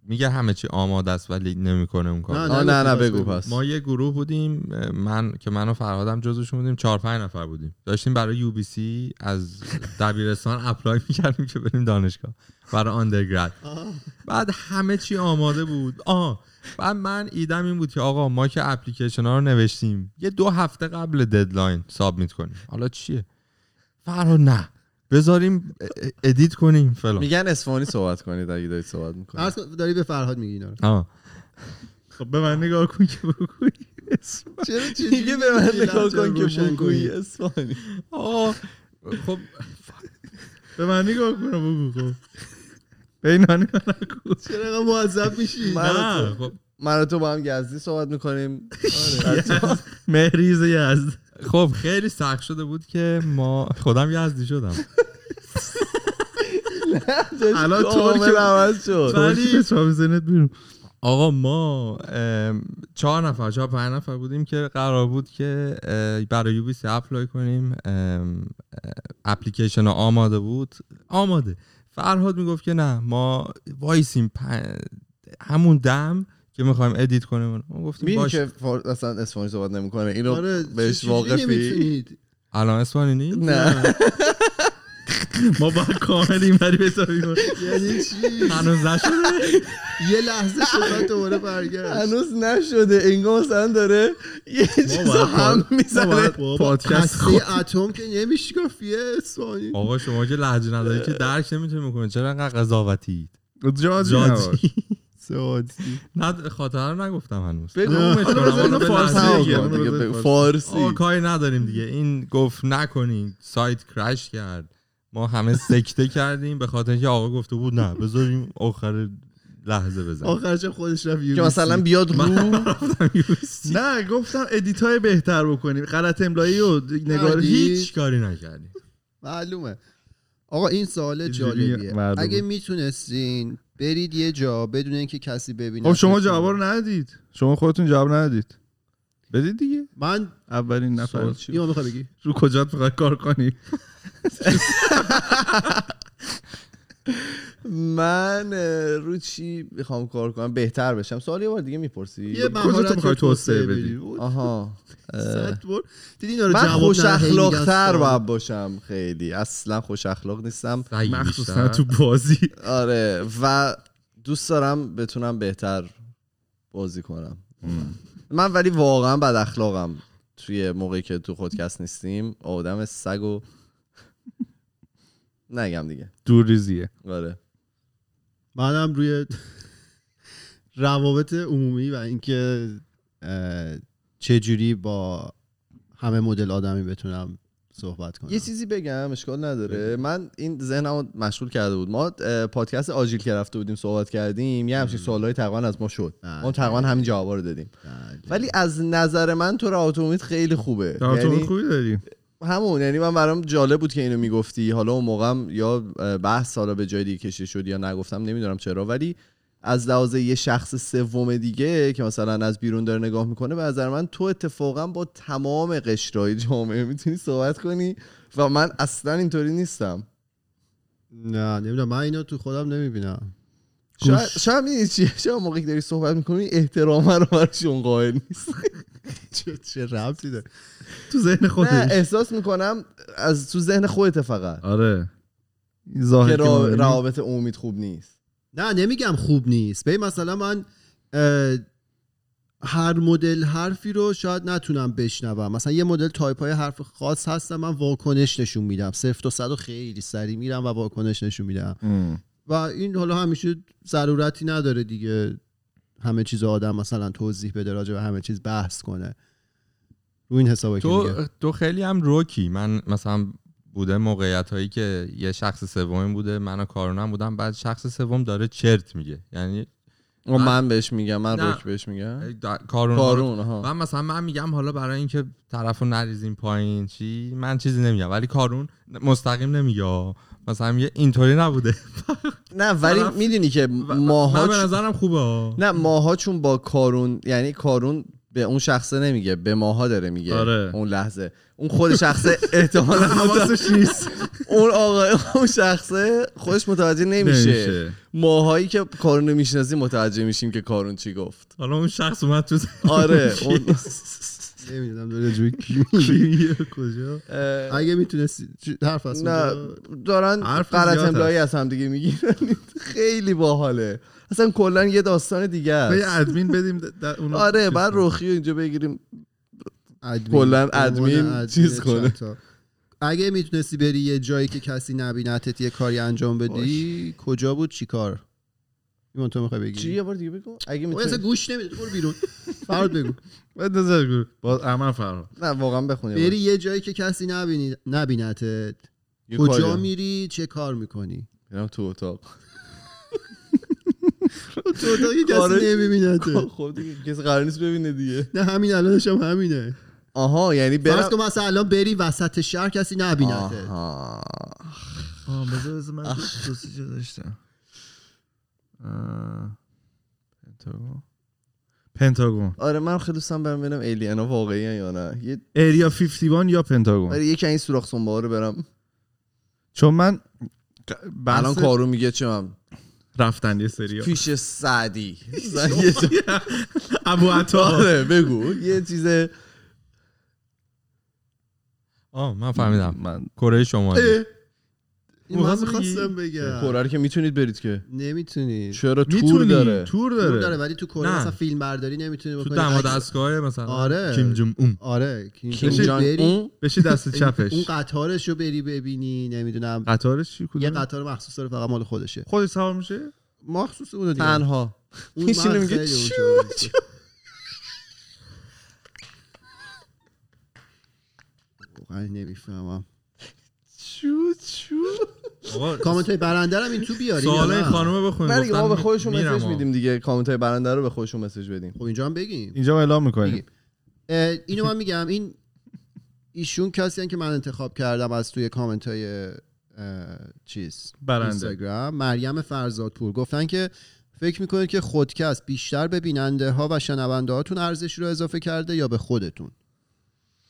[SPEAKER 2] میگه همه چی آماده است ولی نمیکنه اون کار
[SPEAKER 3] نه،
[SPEAKER 1] آه نه نه
[SPEAKER 3] نگفتی،
[SPEAKER 1] بگو
[SPEAKER 3] بگو.
[SPEAKER 1] پس
[SPEAKER 2] ما یه گروه بودیم من که من و فرهادم جزوشون بودیم چهار پنج نفر بودیم داشتیم برای یو بی سی از دبیرستان اپلای میکردیم که بریم دانشگاه برای آندرگرد بعد همه چی آماده بود آه بعد من ایدم این بود که آقا ما که اپلیکیشن ها رو نوشتیم یه دو هفته قبل ددلاین سابمیت کنیم حالا چیه فرهاد نه بذاریم ا- ا- ادیت کنیم فلان
[SPEAKER 1] میگن اسفانی صحبت کنید اگه دارید صحبت میکنید
[SPEAKER 3] عرض کن- داری به فرهاد میگی اینا رو
[SPEAKER 2] آه
[SPEAKER 4] خب به من نگاه کن که بگوی
[SPEAKER 3] چرا چه
[SPEAKER 1] دیگه به من
[SPEAKER 3] جوری
[SPEAKER 1] نگاه
[SPEAKER 3] لحظه
[SPEAKER 1] کن که
[SPEAKER 3] روشن
[SPEAKER 1] بگویی
[SPEAKER 3] کنی؟
[SPEAKER 1] اسفانی
[SPEAKER 2] آه خب
[SPEAKER 4] به من نگاه کن و بگو خب به اینا نگاه نکن
[SPEAKER 3] چرا اینقدر معذب میشی
[SPEAKER 1] من-
[SPEAKER 2] نه خب
[SPEAKER 1] من و تو با هم یزدی صحبت میکنیم
[SPEAKER 4] مهریز یزد
[SPEAKER 2] خب خیلی سخت شده بود که ما خودم یزدی شدم
[SPEAKER 4] الان طوری
[SPEAKER 1] کامل
[SPEAKER 4] که
[SPEAKER 1] عوض شد
[SPEAKER 4] ولی به چاپ زنت بیرون
[SPEAKER 2] آقا ما ام، چهار نفر چهار پنج نفر بودیم که قرار بود که اه، برای یو بی سی اپلای کنیم ام، اه، اپلیکیشن آماده بود آماده فرهاد میگفت که نه ما وایسیم پن- همون دم که میخوایم ادیت کنیم ما گفتیم
[SPEAKER 1] میدونی
[SPEAKER 2] باش
[SPEAKER 1] که فار- اصلا اسفانی صحبت نمیکنه اینو
[SPEAKER 3] آره
[SPEAKER 1] بهش
[SPEAKER 3] چه جوری
[SPEAKER 1] واقفی؟
[SPEAKER 3] نمی‌تونید؟
[SPEAKER 2] الان اسپانی نیست
[SPEAKER 1] نه
[SPEAKER 4] ما با کامل اینوری بتابیم
[SPEAKER 3] یعنی چی
[SPEAKER 2] هنوز نشده
[SPEAKER 3] یه لحظه شما دوباره برگشت
[SPEAKER 1] هنوز نشده انگار مثلا داره یه چیز
[SPEAKER 4] باید
[SPEAKER 1] هم میزنه
[SPEAKER 4] پادکست خود
[SPEAKER 3] هسته اتم که نمیشه کافیه اسوانی
[SPEAKER 2] آقا شما که لحجه نداری که درک نمیتونی میکنی چرا انقدر قضاوتی
[SPEAKER 4] جاجی
[SPEAKER 2] جاجی.
[SPEAKER 4] نباش.
[SPEAKER 3] سعادی
[SPEAKER 2] نه خاطره رو نگفتم هنوز
[SPEAKER 1] بگو.
[SPEAKER 2] بگو
[SPEAKER 4] حالا بذار اینو فارسی بگی.
[SPEAKER 1] تمام کن دیگه،
[SPEAKER 4] بذار
[SPEAKER 1] بگو.
[SPEAKER 2] آقا
[SPEAKER 1] فارسی
[SPEAKER 2] کاری نداریم دیگه این گفت نکنین سایت کرش کرد ما همه سکته کردیم به خاطر اینکه آقا گفته بود نه بذاریم آخر لحظه بزن
[SPEAKER 3] آخرش هم خودش رفت
[SPEAKER 1] که
[SPEAKER 3] یوبیسی.
[SPEAKER 1] مثلا بیاد رو
[SPEAKER 4] نه گفتم ادیت های بهتر بکنیم غلط املایی و نگار
[SPEAKER 3] بعدی.
[SPEAKER 2] هیچ کاری نکردیم
[SPEAKER 3] معلومه آقا این سوال
[SPEAKER 4] یه جوری
[SPEAKER 3] جالبیه
[SPEAKER 4] مردم.
[SPEAKER 3] اگه میتونستین برید یه جا بدون اینکه کسی ببینه
[SPEAKER 4] خب شما جواب رو ندید شما خودتون جواب ندید بدید دیگه
[SPEAKER 3] من
[SPEAKER 4] اولین نفر
[SPEAKER 2] سوال
[SPEAKER 4] چی؟
[SPEAKER 3] اینو میخوای بگی
[SPEAKER 4] رو کجات میخوای کار کنی
[SPEAKER 1] من اه، رو چی میخوام کار کنم بهتر بشم سوال یه بار دیگه میپرسی
[SPEAKER 3] یه
[SPEAKER 4] کجا تو
[SPEAKER 3] مهارت
[SPEAKER 4] می‌خوای
[SPEAKER 3] رو
[SPEAKER 4] توسعه بدی؟
[SPEAKER 1] آها
[SPEAKER 3] صد بار دیدی اینا رو
[SPEAKER 1] من
[SPEAKER 3] جواب
[SPEAKER 1] خوش
[SPEAKER 3] نه، هی میگن
[SPEAKER 1] اخلاقتر
[SPEAKER 3] سوال.
[SPEAKER 1] باید باشم خیلی اصلا خوش اخلاق نیستم
[SPEAKER 2] سعی
[SPEAKER 4] مخصوصا
[SPEAKER 2] بیشتر.
[SPEAKER 4] تو بازی
[SPEAKER 1] آره و دوست دارم بتونم بهتر بازی کنم من ولی واقعا بد اخلاقم توی موقعی که تو خودکست نیستیم آدم سگ و نگم دیگه
[SPEAKER 4] دورریزیه
[SPEAKER 1] آره
[SPEAKER 3] منم روی روابط عمومی و اینکه اه، چجوری با همه مدل آدمی بتونم صحبت کنم
[SPEAKER 1] یه چیزی بگم اشکال نداره من این ذهنمو مشغول کرده بود ما اه، پادکست آجیل که رفته بودیم صحبت کردیم یه همچین سوالای تقریبا از ما شد
[SPEAKER 3] بله.
[SPEAKER 1] ما تقریبا همین جوابا رو دادیم
[SPEAKER 3] بله.
[SPEAKER 1] ولی از نظر من تو راه امید خیلی خوبه یعنی-
[SPEAKER 4] تو خوبی داری
[SPEAKER 1] همون یعنی من برام جالب بود که اینو میگفتی حالا اون موقعم یا بحث حالا به جای دیگه کشیده شد یا نگفتم نمیدونم چرا ولی از لحاظ یه شخص سوم دیگه که مثلا از بیرون داره نگاه میکنه به نظر من تو اتفاقا با تمام قشرهای جامعه میتونی صحبت کنی و من اصلا اینطوری نیستم
[SPEAKER 3] نه نمیدونم من اینو تو خودم نمیبینم
[SPEAKER 1] شاید شاید می‌دونی چیه شاید موقعی که داری صحبت میکنی احترام رو براشون قائل نیست
[SPEAKER 3] چه چه ربطی داره
[SPEAKER 4] تو ذهن
[SPEAKER 1] نه
[SPEAKER 4] خودش
[SPEAKER 1] احساس میکنم از تو ذهن خودت فقط
[SPEAKER 4] آره این
[SPEAKER 1] که
[SPEAKER 4] ظاهر که ما
[SPEAKER 1] را-
[SPEAKER 4] می‌بینیم.
[SPEAKER 1] روابط امید خوب نیست
[SPEAKER 3] نه نمیگم خوب نیست ببین مثلا من اه، هر مدل حرفی رو شاید نتونم بشنوم مثلا یه مدل تایپ های حرف خاص هستم من واکنش نشون میدم صفر و صد و خیلی سری میرم و واکنش نشون میدم
[SPEAKER 4] ام.
[SPEAKER 3] و این حالا همیشه ضرورتی نداره دیگه همه چیز آدم مثلا توضیح بده راجع به همه چیز بحث کنه رو این حسابه که میگم.
[SPEAKER 2] تو تو خیلی هم روکی من مثلا بوده موقعیت هایی که یه شخص سوم بوده من و کارونم بودم بعد شخص سوم داره چرت میگه یعنی
[SPEAKER 1] آه،
[SPEAKER 2] من-
[SPEAKER 1] من بهش میگم من
[SPEAKER 2] نه.
[SPEAKER 1] روک بهش میگم
[SPEAKER 2] دا- کارون ها رو-
[SPEAKER 1] کارون ها
[SPEAKER 2] من مثلا من میگم حالا برای اینکه طرف رو نریزیم پایین چی من چیزی نمیگم ولی کارون مستقیم نمیگه آه. مثلا میگه اینطوری نبوده
[SPEAKER 1] نه ولی
[SPEAKER 2] طرف-
[SPEAKER 1] میدونی که
[SPEAKER 2] و-
[SPEAKER 1] ماها
[SPEAKER 2] من به
[SPEAKER 1] چ-
[SPEAKER 2] نظرم خوبه آه.
[SPEAKER 1] نه ماها چون با کارون یعنی کارون به اون شخصه نمیگه به ماها داره میگه
[SPEAKER 4] آره.
[SPEAKER 1] اون لحظه اون خود شخصه احتمالا
[SPEAKER 4] حواسش نیست
[SPEAKER 1] اون آقا اون شخصه خودش متوجه نمیشه
[SPEAKER 4] نمیشه.
[SPEAKER 1] ماهایی که کارون رو میشناسیم متوجه میشیم که کارون چی گفت
[SPEAKER 2] حالا اون شخص اومد تو
[SPEAKER 1] آره اون
[SPEAKER 3] نمیدونم داره جوی کی می‌گی.
[SPEAKER 4] کجا
[SPEAKER 1] اه،
[SPEAKER 3] اگه میتونستی چی- حرف از
[SPEAKER 1] نه
[SPEAKER 3] اونجا؟
[SPEAKER 1] دارن
[SPEAKER 4] حرف
[SPEAKER 1] غلط
[SPEAKER 4] زیاد
[SPEAKER 1] املایی از هم دیگه میگیرن خیلی باحاله اصلا کلا یه داستان دیگه
[SPEAKER 4] به یه
[SPEAKER 1] است
[SPEAKER 4] ادمین بدیم د- در اونا
[SPEAKER 1] آره
[SPEAKER 4] چیز
[SPEAKER 1] بعد
[SPEAKER 4] کنیم.
[SPEAKER 1] روخی رو اینجا بگیریم
[SPEAKER 3] ادمین.
[SPEAKER 1] کلاً
[SPEAKER 3] عنوان
[SPEAKER 1] ادمین چیز کنه.
[SPEAKER 3] چتا. اگه میتونستی بری یه جایی که کسی نبینتت یه کاری انجام بدی کجا بود چیکار ایمان تو میخوای
[SPEAKER 1] چی
[SPEAKER 3] بگی
[SPEAKER 1] یه بار دیگه بگو اگه
[SPEAKER 3] او اصلا
[SPEAKER 1] میتونی
[SPEAKER 3] گوش نمیده برو بیرون فرد بگو
[SPEAKER 4] بندازش گروه. باز عمل فرار
[SPEAKER 1] نه واقعا بخونی
[SPEAKER 3] بری یه جایی که کسی نبینی نبینتت
[SPEAKER 1] یه
[SPEAKER 3] کجا
[SPEAKER 1] کاری.
[SPEAKER 3] میری چه کار میکنی
[SPEAKER 1] میرم تو اتاق
[SPEAKER 3] تو اتاقی
[SPEAKER 1] کار-
[SPEAKER 3] کسی نمیبینته
[SPEAKER 1] آره. خب دیگه کسی قرار نیست ببینه دیگه
[SPEAKER 3] آره. نه همین الانش هم همینه
[SPEAKER 1] آها یعنی
[SPEAKER 3] فرض
[SPEAKER 1] برم
[SPEAKER 3] کن مثلا الان بری وسط شهر کسی نبینتت
[SPEAKER 1] آها.
[SPEAKER 4] آه بذار بذار من سوسیجو داشتم آه، پنتاگون پنتاگون
[SPEAKER 1] آره من خیلی دوستم برم ببینم ایلیانا واقعی یا نه یه
[SPEAKER 4] ایریا 51 یا پنتاگون
[SPEAKER 1] آره یکی از این سوراخ سنبه ها رو برم
[SPEAKER 4] چون من بحث
[SPEAKER 1] الان کارو میگه چه من
[SPEAKER 4] رفتن یه سری
[SPEAKER 1] پیش سعدی یه جا-
[SPEAKER 4] ابو عطا
[SPEAKER 1] آره بگو یه چیز
[SPEAKER 2] آه من فهمیدم
[SPEAKER 4] من
[SPEAKER 2] کره شمالی
[SPEAKER 3] این من میخواستم بگم
[SPEAKER 1] خب، کره رو که میتونید برید که
[SPEAKER 3] نمیتونی
[SPEAKER 1] چرا تور
[SPEAKER 4] میتونی
[SPEAKER 1] داره
[SPEAKER 4] تور
[SPEAKER 3] داره.
[SPEAKER 4] داره
[SPEAKER 3] داره ولی تو کره
[SPEAKER 2] نه.
[SPEAKER 3] مثلا فیلم برداری نمیتونی
[SPEAKER 2] تو
[SPEAKER 3] بکنی
[SPEAKER 2] دما
[SPEAKER 3] عکس-
[SPEAKER 2] دستگاه مثلا
[SPEAKER 3] آره.
[SPEAKER 2] کیم جون اون
[SPEAKER 3] آره کیم
[SPEAKER 1] کیم
[SPEAKER 3] جونگ
[SPEAKER 1] جان
[SPEAKER 3] بری،
[SPEAKER 1] اون
[SPEAKER 4] بشی دست
[SPEAKER 3] این-
[SPEAKER 4] چپش
[SPEAKER 3] اون قطارش رو بری ببینی نمیدونم
[SPEAKER 4] قطارش چی
[SPEAKER 3] یه
[SPEAKER 4] کدوم
[SPEAKER 3] قطار مخصوص داره فقط مال خودشه
[SPEAKER 4] خودش سوار میشه
[SPEAKER 3] مخصوص اون دیگه
[SPEAKER 1] تنها
[SPEAKER 3] اون
[SPEAKER 1] میشینه
[SPEAKER 3] من
[SPEAKER 1] میگه
[SPEAKER 3] خیلی
[SPEAKER 1] چی
[SPEAKER 3] اونجا بود. واقعا نمیفهمم
[SPEAKER 1] چو چو
[SPEAKER 2] آقا،
[SPEAKER 3] کامنت های برنده رو هم این تو بیاری
[SPEAKER 2] سوال
[SPEAKER 3] یا
[SPEAKER 2] این
[SPEAKER 3] نه؟
[SPEAKER 2] خانومه بخونید
[SPEAKER 1] برای ما
[SPEAKER 2] گفتن
[SPEAKER 1] به خودشون
[SPEAKER 2] میرم
[SPEAKER 1] مسیج
[SPEAKER 2] آه.
[SPEAKER 1] میدیم دیگه کامنت های برنده رو به خودشون مسیج بدیم
[SPEAKER 3] خب اینجا هم بگیم
[SPEAKER 4] اینجا اعلام میکنیم
[SPEAKER 3] اه، اینو من میگم این ایشون کسی هن که من انتخاب کردم از توی کامنت های چیز
[SPEAKER 4] برنده
[SPEAKER 3] اینستاگرام مریم فرزادپور گفتن که فکر میکنید که خودکست بیشتر به بیننده ها و شنونده هاتون ارزش رو اضافه کرده یا به خودتون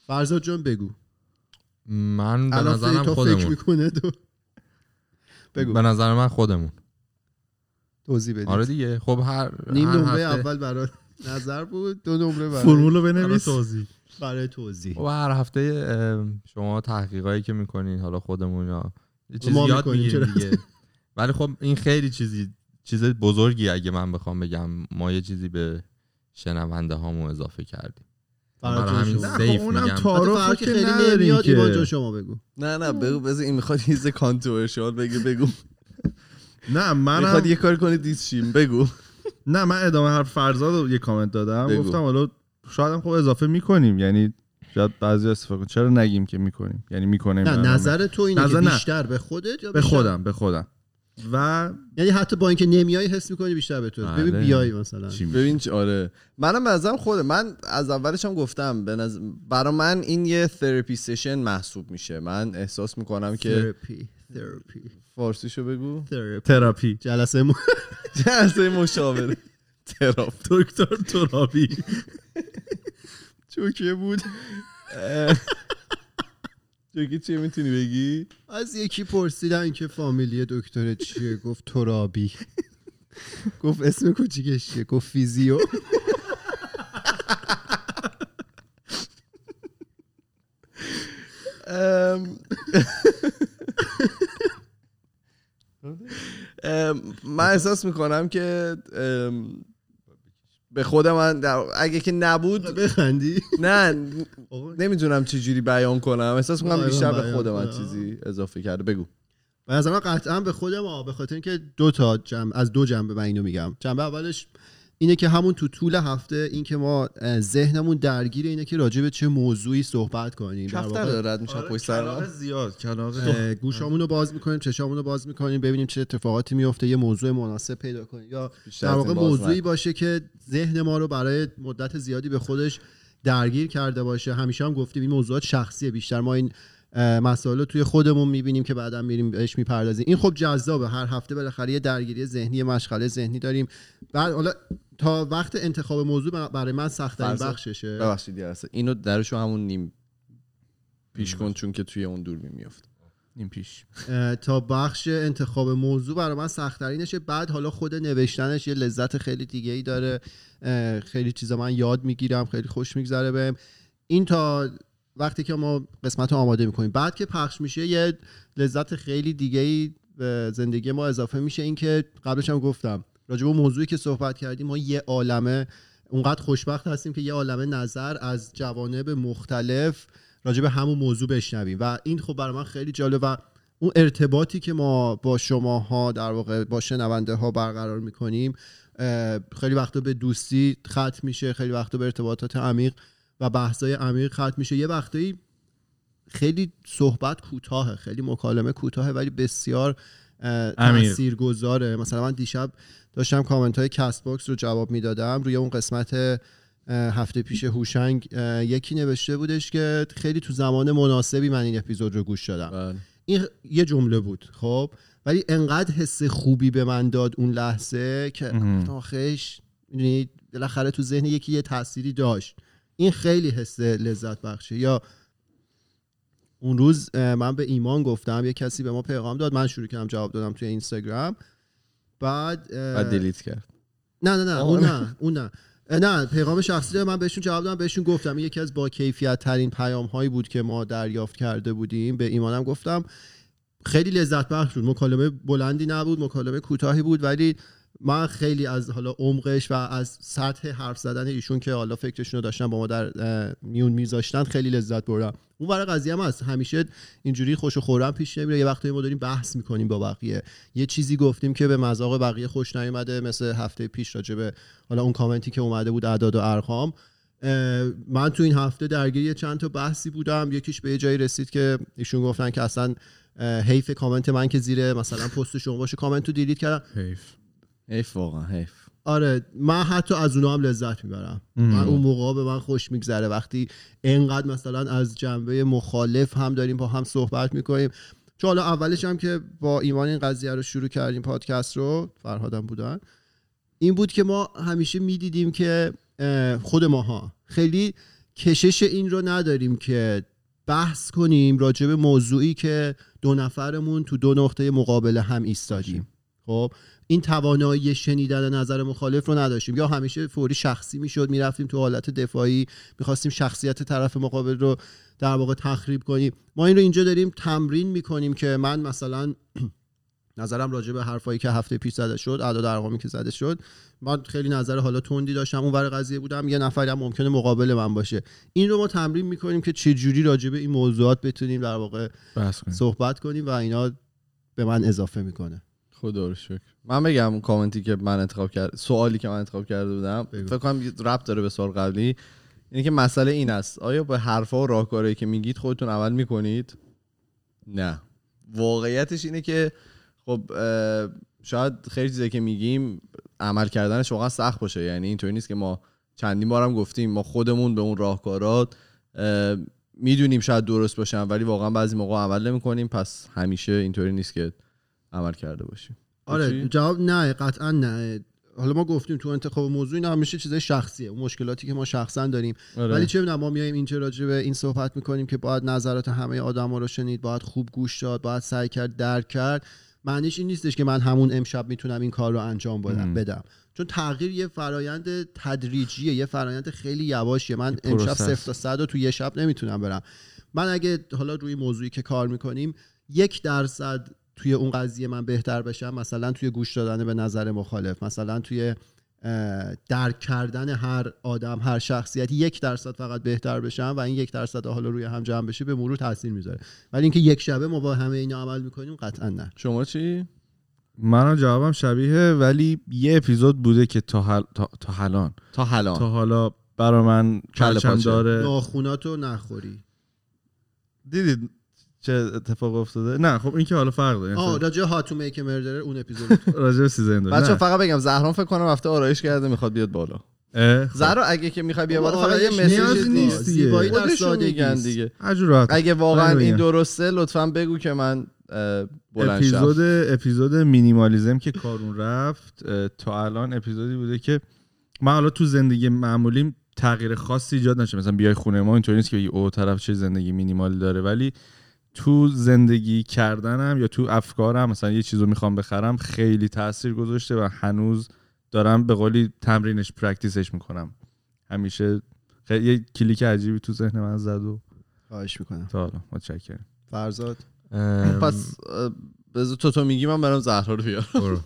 [SPEAKER 3] فرزاد جان بگو
[SPEAKER 2] من به
[SPEAKER 3] الان
[SPEAKER 2] نظرم
[SPEAKER 3] فری تا فکر
[SPEAKER 2] خودمون
[SPEAKER 3] میکنه تو
[SPEAKER 2] به
[SPEAKER 3] بگو
[SPEAKER 2] نظر من خودمون
[SPEAKER 3] توضیح بدید
[SPEAKER 2] آره دیگه خب هر
[SPEAKER 3] نیم
[SPEAKER 2] هر
[SPEAKER 3] نمره
[SPEAKER 2] هفته
[SPEAKER 3] اول برای نظر بود دو نمره برای
[SPEAKER 4] فرمول رو
[SPEAKER 2] حالا
[SPEAKER 4] بنویس
[SPEAKER 2] توضیح
[SPEAKER 3] برای توضیح
[SPEAKER 2] و خب هر هفته اه، شما تحقیقایی که میکنین حالا خودمون یا یه چیزی
[SPEAKER 3] ما
[SPEAKER 2] یاد
[SPEAKER 3] می‌کنیم،
[SPEAKER 2] میگیریم
[SPEAKER 3] چرا؟
[SPEAKER 2] دیگه ولی خب این خیلی چیزی چیز بزرگی اگه من بخوام بگم ما یه چیزی به شنونده هامون اضافه کردیم
[SPEAKER 3] فرزاد
[SPEAKER 2] برای همین
[SPEAKER 3] شما.
[SPEAKER 2] سه
[SPEAKER 4] خب
[SPEAKER 2] Safe
[SPEAKER 4] اونم
[SPEAKER 2] میگم.
[SPEAKER 4] تعارف رو
[SPEAKER 3] فرقی
[SPEAKER 4] که
[SPEAKER 3] آره، خیلی
[SPEAKER 4] نداریم
[SPEAKER 3] نمیاد ایمان جان
[SPEAKER 4] که
[SPEAKER 3] شما بگو
[SPEAKER 1] نه نه بگو بذار این میخواد یه کانتورشال بگه بگو
[SPEAKER 4] نه منم
[SPEAKER 1] میخواد یه کار کنه دیس شیم بگو
[SPEAKER 4] نه من ادامه حرف فرزاد رو یه کامنت دادم
[SPEAKER 1] بگو.
[SPEAKER 4] گفتم حالا شاید هم خب اضافه میکنیم یعنی شاید بعضی استفاده کنیم چرا نگیم که میکنیم یعنی میکنیم
[SPEAKER 3] نه نظر تو اینه که
[SPEAKER 4] نظر نه.
[SPEAKER 3] بیشتر به خودت یا
[SPEAKER 4] به
[SPEAKER 3] بیشتر-
[SPEAKER 4] خودم به خودم و
[SPEAKER 3] یعنی حتی با اینکه نمیای حس میکنی بیشتر به تو ببین
[SPEAKER 2] بله.
[SPEAKER 3] بیای مثلا
[SPEAKER 4] چی میشه؟
[SPEAKER 1] ببین چه- آره منم به نظرم خوده من از اولش هم گفتم به نظر... برا من این یه ترپی سشن محسوب میشه من احساس میکنم که
[SPEAKER 3] ترپی ترپی
[SPEAKER 1] فارسیشو بگو
[SPEAKER 3] ترپی
[SPEAKER 4] تراپی
[SPEAKER 3] جلسه مو
[SPEAKER 1] جلسه مشاوره تراپ
[SPEAKER 4] دکتر تراپی
[SPEAKER 3] چوکه بود
[SPEAKER 1] جوکی چیه میتونی بگی؟
[SPEAKER 3] از یکی پرسیدن که فامیلی دکتر چیه گفت ترابی گفت اسم کوچیکش چیه گفت فیزیو
[SPEAKER 1] ام. ام، من احساس میکنم که ام، به خود من در- اگه که نبود
[SPEAKER 3] بخندی
[SPEAKER 1] نه
[SPEAKER 3] آقا،
[SPEAKER 1] نمیدونم چه جوری بیان کنم احساس میکنم
[SPEAKER 3] آره،
[SPEAKER 1] بیشتر به
[SPEAKER 3] بیان
[SPEAKER 1] خود من
[SPEAKER 3] کن.
[SPEAKER 1] چیزی اضافه کرده بگو
[SPEAKER 3] به نظر من قطعا به خود ما به خاطر اینکه دو تا جنب از دو جنبه من اینو میگم جنبه اولش اینه که همون تو طول هفته این که ما اه، ذهنمون درگیر اینه که راجع به چه موضوعی صحبت کنیم در
[SPEAKER 1] کفتر
[SPEAKER 3] واقع
[SPEAKER 1] داره رد میشه پشت سر
[SPEAKER 4] کلاغ
[SPEAKER 1] من
[SPEAKER 4] زیاد کلاغ
[SPEAKER 1] آره.
[SPEAKER 3] اه، گوشامون رو باز میکنیم چشامون رو باز میکنیم ببینیم چه اتفاقاتی میفته یه موضوع مناسب پیدا کنیم یا
[SPEAKER 1] بیشتر
[SPEAKER 3] در
[SPEAKER 1] از
[SPEAKER 3] واقع
[SPEAKER 1] این باز
[SPEAKER 3] موضوعی
[SPEAKER 1] نکن.
[SPEAKER 3] باشه که ذهن ما رو برای مدت زیادی به خودش درگیر کرده باشه همیشه هم گفتیم این موضوعات شخصیه بیشتر ما این اه، مسائل رو توی خودمون میبینیم که بعدا میریم بهش میپردازیم این خب جذابه هر هفته بالاخره یه درگیری ذهنی یه مشغله ذهنی داریم بعد حالا تا وقت انتخاب موضوع برای من سخت
[SPEAKER 1] فرضاً.
[SPEAKER 3] بخششه
[SPEAKER 1] ببخشید یارسه اینو درشو همون نیم پیش کن چون که توی اون دور میمیفت
[SPEAKER 4] نیم پیش
[SPEAKER 3] اه، تا بخش انتخاب موضوع برای من سختترینشه بعد حالا خود نوشتنش یه لذت خیلی دیگه ای داره اه، خیلی چیزا من یاد میگیرم خیلی خوش میگذره بهم این تا وقتی که ما قسمت رو آماده میکنیم بعد که پخش میشه یه لذت خیلی دیگه ای به زندگی ما اضافه میشه اینکه قبلش هم گفتم راجع به موضوعی که صحبت کردیم ما یه عالمه اونقدر خوشبخت هستیم که یه عالمه نظر از جوانب مختلف راجع به همون موضوع بشنویم و این خب برای من خیلی جالب و اون ارتباطی که ما با شماها در واقع با شنونده ها برقرار میکنیم خیلی وقتا به دوستی ختم میشه خیلی وقتا به ارتباطات عمیق و بحثای عمیق ختم میشه یه وقتایی خیلی صحبت کوتاهه خیلی مکالمه کوتاهه ولی بسیار اه،
[SPEAKER 4] عمیق.
[SPEAKER 3] تاثیرگذاره مثلا من دیشب داشتم کامنت های کست باکس رو جواب میدادم روی اون قسمت اه، هفته پیش هوشنگ اه، یکی نوشته بودش که خیلی تو زمان مناسبی من این اپیزود رو گوش دادم این یه جمله بود خب ولی انقدر حس خوبی به من داد اون لحظه که
[SPEAKER 4] مهم.
[SPEAKER 3] گفتم آخش میدونی بالاخره تو ذهن یکی یه تأثیری داشت این خیلی حس لذت بخشه یا اون روز اه، من به ایمان گفتم یه کسی به ما پیغام داد من شروع کردم جواب دادم توی اینستاگرام بعد اه،
[SPEAKER 1] بعد دیلیت کرد
[SPEAKER 3] نه نه نه
[SPEAKER 1] آه،
[SPEAKER 3] اون نه اون نه اه، نه پیغام شخصی داره من بهشون جواب دادم بهشون گفتم این یکی از با کیفیت ترین پیام هایی بود که ما دریافت کرده بودیم به ایمانم گفتم خیلی لذت بخش بود مکالمه بلندی نبود مکالمه کوتاهی بود ولی من خیلی از حالا عمقش و از سطح حرف زدن ایشون که حالا فکرشون رو داشتن با ما در اه، میون میذاشتن خیلی لذت بردم اون برای قضیه هم هست همیشه اینجوری خوش و خورم پیش نمیره یه وقتایی ما داریم بحث میکنیم با بقیه یه چیزی گفتیم که به مذاق بقیه خوش نیومده مثل هفته پیش راجبه حالا اون کامنتی که اومده بود اعداد و ارقام اه، من تو این هفته درگیر یه چند تا بحثی بودم یکیش به یه جایی رسید که ایشون گفتن که اصلا اه، حیف کامنت من که زیر مثلا پست شما باشه کامنت رو دیلیت کردم
[SPEAKER 2] حیف
[SPEAKER 1] حیف واقعا حیف
[SPEAKER 3] آره من حتی از اونها هم لذت میبرم من اون موقع به من خوش میگذره وقتی انقدر مثلا از جنبه مخالف هم داریم با هم صحبت میکنیم چون حالا اولش هم که با ایمان این قضیه رو شروع کردیم پادکست رو فرهادم بودن این بود که ما همیشه میدیدیم که اه، خود ماها خیلی کشش این رو نداریم که بحث کنیم راجع به موضوعی که دو نفرمون تو دو نقطه مقابل هم ایستادیم خب این توانایی شنیدن نظر مخالف رو نداشتیم یا همیشه فوری شخصی میشد میرفتیم تو حالت دفاعی میخواستیم شخصیت طرف مقابل رو در واقع تخریب کنیم ما این رو اینجا داریم تمرین میکنیم که من مثلا نظرم راجع به حرفایی که هفته پیش زده شد اعداد ارقامی که زده شد من خیلی نظر حالا تندی داشتم اون ور قضیه بودم یه نفری هم ممکنه مقابل من باشه این رو ما تمرین میکنیم که چه جوری راجع به این موضوعات بتونیم در واقع
[SPEAKER 4] بس کن
[SPEAKER 3] صحبت کنیم و اینا به من اضافه میکنه
[SPEAKER 1] خدا رو شکر من بگم اون کامنتی که من انتخاب کرد سوالی که من انتخاب کرده بودم
[SPEAKER 3] بگو.
[SPEAKER 1] فکر کنم یه ربط داره به سوال قبلی اینه که مسئله این است آیا به حرفا و راهکارهایی که میگید خودتون عمل میکنید نه واقعیتش اینه که خب اه، شاید خیلی چیزایی که میگیم عمل کردنش واقعا سخت باشه یعنی اینطوری نیست که ما چندین بارم گفتیم ما خودمون به اون راهکارات اه، میدونیم شاید درست باشن ولی واقعا بعضی موقع عمل نمیکنیم پس همیشه اینطوری نیست که عمل کرده باشیم
[SPEAKER 3] آره
[SPEAKER 1] چی؟
[SPEAKER 3] جواب نه قطعا نه حالا ما گفتیم تو انتخاب موضوع اینا همیشه چیزای شخصیه اون مشکلاتی که ما شخصا داریم ولی چه می‌دونم ما میایم اینجا راجع به این صحبت میکنیم که باید نظرات همه آدما رو شنید باید خوب گوش داد باید سعی کرد درک کرد معنیش این نیستش که من همون امشب میتونم این کار رو انجام بدم بدم چون تغییر یه فرایند تدریجیه یه فرایند خیلی یواشیه من
[SPEAKER 4] یه
[SPEAKER 3] امشب
[SPEAKER 4] پروسه
[SPEAKER 3] صفر تا صد رو تو یه شب نمیتونم برم من اگه حالا روی موضوعی که کار میکنیم یک درصد توی اون قضیه من بهتر بشم مثلا توی گوش دادن به نظر مخالف مثلا توی اه، درک کردن هر آدم هر شخصیت یک درصد فقط بهتر بشم و این یک درصد حالا روی هم جمع بشه به مرور تاثیر میذاره ولی اینکه یک شبه ما با همه اینا عمل میکنیم قطعا نه
[SPEAKER 1] شما چی
[SPEAKER 4] منم جوابم شبیه ولی یه اپیزود بوده که تا هل... تا, تا هلان
[SPEAKER 1] تا
[SPEAKER 4] تا
[SPEAKER 1] حالا
[SPEAKER 4] حالا برا من
[SPEAKER 1] کله
[SPEAKER 4] پرچم
[SPEAKER 1] پاچه.
[SPEAKER 4] داره
[SPEAKER 3] ناخوناتو نخوری
[SPEAKER 4] دیدید چه اتفاق افتاده نه خب این که حالا فرق داره
[SPEAKER 3] آه
[SPEAKER 4] این
[SPEAKER 3] راجع به هاتو میک مردر اون اپیزود
[SPEAKER 4] راجع به سیزن دو
[SPEAKER 1] بچه
[SPEAKER 4] نه.
[SPEAKER 1] فقط بگم زهران فکر کنم هفته آرایش کرده میخواد بیاد بالا
[SPEAKER 4] اه، خب.
[SPEAKER 1] زهرا اگه که میخوای بیاد بالا فقط آره، یه
[SPEAKER 3] آرایش
[SPEAKER 1] مسیج
[SPEAKER 4] نیازی نیست
[SPEAKER 1] نیست
[SPEAKER 4] دیگه.
[SPEAKER 3] زیبایی در
[SPEAKER 1] خودشون
[SPEAKER 3] سادگی
[SPEAKER 1] میگن
[SPEAKER 3] است.
[SPEAKER 1] دیگه
[SPEAKER 4] هر جور راحت.
[SPEAKER 1] اگه واقعا
[SPEAKER 4] من
[SPEAKER 1] این
[SPEAKER 4] بگم.
[SPEAKER 1] درسته لطفا بگو که من اه، بلند
[SPEAKER 4] اپیزود
[SPEAKER 1] شم
[SPEAKER 4] اپیزود مینیمالیزم که کارون رفت اه، تا الان اپیزودی بوده که من حالا تو زندگی معمولیم تغییر خاصی ایجاد نشه مثلا بیای خونه ما اینطوری نیست که بگی او طرف چه زندگی مینیمالی داره ولی تو زندگی کردنم یا تو افکارم مثلا یه چیز رو میخوام بخرم خیلی تاثیر گذاشته و هنوز دارم به قولی تمرینش پرکتیسش میکنم همیشه خیلی- یه کلیک عجیبی تو ذهن من زد و
[SPEAKER 3] خواهش میکنم
[SPEAKER 4] تا حالا متشکرم
[SPEAKER 3] فرزاد
[SPEAKER 2] ام،
[SPEAKER 1] پس اه، بذار تو تو میگی من برم زهرا رو بیارم
[SPEAKER 2] برو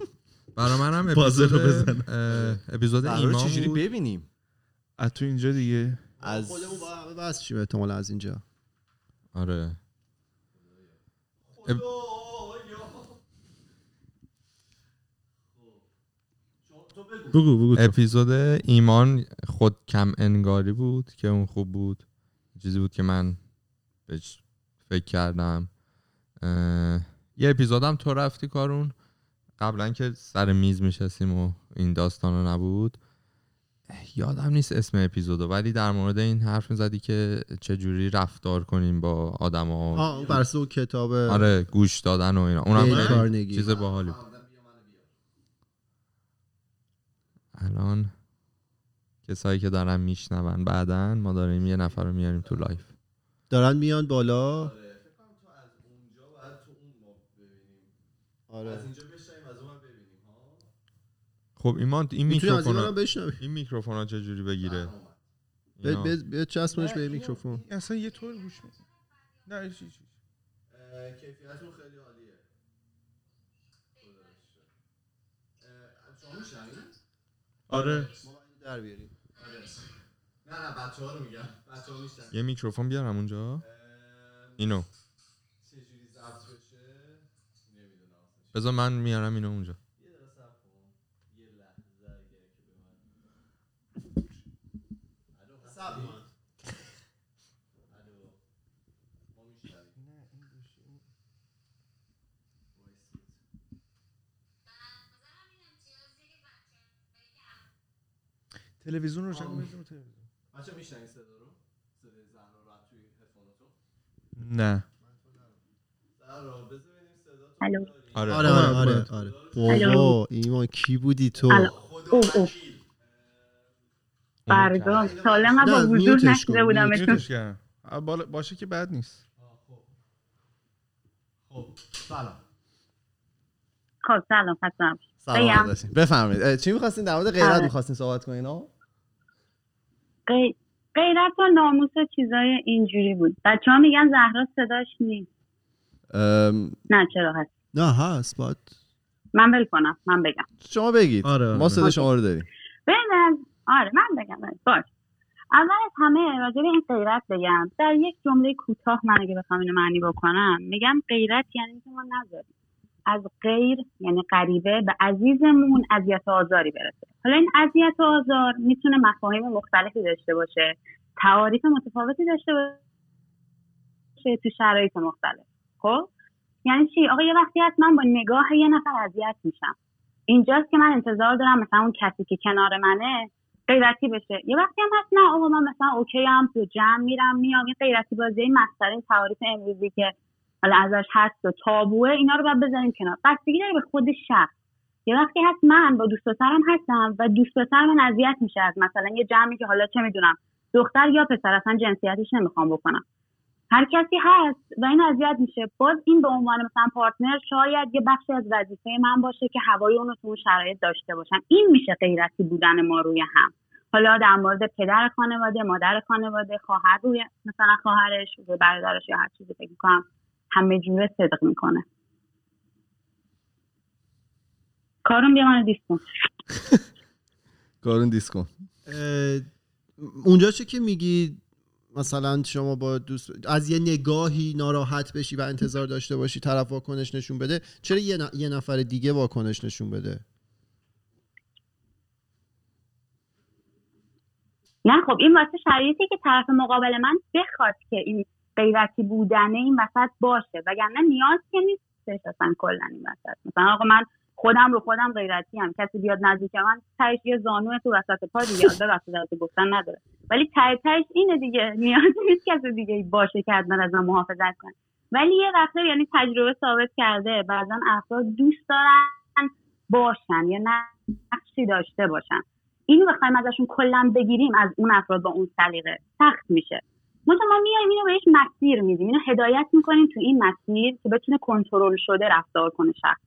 [SPEAKER 2] برا منم
[SPEAKER 4] بازه
[SPEAKER 2] اپیزود
[SPEAKER 4] رو بزن.
[SPEAKER 2] اه، اپیزود
[SPEAKER 1] زهرا رو
[SPEAKER 2] ایمان
[SPEAKER 1] چجوری
[SPEAKER 2] بود
[SPEAKER 1] ببینیم
[SPEAKER 4] از تو اینجا دیگه
[SPEAKER 1] از
[SPEAKER 3] خودمون با همه بس شیم احتمالا از اینجا
[SPEAKER 2] آره
[SPEAKER 4] بگو بگو تو.
[SPEAKER 2] اپیزود ایمان خود کم انگاری بود که اون خوب بود چیزی بود که من بهش فکر کردم اه، یه اپیزودم تو رفتی کارون قبلا که سر میز میشستیم و این داستان رو نبود یادم نیست اسم اپیزودو ولی در مورد این حرف میزدی که چجوری رفتار کنیم با آدما
[SPEAKER 3] آه اون برسه اون کتاب
[SPEAKER 2] آره گوش دادن و اینا اونم
[SPEAKER 3] دیل
[SPEAKER 2] خیلی
[SPEAKER 3] کارنگی.
[SPEAKER 2] چیز باحالی بود الان کسایی که دارن میشنون بعدا ما داریم یه نفر رو میاریم تو لایف
[SPEAKER 3] دارن میان بالا آره
[SPEAKER 2] خب ایمان این
[SPEAKER 3] میتونی از
[SPEAKER 2] میکروفون
[SPEAKER 3] اینا هم
[SPEAKER 2] ها-
[SPEAKER 3] بشنوی
[SPEAKER 2] این میکروفون ها چجوری بگیره اینا.
[SPEAKER 3] به چسبونش به میکروفون
[SPEAKER 4] اصلا یه طور گوش می‌دی. نه هیچ هیچ.
[SPEAKER 1] کیفیتشون خیلی عالیه
[SPEAKER 4] آره
[SPEAKER 3] در بیاریم
[SPEAKER 1] نه نه بچه ها رو میگم بچه ها میشنن
[SPEAKER 2] یه میکروفون بیارم اونجا اینو
[SPEAKER 1] چجوری ضبط بشه نمیدونم
[SPEAKER 2] بذار من میارم اینو اونجا
[SPEAKER 4] تلویزیون روشن
[SPEAKER 1] کن،
[SPEAKER 4] کن
[SPEAKER 1] بزن بچه میشنن صدا رو صدای زهرا رو از توی هدفوناتون
[SPEAKER 4] نه
[SPEAKER 1] زهرا بذار ببینیم صدا تو
[SPEAKER 6] الو
[SPEAKER 1] داری
[SPEAKER 2] آره,
[SPEAKER 3] آره آره آره آره بابا ایمان کی بودی تو
[SPEAKER 6] الو.
[SPEAKER 1] خدا
[SPEAKER 6] اوه اوه
[SPEAKER 1] وکیل.
[SPEAKER 6] برداشت سالم من با
[SPEAKER 3] نه،
[SPEAKER 6] حضور
[SPEAKER 3] میوتش
[SPEAKER 6] نشده
[SPEAKER 3] کن،
[SPEAKER 6] بودم اتون
[SPEAKER 4] میوتش کردم آه، بالا- باشه که بد نیست
[SPEAKER 1] خب سلام
[SPEAKER 6] خب سلام خستم
[SPEAKER 1] سلام
[SPEAKER 6] بگم.
[SPEAKER 1] داشتیم بفرمایید اه، چی میخواستین در مورد غیرت
[SPEAKER 6] آره.
[SPEAKER 1] میخواستین صحبت کنین ها
[SPEAKER 6] غی- غیرت و ناموس و چیزای اینجوری بود بچه ها میگن زهرا صداش نیست
[SPEAKER 1] ام،
[SPEAKER 6] نه چرا هست
[SPEAKER 3] نه هست باید
[SPEAKER 6] من ول کنم من بگم
[SPEAKER 1] شما بگید
[SPEAKER 4] آره، آره.
[SPEAKER 1] ما صدا شما رو داریم
[SPEAKER 6] ببین آره من بگم بله، باش اول از همه راجع به این غیرت بگم در یک جمله کوتاه من اگه بخوام اینو معنی بکنم میگم غیرت یعنی اینکه ما نذاریم از غیر یعنی غریبه به عزیزمون اذیت و آزاری برسه حالا این اذیت و آزار میتونه مفاهیم مختلفی داشته باشه تعاریف متفاوتی داشته باشه تو شرایط مختلف خب یعنی چی آقا یه وقتی هست من با نگاه یه نفر اذیت میشم اینجاست که من انتظار دارم مثلا اون کسی که کنار منه غیرتی بشه یه وقتی هم هست نه آقا من مثلا اوکی هم تو جمع میرم میام یه غیرتی بازی این مسخره این تعاریف امروزی که حالا ازش هست و تابوه اینا رو باید بذاریم کنار بستگی داره به خود شخص یه وقتی هست من با دوست پسرم هستم و دوست پسر من اذیت میشه از مثلا یه جمعی که حالا چه میدونم دختر یا پسر اصلا جنسیتش نمیخوام بکنم هر کسی هست و این اذیت میشه باز این به عنوان مثلا پارتنر شاید یه بخشی از وظیفه من باشه که هوای اون رو تو اون شرایط داشته باشم این میشه غیرتی بودن ما روی هم حالا در مورد پدر خانواده مادر خانواده خواهر روی مثلا خواهرش روی برادرش یا هر چیزی فکر کنم همه جوره صدق میکنه کارون بیا منو دیست کن.
[SPEAKER 1] کارون دیسکو
[SPEAKER 3] اه، اونجا چه که میگی مثلا شما با دوست از یه نگاهی ناراحت بشی و انتظار داشته باشی طرف واکنش نشون بده چرا یه, ن... یه نفر دیگه واکنش نشون بده
[SPEAKER 6] نه خب این واسه شرایطی که طرف مقابل من بخواد که این غیرتی بودنه این وسط باشه وگرنه نیاز که نیستش اصلا کلا این وسط مثلا آقا من خودم رو خودم غیرتی هم کسی بیاد نزدیک من تهش یه زانو تو وسط پا دیگه ببخشید از گفتن نداره ولی ته تهش اینه دیگه نیاز نیست کسی دیگه باشه که من از من محافظت کنه ولی یه وقتا یعنی تجربه ثابت کرده بعضا افراد دوست دارن باشن یا نقشی داشته باشن اینو بخوایم ازشون کلا بگیریم از اون افراد با اون سلیقه سخت میشه مثلا ما میایم اینو بهش مسیر میدیم اینو هدایت میکنیم تو این مسیر که بتونه کنترل شده رفتار کنه شخص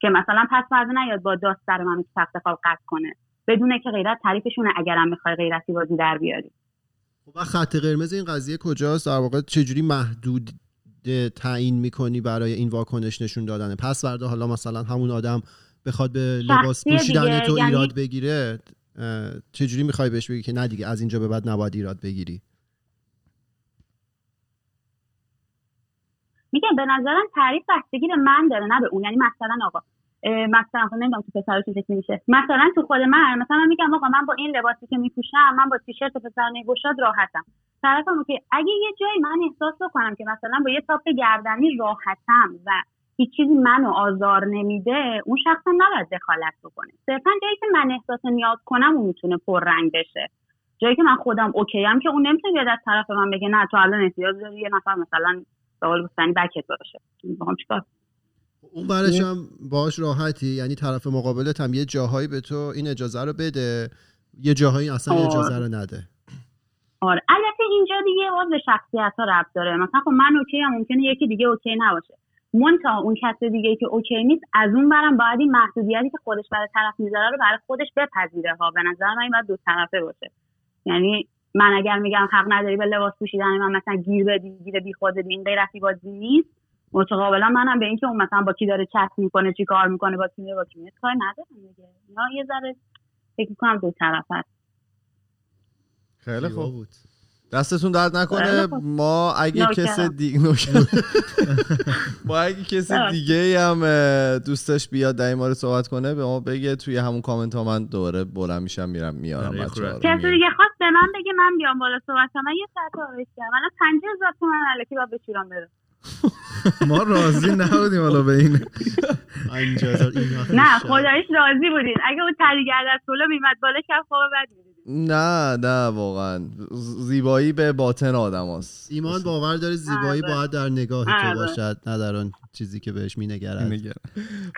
[SPEAKER 6] که مثلا پس فردا نیاد با داست سر من که تخت خواب قطع کنه بدونه که غیرت تعریفشونه اگرم میخوای غیرتی بازی در بیاری
[SPEAKER 3] خب خط قرمز این قضیه کجاست در واقع چجوری محدود تعیین میکنی برای این واکنش نشون دادن پس فردا حالا مثلا همون آدم بخواد به لباس پوشیدن تو یعنی... ایراد بگیره چجوری میخوای بهش بگی که نه دیگه از اینجا به بعد نباید ایراد بگیری
[SPEAKER 6] میگم به نظرم تعریف بستگی به من داره نه به اون یعنی مثلا آقا مثلا خب نمیدونم تو پسر چه میشه مثلا تو خود من مثلا من میگم آقا من با این لباسی که میپوشم من با تیشرت پسر گشاد راحتم طرفم که اگه یه جایی من احساس بکنم که مثلا با یه تاپ گردنی راحتم و هیچ چیزی منو آزار نمیده اون شخصم نباید دخالت بکنه صرفا جایی که من احساس نیاز کنم اون میتونه پررنگ بشه جایی که من خودم اوکی هم که اون نمیتونه بیاد از طرف من بگه نه تو الان احتیاج داری یه نفر مثلا به قول گفتنی بکت باشه میخوام چیکار
[SPEAKER 3] اون برش هم باهاش راحتی یعنی طرف مقابلت هم یه جاهایی به تو این اجازه رو بده یه جاهایی اصلا آه. اجازه رو نده
[SPEAKER 6] آره البته اینجا دیگه باز به شخصیت ها ربط داره مثلا خب من اوکی هم ممکنه یکی دیگه اوکی نباشه منتها اون کس دیگه که اوکی نیست از اون برم باید این محدودیتی که خودش برای طرف میذاره رو برای خودش بپذیره ها به نظر من این باید دو طرفه باشه یعنی من اگر میگم حق نداری به لباس پوشیدن من مثلا گیر بدی گیر بی خود این غیرتی بازی نیست متقابلا منم به اینکه اون مثلا با کی داره چت میکنه چی کار میکنه با کی میره با کی میره کار ندارم دیگه اینا یه ذره فکر کنم دو طرف هست
[SPEAKER 1] خیلی خوب بود دستتون درد نکنه ما اگه کس دیگه ما اگه کس دیگه هم دوستش بیاد در این مورد صحبت کنه به ما بگه توی همون کامنت ها من دوباره بلند میشم میرم میارم
[SPEAKER 6] کسی دیگه خواست به من بگه من بیام بالا صحبت کنم من یه ساعت آرایش کردم الان 50000 تومن الکی با به شیران بره
[SPEAKER 4] ما راضی نبودیم حالا به این
[SPEAKER 6] نه خدایش راضی بودین اگه اون تریگرد از طوله میمد بالا شب خواب بد
[SPEAKER 1] نه نه واقعا زیبایی به باطن آدم هست.
[SPEAKER 3] ایمان باور داره زیبایی باید در نگاه تو باشد نه در آن چیزی که بهش مینگرد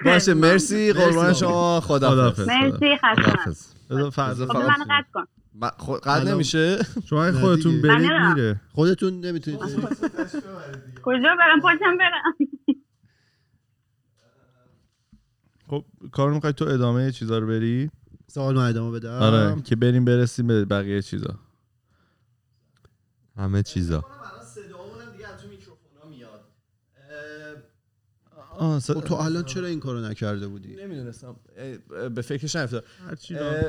[SPEAKER 1] باشه مرسی قربان شما خدا
[SPEAKER 6] مرسی خب، خدا کن
[SPEAKER 1] قد خب، نمیشه
[SPEAKER 4] شما خودتون برید میره
[SPEAKER 3] خودتون نمیتونید
[SPEAKER 6] کجا برم پاشم برم
[SPEAKER 4] خب کار میخوای تو ادامه چیزا رو بری
[SPEAKER 3] سوال من ادامه بدم
[SPEAKER 4] آره که بریم برسیم به بقیه چیزا
[SPEAKER 2] همه چیزا
[SPEAKER 1] خب،
[SPEAKER 3] آه
[SPEAKER 4] خب،
[SPEAKER 3] تو الان چرا این کارو نکرده بودی
[SPEAKER 1] نمیدونستم به فکرش نیفتاد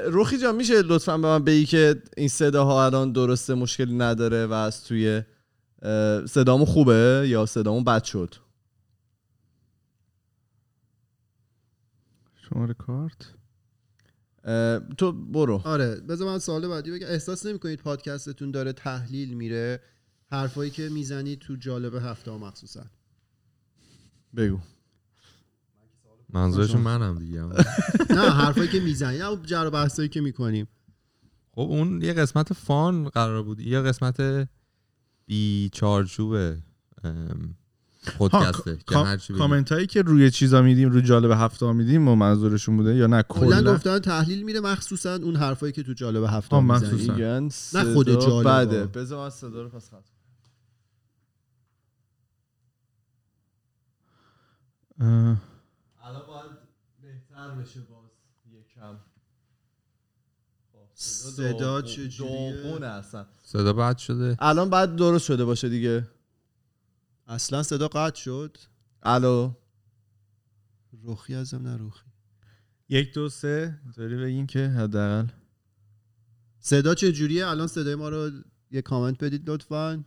[SPEAKER 1] روخی جان میشه لطفا به من بگی که این صداها الان درسته مشکلی نداره و از توی صدامو خوبه یا صدامو بد شد
[SPEAKER 4] شماره کارت
[SPEAKER 1] تو برو
[SPEAKER 3] آره بذار من سوال بعدی بگم احساس نمیکنید پادکستتون داره تحلیل میره حرفایی که میزنید تو جالب هفته ها مخصوصا
[SPEAKER 1] بگو
[SPEAKER 2] منظورش منم دیگه
[SPEAKER 3] نه حرفایی که میزنی نه جر و بحثایی که میکنیم
[SPEAKER 2] خب اون یه قسمت فان قرار بود یه قسمت بی چارچوب پادکسته
[SPEAKER 4] کامنت هایی که روی چیزا میدیم روی جالب هفته ها میدیم و منظورشون بوده یا نه کلا
[SPEAKER 3] گفتن تحلیل میره مخصوصا اون حرفایی که تو جالب هفته ها
[SPEAKER 1] میزنیم نه خود جالب بده بذار صدا رو پس الان باید بهتر بشه باز یکم
[SPEAKER 3] صدا چجوریه
[SPEAKER 1] اصلا
[SPEAKER 2] صدا بد شده
[SPEAKER 1] الان بعد درست شده باشه دیگه
[SPEAKER 3] اصلا صدا قطع شد
[SPEAKER 1] الو
[SPEAKER 3] روخی ازم نه روخی
[SPEAKER 4] یک دو سه داری بگین که حداقل
[SPEAKER 3] صدا چجوریه الان صدای ما رو یه کامنت بدید لطفا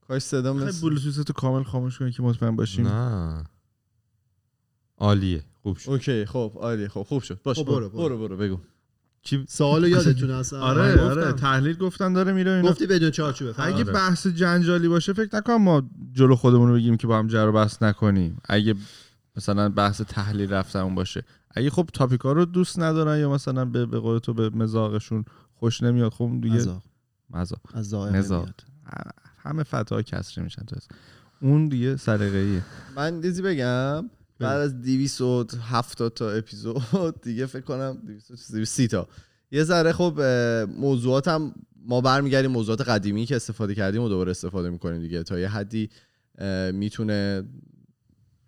[SPEAKER 1] کاش صدا
[SPEAKER 4] میخوای
[SPEAKER 1] مثل
[SPEAKER 4] بلوتوث تو کامل خاموش کنی که مطمئن باشیم
[SPEAKER 2] نه عالیه خوب شد
[SPEAKER 1] اوکی خب عالی خب خوب شد باش
[SPEAKER 3] خب،
[SPEAKER 1] برو
[SPEAKER 3] برو،
[SPEAKER 1] برو برو بگو
[SPEAKER 3] سوال یادتون هستم
[SPEAKER 4] آره
[SPEAKER 3] من
[SPEAKER 4] آره
[SPEAKER 3] گفتم.
[SPEAKER 4] تحلیل گفتن داره میره اینا
[SPEAKER 3] گفتی بدون چارچوبه فقط.
[SPEAKER 4] اگه
[SPEAKER 2] آره.
[SPEAKER 4] بحث جنجالی باشه فکر نکنم ما جلو خودمون رو بگیم که با هم جر و بحث نکنیم اگه مثلا بحث تحلیل رفتمون باشه اگه خب تاپیکا رو دوست ندارن یا مثلا به به قول تو به مزاقشون خوش نمیاد خب دیگه
[SPEAKER 3] مذاق.
[SPEAKER 4] مزاق
[SPEAKER 3] از ظاهر
[SPEAKER 4] مذاق.
[SPEAKER 3] میاد.
[SPEAKER 4] همه فتاها کسری میشن تو اسم. اون دیگه سرقه ایه
[SPEAKER 1] من دیزی بگم بعد از 270 تا اپیزود دیگه فکر کنم 200 چیز 230 تا یه ذره خب اه، موضوعات هم ما برمیگردیم موضوعات قدیمی که استفاده کردیم و دوباره استفاده میکنیم دیگه تا یه حدی اه، میتونه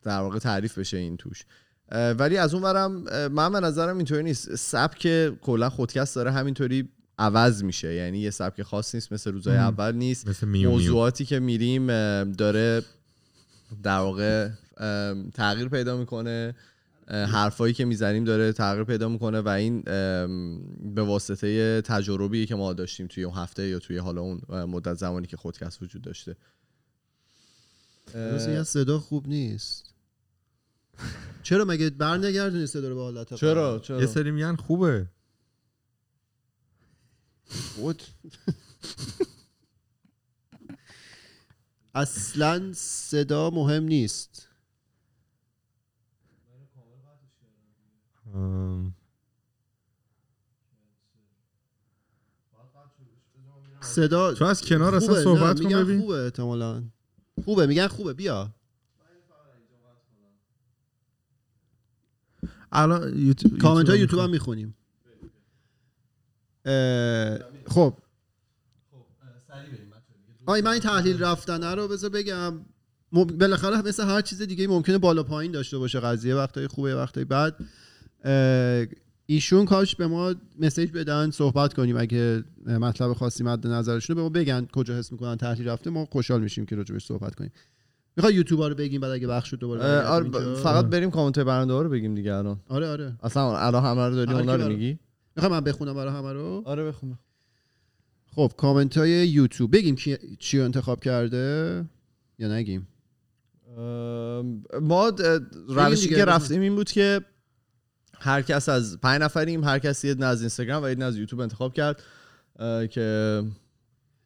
[SPEAKER 1] در واقع تعریف بشه این توش اه، ولی از اون ورم اه، من به نظرم اینطوری نیست سبک کلا خودکست داره همینطوری عوض میشه یعنی یه سبک خاص نیست مثل روزای اول نیست
[SPEAKER 2] مثل میو میو
[SPEAKER 1] موضوعاتی که میریم اه، داره در واقع ام، تغییر پیدا میکنه اه، حرفایی که میزنیم داره تغییر پیدا میکنه و این ام، به واسطه تجربی که ما داشتیم توی اون هفته یا توی حالا اون اه، مدت زمانی که خودکست وجود داشته اه،
[SPEAKER 3] درست میگن صدا خوب نیست چرا مگه بر نگردونی صدا رو به حالت قبل؟
[SPEAKER 1] چرا
[SPEAKER 2] یه
[SPEAKER 1] چرا
[SPEAKER 2] سری میگن خوبه
[SPEAKER 3] بود اصلا صدا مهم نیست
[SPEAKER 2] ام،
[SPEAKER 3] صدا
[SPEAKER 4] تو از کنار اصلا
[SPEAKER 3] خوبه. نه،
[SPEAKER 4] صحبت کن
[SPEAKER 3] میگن
[SPEAKER 4] ببین
[SPEAKER 3] خوبه احتمالاً خوبه میگن خوبه بیا
[SPEAKER 4] الان یوتیوب
[SPEAKER 3] کامنت های یوتیوب هم میخونیم خب آی من این تحلیل رفتنه رو بذار بگم م- بالاخره مثل هر چیز دیگه ممکنه بالا پایین داشته باشه قضیه وقتای خوبه وقتای بد اه، ایشون کاش به ما مسیج بدن صحبت کنیم اگه مطلب خاصی مد نظرشون رو به ما بگن کجا حس میکنن تحلیل رفته ما خوشحال میشیم که راجبش صحبت کنیم میخوای یوتیوب ها رو بگیم بعد اگه بخش شد دوباره
[SPEAKER 1] اه، آره،
[SPEAKER 3] برگردیم
[SPEAKER 1] ب-
[SPEAKER 3] اینجا؟
[SPEAKER 1] فقط بریم کامنت برنده ها رو بگیم دیگه الان
[SPEAKER 3] آره آره
[SPEAKER 1] اصلا الان همه رو داری
[SPEAKER 3] هر کی
[SPEAKER 1] اونا رو
[SPEAKER 3] برام.
[SPEAKER 1] میگی
[SPEAKER 3] میخوام من بخونم برای همه رو
[SPEAKER 1] آره بخون
[SPEAKER 3] خب کامنت های یوتیوب بگیم کی- چی رو انتخاب کرده یا نگیم
[SPEAKER 1] ام، ما د- روشی
[SPEAKER 3] دیگه،
[SPEAKER 1] که
[SPEAKER 3] بزن.
[SPEAKER 1] رفتیم این بود که هر کس از پنج نفریم هر کس یه دونه از اینستاگرام و یه دونه از یوتیوب انتخاب کرد اه، که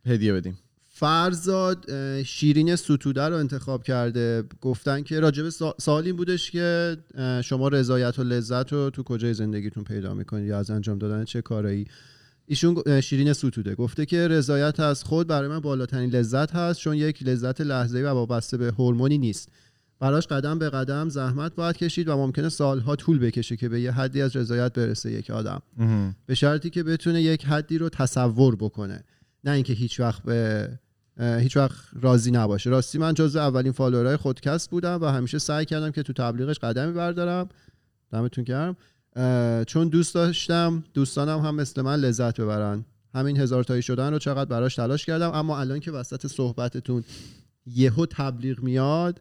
[SPEAKER 1] هدیه بدیم
[SPEAKER 3] فرزاد اه، شیرین ستوده رو انتخاب کرده گفتن که راجب سا- سوال این بودش که اه، شما رضایت و لذت رو تو کجای زندگیتون پیدا میکنید یا از انجام دادن چه کارایی ایشون گ- اه، شیرین ستوده گفته که رضایت از خود برای من بالاترین لذت هست چون یک لذت لحظه‌ای و وابسته به هورمونی نیست براش قدم به قدم زحمت باید کشید و ممکنه سالها طول بکشه که به یه حدی از رضایت برسه یک آدم
[SPEAKER 4] مهم.
[SPEAKER 3] به شرطی که بتونه یک حدی رو تصور بکنه نه اینکه هیچ وقت به اه، هیچ وقت راضی نباشه راستی من جزو اولین فالوورهای خودکست بودم و همیشه سعی کردم که تو تبلیغش قدمی بردارم دمتون گرم اه، چون دوست داشتم دوستانم هم مثل من لذت ببرن همین هزار تایی شدن رو چقدر براش تلاش کردم اما الان که وسط صحبتتون یهو تبلیغ میاد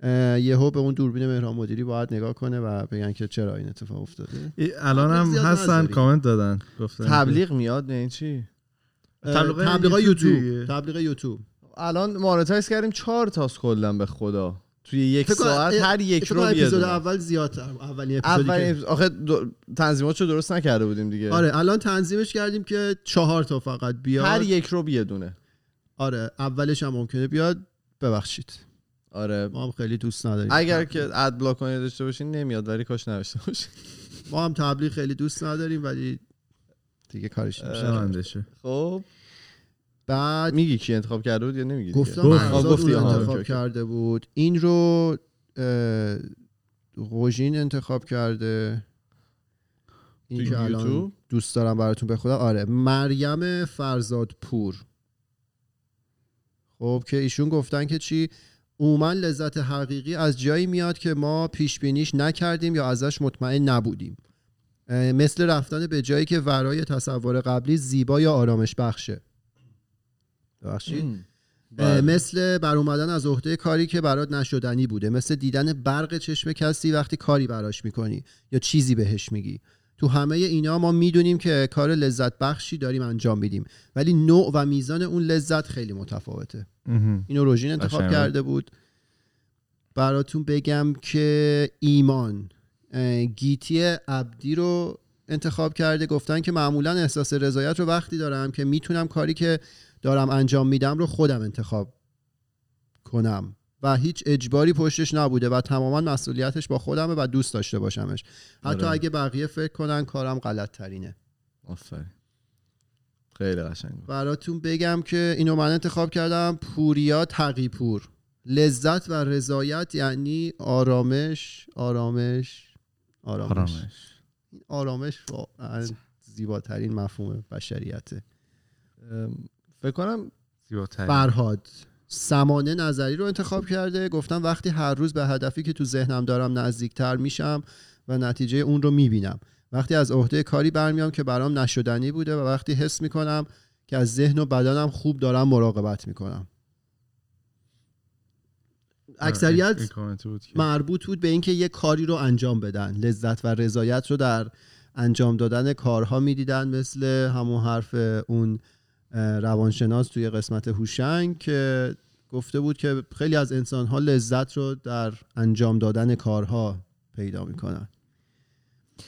[SPEAKER 3] اه، یهو به اون دوربین مهران مدیری باید نگاه کنه و بگن که چرا این اتفاق افتاده
[SPEAKER 4] ای، الان هم
[SPEAKER 3] زیاد
[SPEAKER 4] هستن
[SPEAKER 3] نذاری.
[SPEAKER 4] کامنت دادن گفتن
[SPEAKER 1] تبلیغ میاد نه چی
[SPEAKER 3] اه،
[SPEAKER 4] تبلیغات
[SPEAKER 3] تبلیغات
[SPEAKER 4] یوتیوب
[SPEAKER 3] یوتیوب
[SPEAKER 4] دیگه.
[SPEAKER 3] تبلیغ یوتیوب
[SPEAKER 1] الان مانتایز کردیم چهار تاست کلا به خدا توی یک
[SPEAKER 3] فکر کنم-
[SPEAKER 1] ساعت هر یک
[SPEAKER 3] فکر
[SPEAKER 1] رو یه
[SPEAKER 3] کنم اپیزود
[SPEAKER 1] دونه.
[SPEAKER 3] اول زیادتر اولین اپیزودی
[SPEAKER 1] اولین
[SPEAKER 3] که...
[SPEAKER 1] اپیزود- آخه دو- تنظیمات رو درست نکرده بودیم دیگه
[SPEAKER 3] آره الان تنظیمش کردیم که چهار تا فقط بیاد
[SPEAKER 1] هر یک رو یه دونه
[SPEAKER 3] آره اولش هم ممکنه بیاد ببخشید
[SPEAKER 1] آره
[SPEAKER 3] ما هم خیلی دوست نداریم
[SPEAKER 1] اگر که اد بلاک کنید داشته باشین نمیاد ولی کاش نوشته باشین
[SPEAKER 3] ما هم تبلیغ خیلی دوست نداریم ولی دیگه کارش نمیشه
[SPEAKER 4] شنوندشه
[SPEAKER 1] خب
[SPEAKER 3] بعد
[SPEAKER 1] میگی کی انتخاب کرده بود یا نمیگی دیگه؟
[SPEAKER 3] گفتم
[SPEAKER 4] گفت.
[SPEAKER 3] فرزاد
[SPEAKER 1] آه، گفتی،
[SPEAKER 3] اون رو
[SPEAKER 1] آه،
[SPEAKER 3] انتخاب
[SPEAKER 1] اوکی، اوکی.
[SPEAKER 3] کرده بود این رو اه، روژین انتخاب کرده این
[SPEAKER 1] توی
[SPEAKER 3] که الان
[SPEAKER 1] یوتیوب؟
[SPEAKER 3] دوست دارم براتون بخدا آره مریم فرزاد پور خب که ایشون گفتن که چی عموما لذت حقیقی از جایی میاد که ما پیش بینیش نکردیم یا ازش مطمئن نبودیم اه، مثل رفتن به جایی که ورای تصور قبلی زیبا یا آرامش بخشه ببخشید
[SPEAKER 1] بله.
[SPEAKER 3] مثل بر اومدن از عهده کاری که برات نشدنی بوده مثل دیدن برق چشم کسی وقتی کاری براش میکنی یا چیزی بهش میگی تو همه اینا ما میدونیم که کار لذت بخشی داریم انجام میدیم ولی نوع و میزان اون لذت خیلی متفاوته اینو روژین انتخاب
[SPEAKER 4] قشنگه.
[SPEAKER 3] کرده بود براتون بگم که ایمان اه، گیتی عبدی رو انتخاب کرده گفتن که معمولا احساس رضایت رو وقتی دارم که میتونم کاری که دارم انجام میدم رو خودم انتخاب کنم و هیچ اجباری پشتش نبوده و تماما مسئولیتش با خودمه و دوست داشته باشمش حتی
[SPEAKER 1] آره.
[SPEAKER 3] اگه بقیه فکر کنن کارم غلط ترینه
[SPEAKER 1] آفرین خیلی قشنگ بود.
[SPEAKER 3] براتون بگم که اینو من انتخاب کردم پوریا تقی پور لذت و رضایت یعنی آرامش آرامش آرامش, آرامش.
[SPEAKER 4] آرامش
[SPEAKER 3] آرامش واقعا زیباترین مفهوم بشریته
[SPEAKER 1] ام، فکر کنم
[SPEAKER 2] زیباترین
[SPEAKER 3] فرهاد سمانه نظری رو انتخاب کرده گفتم وقتی هر روز به هدفی که تو ذهنم دارم نزدیکتر میشم و نتیجه اون رو میبینم وقتی از عهده کاری برمیام که برام نشدنی بوده و وقتی حس میکنم که از ذهن و بدنم خوب دارم مراقبت میکنم اکثریت
[SPEAKER 4] این کامنت بود که
[SPEAKER 3] مربوط بود به اینکه یه کاری رو انجام بدن لذت و رضایت رو در انجام دادن کارها میدیدن مثل همون حرف اون اه، روانشناس توی قسمت هوشنگ که گفته بود که خیلی از انسانها لذت رو در انجام دادن کارها پیدا میکنن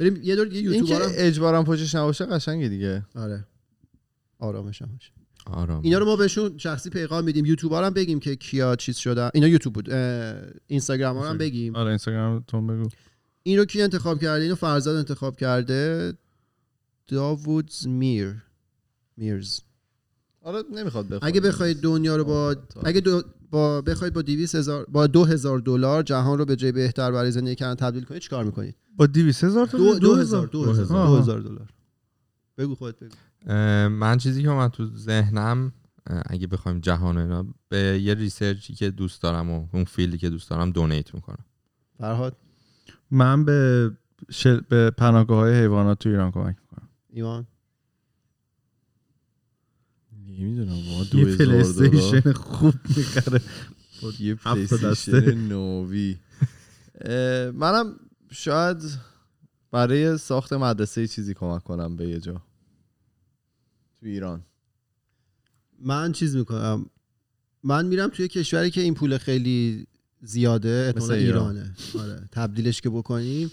[SPEAKER 3] بریم یه دور دیگه
[SPEAKER 1] اینکه
[SPEAKER 3] یوتیوبرم
[SPEAKER 1] اجبارم پشتش نباشه قشنگه دیگه
[SPEAKER 3] آره آرامش همش
[SPEAKER 2] آرام
[SPEAKER 3] اینا رو ما بهشون شخصی پیغام میدیم یوتیوبرم بگیم که کیا چیز شدن اینا یوتیوب بود اینستاگرام هم بگیم
[SPEAKER 4] آره اینستاگرام تون بگو
[SPEAKER 3] این رو کی انتخاب کرده اینو فرزاد انتخاب کرده داوود میر میرز
[SPEAKER 1] آره نمیخواد بخواد
[SPEAKER 3] اگه بخواید دنیا رو با اگه دو با بخواید با 200 هزار با 2000 دلار جهان رو به جای بهتر برای زندگی کردن تبدیل کنید چیکار میکنید
[SPEAKER 4] با 200 هزار تا
[SPEAKER 3] 2000 2000
[SPEAKER 4] آها.
[SPEAKER 3] 2000 دلار بگو خودت بگو
[SPEAKER 2] اه، من چیزی که من تو ذهنم اه، اگه بخوایم جهان و اینا به یه ریسرچی که دوست دارم و اون فیلدی که دوست دارم دونیت میکنم
[SPEAKER 3] فرهاد
[SPEAKER 4] من به شل... به پناهگاه های حیوانات تو ایران کمک میکنم
[SPEAKER 3] ایمان
[SPEAKER 1] نمیدونم ما دو
[SPEAKER 4] یه
[SPEAKER 1] هزار دلار خب،
[SPEAKER 4] پلیستیشن خوب میخره
[SPEAKER 1] یه
[SPEAKER 4] هفت تا دسته.
[SPEAKER 1] پلیستیشن نوی اه، منم شاید برای ساخت مدرسه یه چیزی کمک کنم به یه جا تو ایران
[SPEAKER 3] من چیز میکنم من میرم توی کشوری که این پول خیلی زیاده
[SPEAKER 1] مثل
[SPEAKER 3] مثلا
[SPEAKER 1] ایران.
[SPEAKER 3] ایرانه آره تبدیلش که بکنیم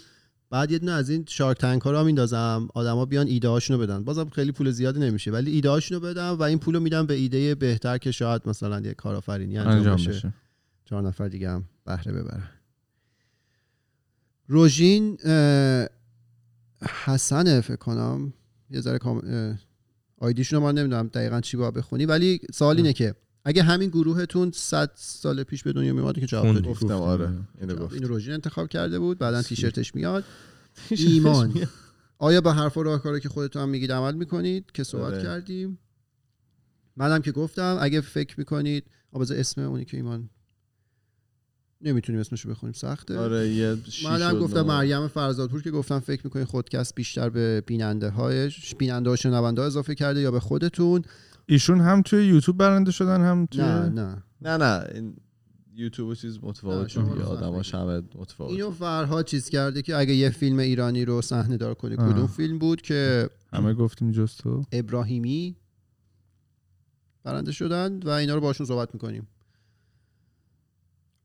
[SPEAKER 3] بعد یه دونه از این شارک تنک ها رو هم میندازم آدما بیان ایده هاشونو بدن بازم خیلی پول زیادی نمیشه ولی ایده هاشونو بدم و این پول رو میدم به ایده بهتر که شاید مثلا یه کارآفرینی انجام,
[SPEAKER 4] انجام
[SPEAKER 3] بشه.
[SPEAKER 4] بشه
[SPEAKER 3] چهار نفر دیگه هم بهره ببرن روژین اه، حسنه فکر کنم یه ذره کام- اه، آیدیشون رو من نمیدونم دقیقا چی باید بخونی ولی سوال اینه که اگه همین گروهتون 100 سال پیش به دنیا میومد که جواب
[SPEAKER 2] خوندی.
[SPEAKER 3] دادی
[SPEAKER 1] گفتم آره اینو گفت
[SPEAKER 3] این روژین انتخاب کرده بود بعدا تیشرتش میاد ایمان آیا به حرف و راهکاری که خودتون هم میگید عمل میکنید که صحبت
[SPEAKER 1] آره.
[SPEAKER 3] کردیم منم که گفتم اگه فکر میکنید آباز اسم اونی که ایمان نمیتونیم اسمشو بخونیم سخته
[SPEAKER 1] آره یه شیش
[SPEAKER 3] منم
[SPEAKER 1] و
[SPEAKER 3] گفتم
[SPEAKER 1] نه.
[SPEAKER 3] مریم فرزادپور که گفتم فکر میکنید خودکست بیشتر به بیننده هایش بیننده ها شنونده ها اضافه کرده یا به خودتون
[SPEAKER 4] ایشون هم توی یوتیوب برنده شدن هم توی
[SPEAKER 3] نه نه
[SPEAKER 1] نه نه این یوتیوب و چیز
[SPEAKER 3] نه،
[SPEAKER 1] متفاوت
[SPEAKER 3] شما
[SPEAKER 1] شد دیگه
[SPEAKER 3] لطفاً
[SPEAKER 1] آدماش همه متفاوت
[SPEAKER 3] اینو فرها چیز کرده که اگه یه فیلم ایرانی رو صحنه دار کنی
[SPEAKER 4] آه.
[SPEAKER 3] کدوم فیلم بود که
[SPEAKER 4] همه گفتیم جز تو
[SPEAKER 3] ابراهیمی برنده شدن و اینا رو باشون صحبت میکنیم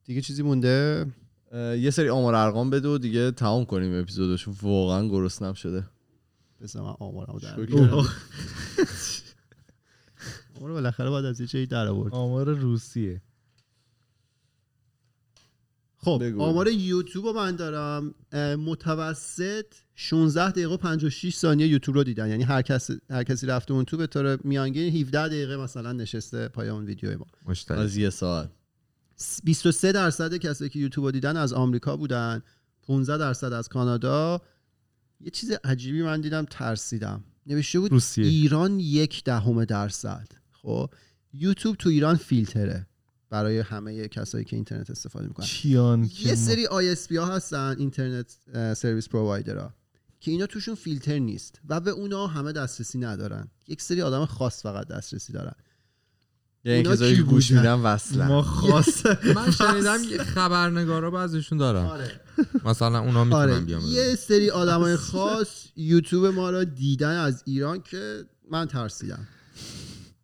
[SPEAKER 3] دیگه چیزی مونده
[SPEAKER 1] اه، یه سری آمار ارقام بده و دیگه تمام کنیم اپیزودش واقعا گرسنم شده
[SPEAKER 3] بذار من آمارمو در
[SPEAKER 1] شکر.
[SPEAKER 3] اوه. آمار رو بالاخره باید از یه جایی در آورد
[SPEAKER 4] آمار روسیه
[SPEAKER 3] خب
[SPEAKER 1] بگو.
[SPEAKER 3] آمار یوتیوب رو من دارم اه، متوسط 16 دقیقه و 56 ثانیه یوتیوب رو دیدن یعنی هر کسی هر کسی رفته اون تو به طور میانگین 17 دقیقه مثلا نشسته پای اون ویدیو ما
[SPEAKER 2] مشترک
[SPEAKER 1] از یه ساعت
[SPEAKER 3] س- 23 درصد کسایی که یوتیوب رو دیدن از آمریکا بودن 15 درصد از کانادا یه چیز عجیبی من دیدم ترسیدم نوشته بود
[SPEAKER 4] روسیه
[SPEAKER 3] ایران یک دهم درصد خب یوتیوب تو ایران فیلتره برای همه کسایی که اینترنت استفاده میکنن
[SPEAKER 4] کیان که
[SPEAKER 3] یه سری آی اس ها هستن اینترنت اه، سرویس پرووایدرها که اینا توشون فیلتر نیست و به اونا همه دسترسی ندارن یک سری آدم خاص فقط دسترسی دارن
[SPEAKER 1] یعنی چیزایی که گوش میدم وصلا
[SPEAKER 4] ما خاص
[SPEAKER 2] من شنیدم یه خبرنگارا بعضیشون دارم
[SPEAKER 3] آره
[SPEAKER 2] مثلا اونا میتونن
[SPEAKER 3] آره
[SPEAKER 2] بیام
[SPEAKER 3] یه سری آدمای خاص یوتیوب ما را دیدن از ایران که من ترسیدم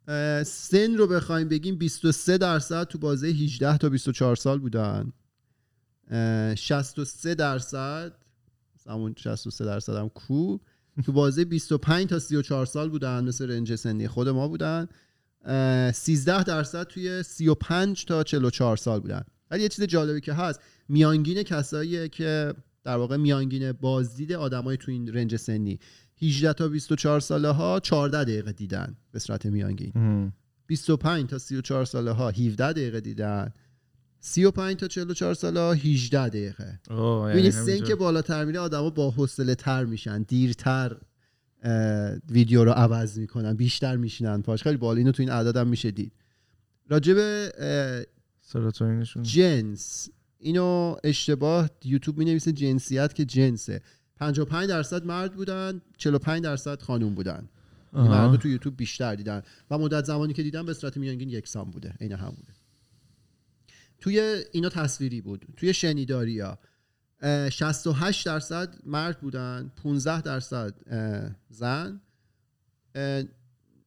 [SPEAKER 3] اه، سن رو بخوایم بگیم 23 درصد تو بازه 18 تا 24 سال بودن اه، 63 درصد مثل همون 63 درصد هم کو تو بازه 25 تا 34 سال بودن مثل رنج سنی خود ما بودن اه، 13 درصد توی 35 تا 44 سال بودن ولی یه چیز جالبی که هست میانگین کساییه که در واقع میانگین بازدید آدمای تو این رنج سنی 18 تا 24 ساله ها 14 دقیقه دیدن به صورت میانگین 25 تا 34 ساله ها 17 دقیقه دیدن 35 تا 44 ساله ها 18 دقیقه
[SPEAKER 4] آره،
[SPEAKER 3] یعنی سن که بالاتر میره آدما با حوصله تر میشن دیرتر اه، ویدیو رو عوض میکنن بیشتر میشینن پاش خیلی بالا اینو تو این عددم میشه دید راجب اه،
[SPEAKER 4] سروتونینشون
[SPEAKER 3] جنس اینو اشتباه یوتیوب می نویسه جنسیت که جنسه 55 درصد مرد بودن 45 درصد خانوم بودن این مرد رو تو یوتیوب بیشتر دیدن و مدت زمانی که دیدن به صورت میانگین یکسان بوده عین هم بوده توی اینا تصویری بود توی شنیداری ها 68 درصد مرد بودن 15 درصد اه، زن اه،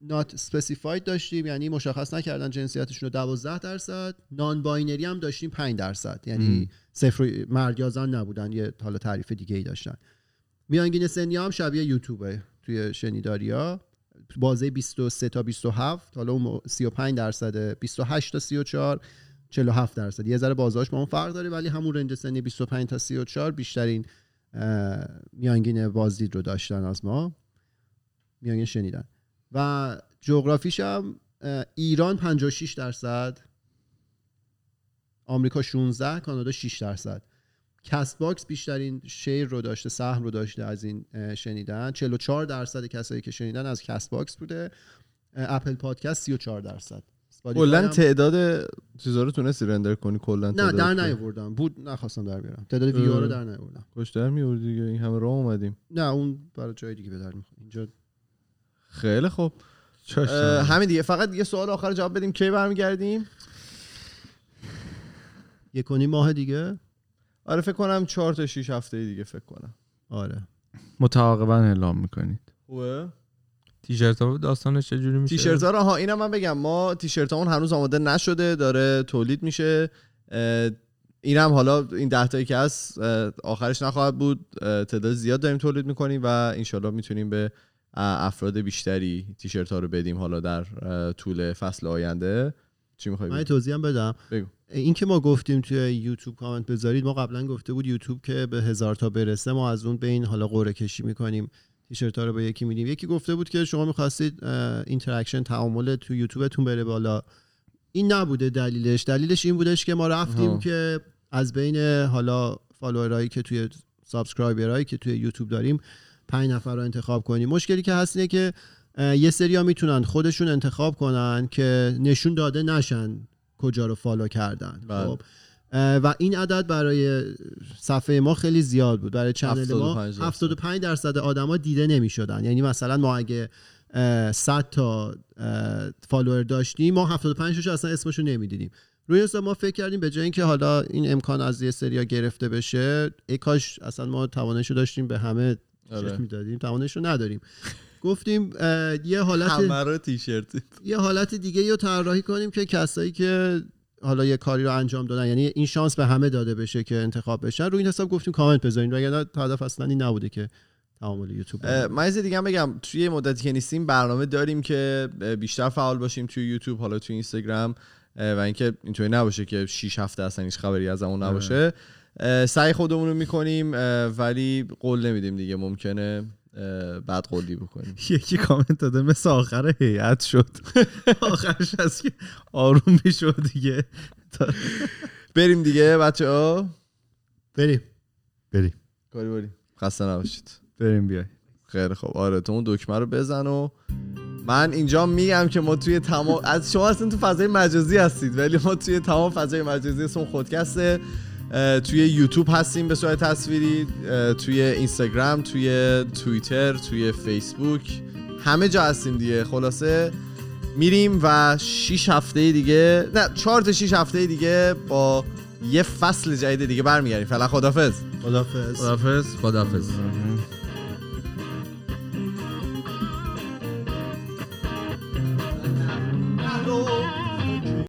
[SPEAKER 3] not specified داشتیم یعنی مشخص نکردن جنسیتشون رو 12 درصد نان باینری هم داشتیم 5 درصد یعنی صفر و- مرد یا زن نبودن یه حالا تعریف دیگه ای داشتن میانگین سنی هم شبیه یوتیوبه توی شنیداریا بازه 23 تا 27 حالا اون موقع 35 درصده 28 تا 34 47 درصد یه ذره بازهاش با اون فرق داره ولی همون رنج سنی 25 تا 34 بیشترین اه، میانگین بازدید رو داشتن از ما میانگین شنیدن و جغرافیش هم اه، ایران 56 درصد آمریکا 16 کانادا 6 درصد کست باکس بیشترین شیر رو داشته سهم رو داشته از این اه، شنیدن 44 درصد کسایی که شنیدن از کست باکس بوده اه، اپل پادکست 34 درصد اسپاتیفای
[SPEAKER 1] کلا
[SPEAKER 3] هم-
[SPEAKER 1] تعداد چیزا رو تونستی رندر کنی کلا
[SPEAKER 3] نه
[SPEAKER 1] تعداد
[SPEAKER 3] در
[SPEAKER 1] که-
[SPEAKER 3] نیاوردم بود نخواستم در بیارم تعداد ویو رو در نیاوردم
[SPEAKER 1] کشتر میورد دیگه این همه راه اومدیم
[SPEAKER 3] نه اون برای جای دیگه به در می‌خوره. اینجا
[SPEAKER 1] خیلی خوب اه، همین دیگه فقط یه سوال آخر جواب بدیم کی برمیگردیم
[SPEAKER 3] یک و نیم ماه دیگه
[SPEAKER 1] آره فکر کنم چهار تا 6 هفته دیگه فکر کنم
[SPEAKER 3] آره
[SPEAKER 4] متعاقبا اعلام میکنید
[SPEAKER 1] خوبه
[SPEAKER 2] تیشرت ها داستانش چجوری میشه
[SPEAKER 1] تیشرت ها ها اینم من بگم ما تیشرت همون هنوز آماده نشده داره تولید میشه اه، اینم حالا این ده تایی که هست اه، آخرش نخواهد بود اه، تعداد زیاد داریم تولید میکنیم و انشالله میتونیم به اه، افراد بیشتری تیشرت ها رو بدیم حالا در اه، طول فصل آینده چی
[SPEAKER 3] من یه
[SPEAKER 1] میخوای
[SPEAKER 3] توضیح هم بدم
[SPEAKER 1] بگو.
[SPEAKER 3] این که ما گفتیم توی یوتیوب کامنت بذارید ما قبلا گفته بود یوتیوب که به هزار تا برسه ما از اون به این حالا قرعه کشی میکنیم تیشرت ها رو به یکی میدیم یکی گفته بود که شما میخواستید اینتراکشن تعامل تو یوتیوبتون بره بالا این نبوده دلیلش دلیلش این بودش که ما رفتیم
[SPEAKER 4] آها.
[SPEAKER 3] که از بین حالا فالوورایی که توی سابسکرایبرایی که توی یوتیوب داریم پنج نفر رو انتخاب کنیم مشکلی که هست اینه که اه، یه سری ها میتونن خودشون انتخاب کنن که نشون داده نشن کجا رو فالو کردن
[SPEAKER 1] بله.
[SPEAKER 3] خب اه، و این عدد برای صفحه ما خیلی زیاد بود برای چنل ما
[SPEAKER 1] 75 درصد.
[SPEAKER 3] 75 درصد آدما دیده نمیشدن یعنی مثلا ما اگه اه، 100 تا اه، فالوور داشتیم ما 75 تاش اصلا اسمشو نمیدیدیم روی حساب ما فکر کردیم به جای اینکه حالا این امکان از یه سریا گرفته بشه ای کاش اصلا ما توانشو داشتیم به همه
[SPEAKER 1] آره.
[SPEAKER 3] آره. میدادیم توانشو نداریم گفتیم اه، یه حالت
[SPEAKER 1] همه رو تیشرت
[SPEAKER 3] یه حالت دیگه رو طراحی کنیم که کسایی که حالا یه کاری رو انجام دادن یعنی این شانس به همه داده بشه که انتخاب بشن روی این حساب گفتیم کامنت بذارین وگرنه هدف اصلا این نبوده که تعامل یوتیوب
[SPEAKER 1] اه،
[SPEAKER 3] باشه.
[SPEAKER 1] من یه چیز دیگه هم بگم توی یه مدتی که نیستیم برنامه داریم که اه، بیشتر فعال باشیم توی یوتیوب حالا توی اینستاگرام اه، و اینکه اینطوری نباشه که 6 هفته اصلا هیچ خبری از همون نباشه اه، سعی خودمون رو میکنیم ولی قول نمیدیم دیگه ممکنه اه، بعد قولی بکنیم
[SPEAKER 4] یکی کامنت داده مثل آخر هیئت شد آخرش از که آروم میشد دیگه
[SPEAKER 1] بریم دیگه بچه ها
[SPEAKER 3] بریم
[SPEAKER 4] بریم
[SPEAKER 1] کاری بریم خسته نباشید
[SPEAKER 4] بریم بیای
[SPEAKER 1] خیلی خب آره تو اون دکمه رو بزن و من اینجا میگم که ما توی تمام از شما اصلا تو فضای مجازی هستید ولی ما توی تمام فضای مجازی اسم خودکسته اه، توی یوتیوب هستیم به صورت تصویری اه، توی اینستاگرام توی توییتر توی فیسبوک همه جا هستیم دیگه خلاصه میریم و 6 هفته دیگه نه 4 تا 6 هفته دیگه با یه فصل جدید دیگه برمیگردیم فعلا خدافظ
[SPEAKER 3] خدافظ
[SPEAKER 2] خدافظ خدافظ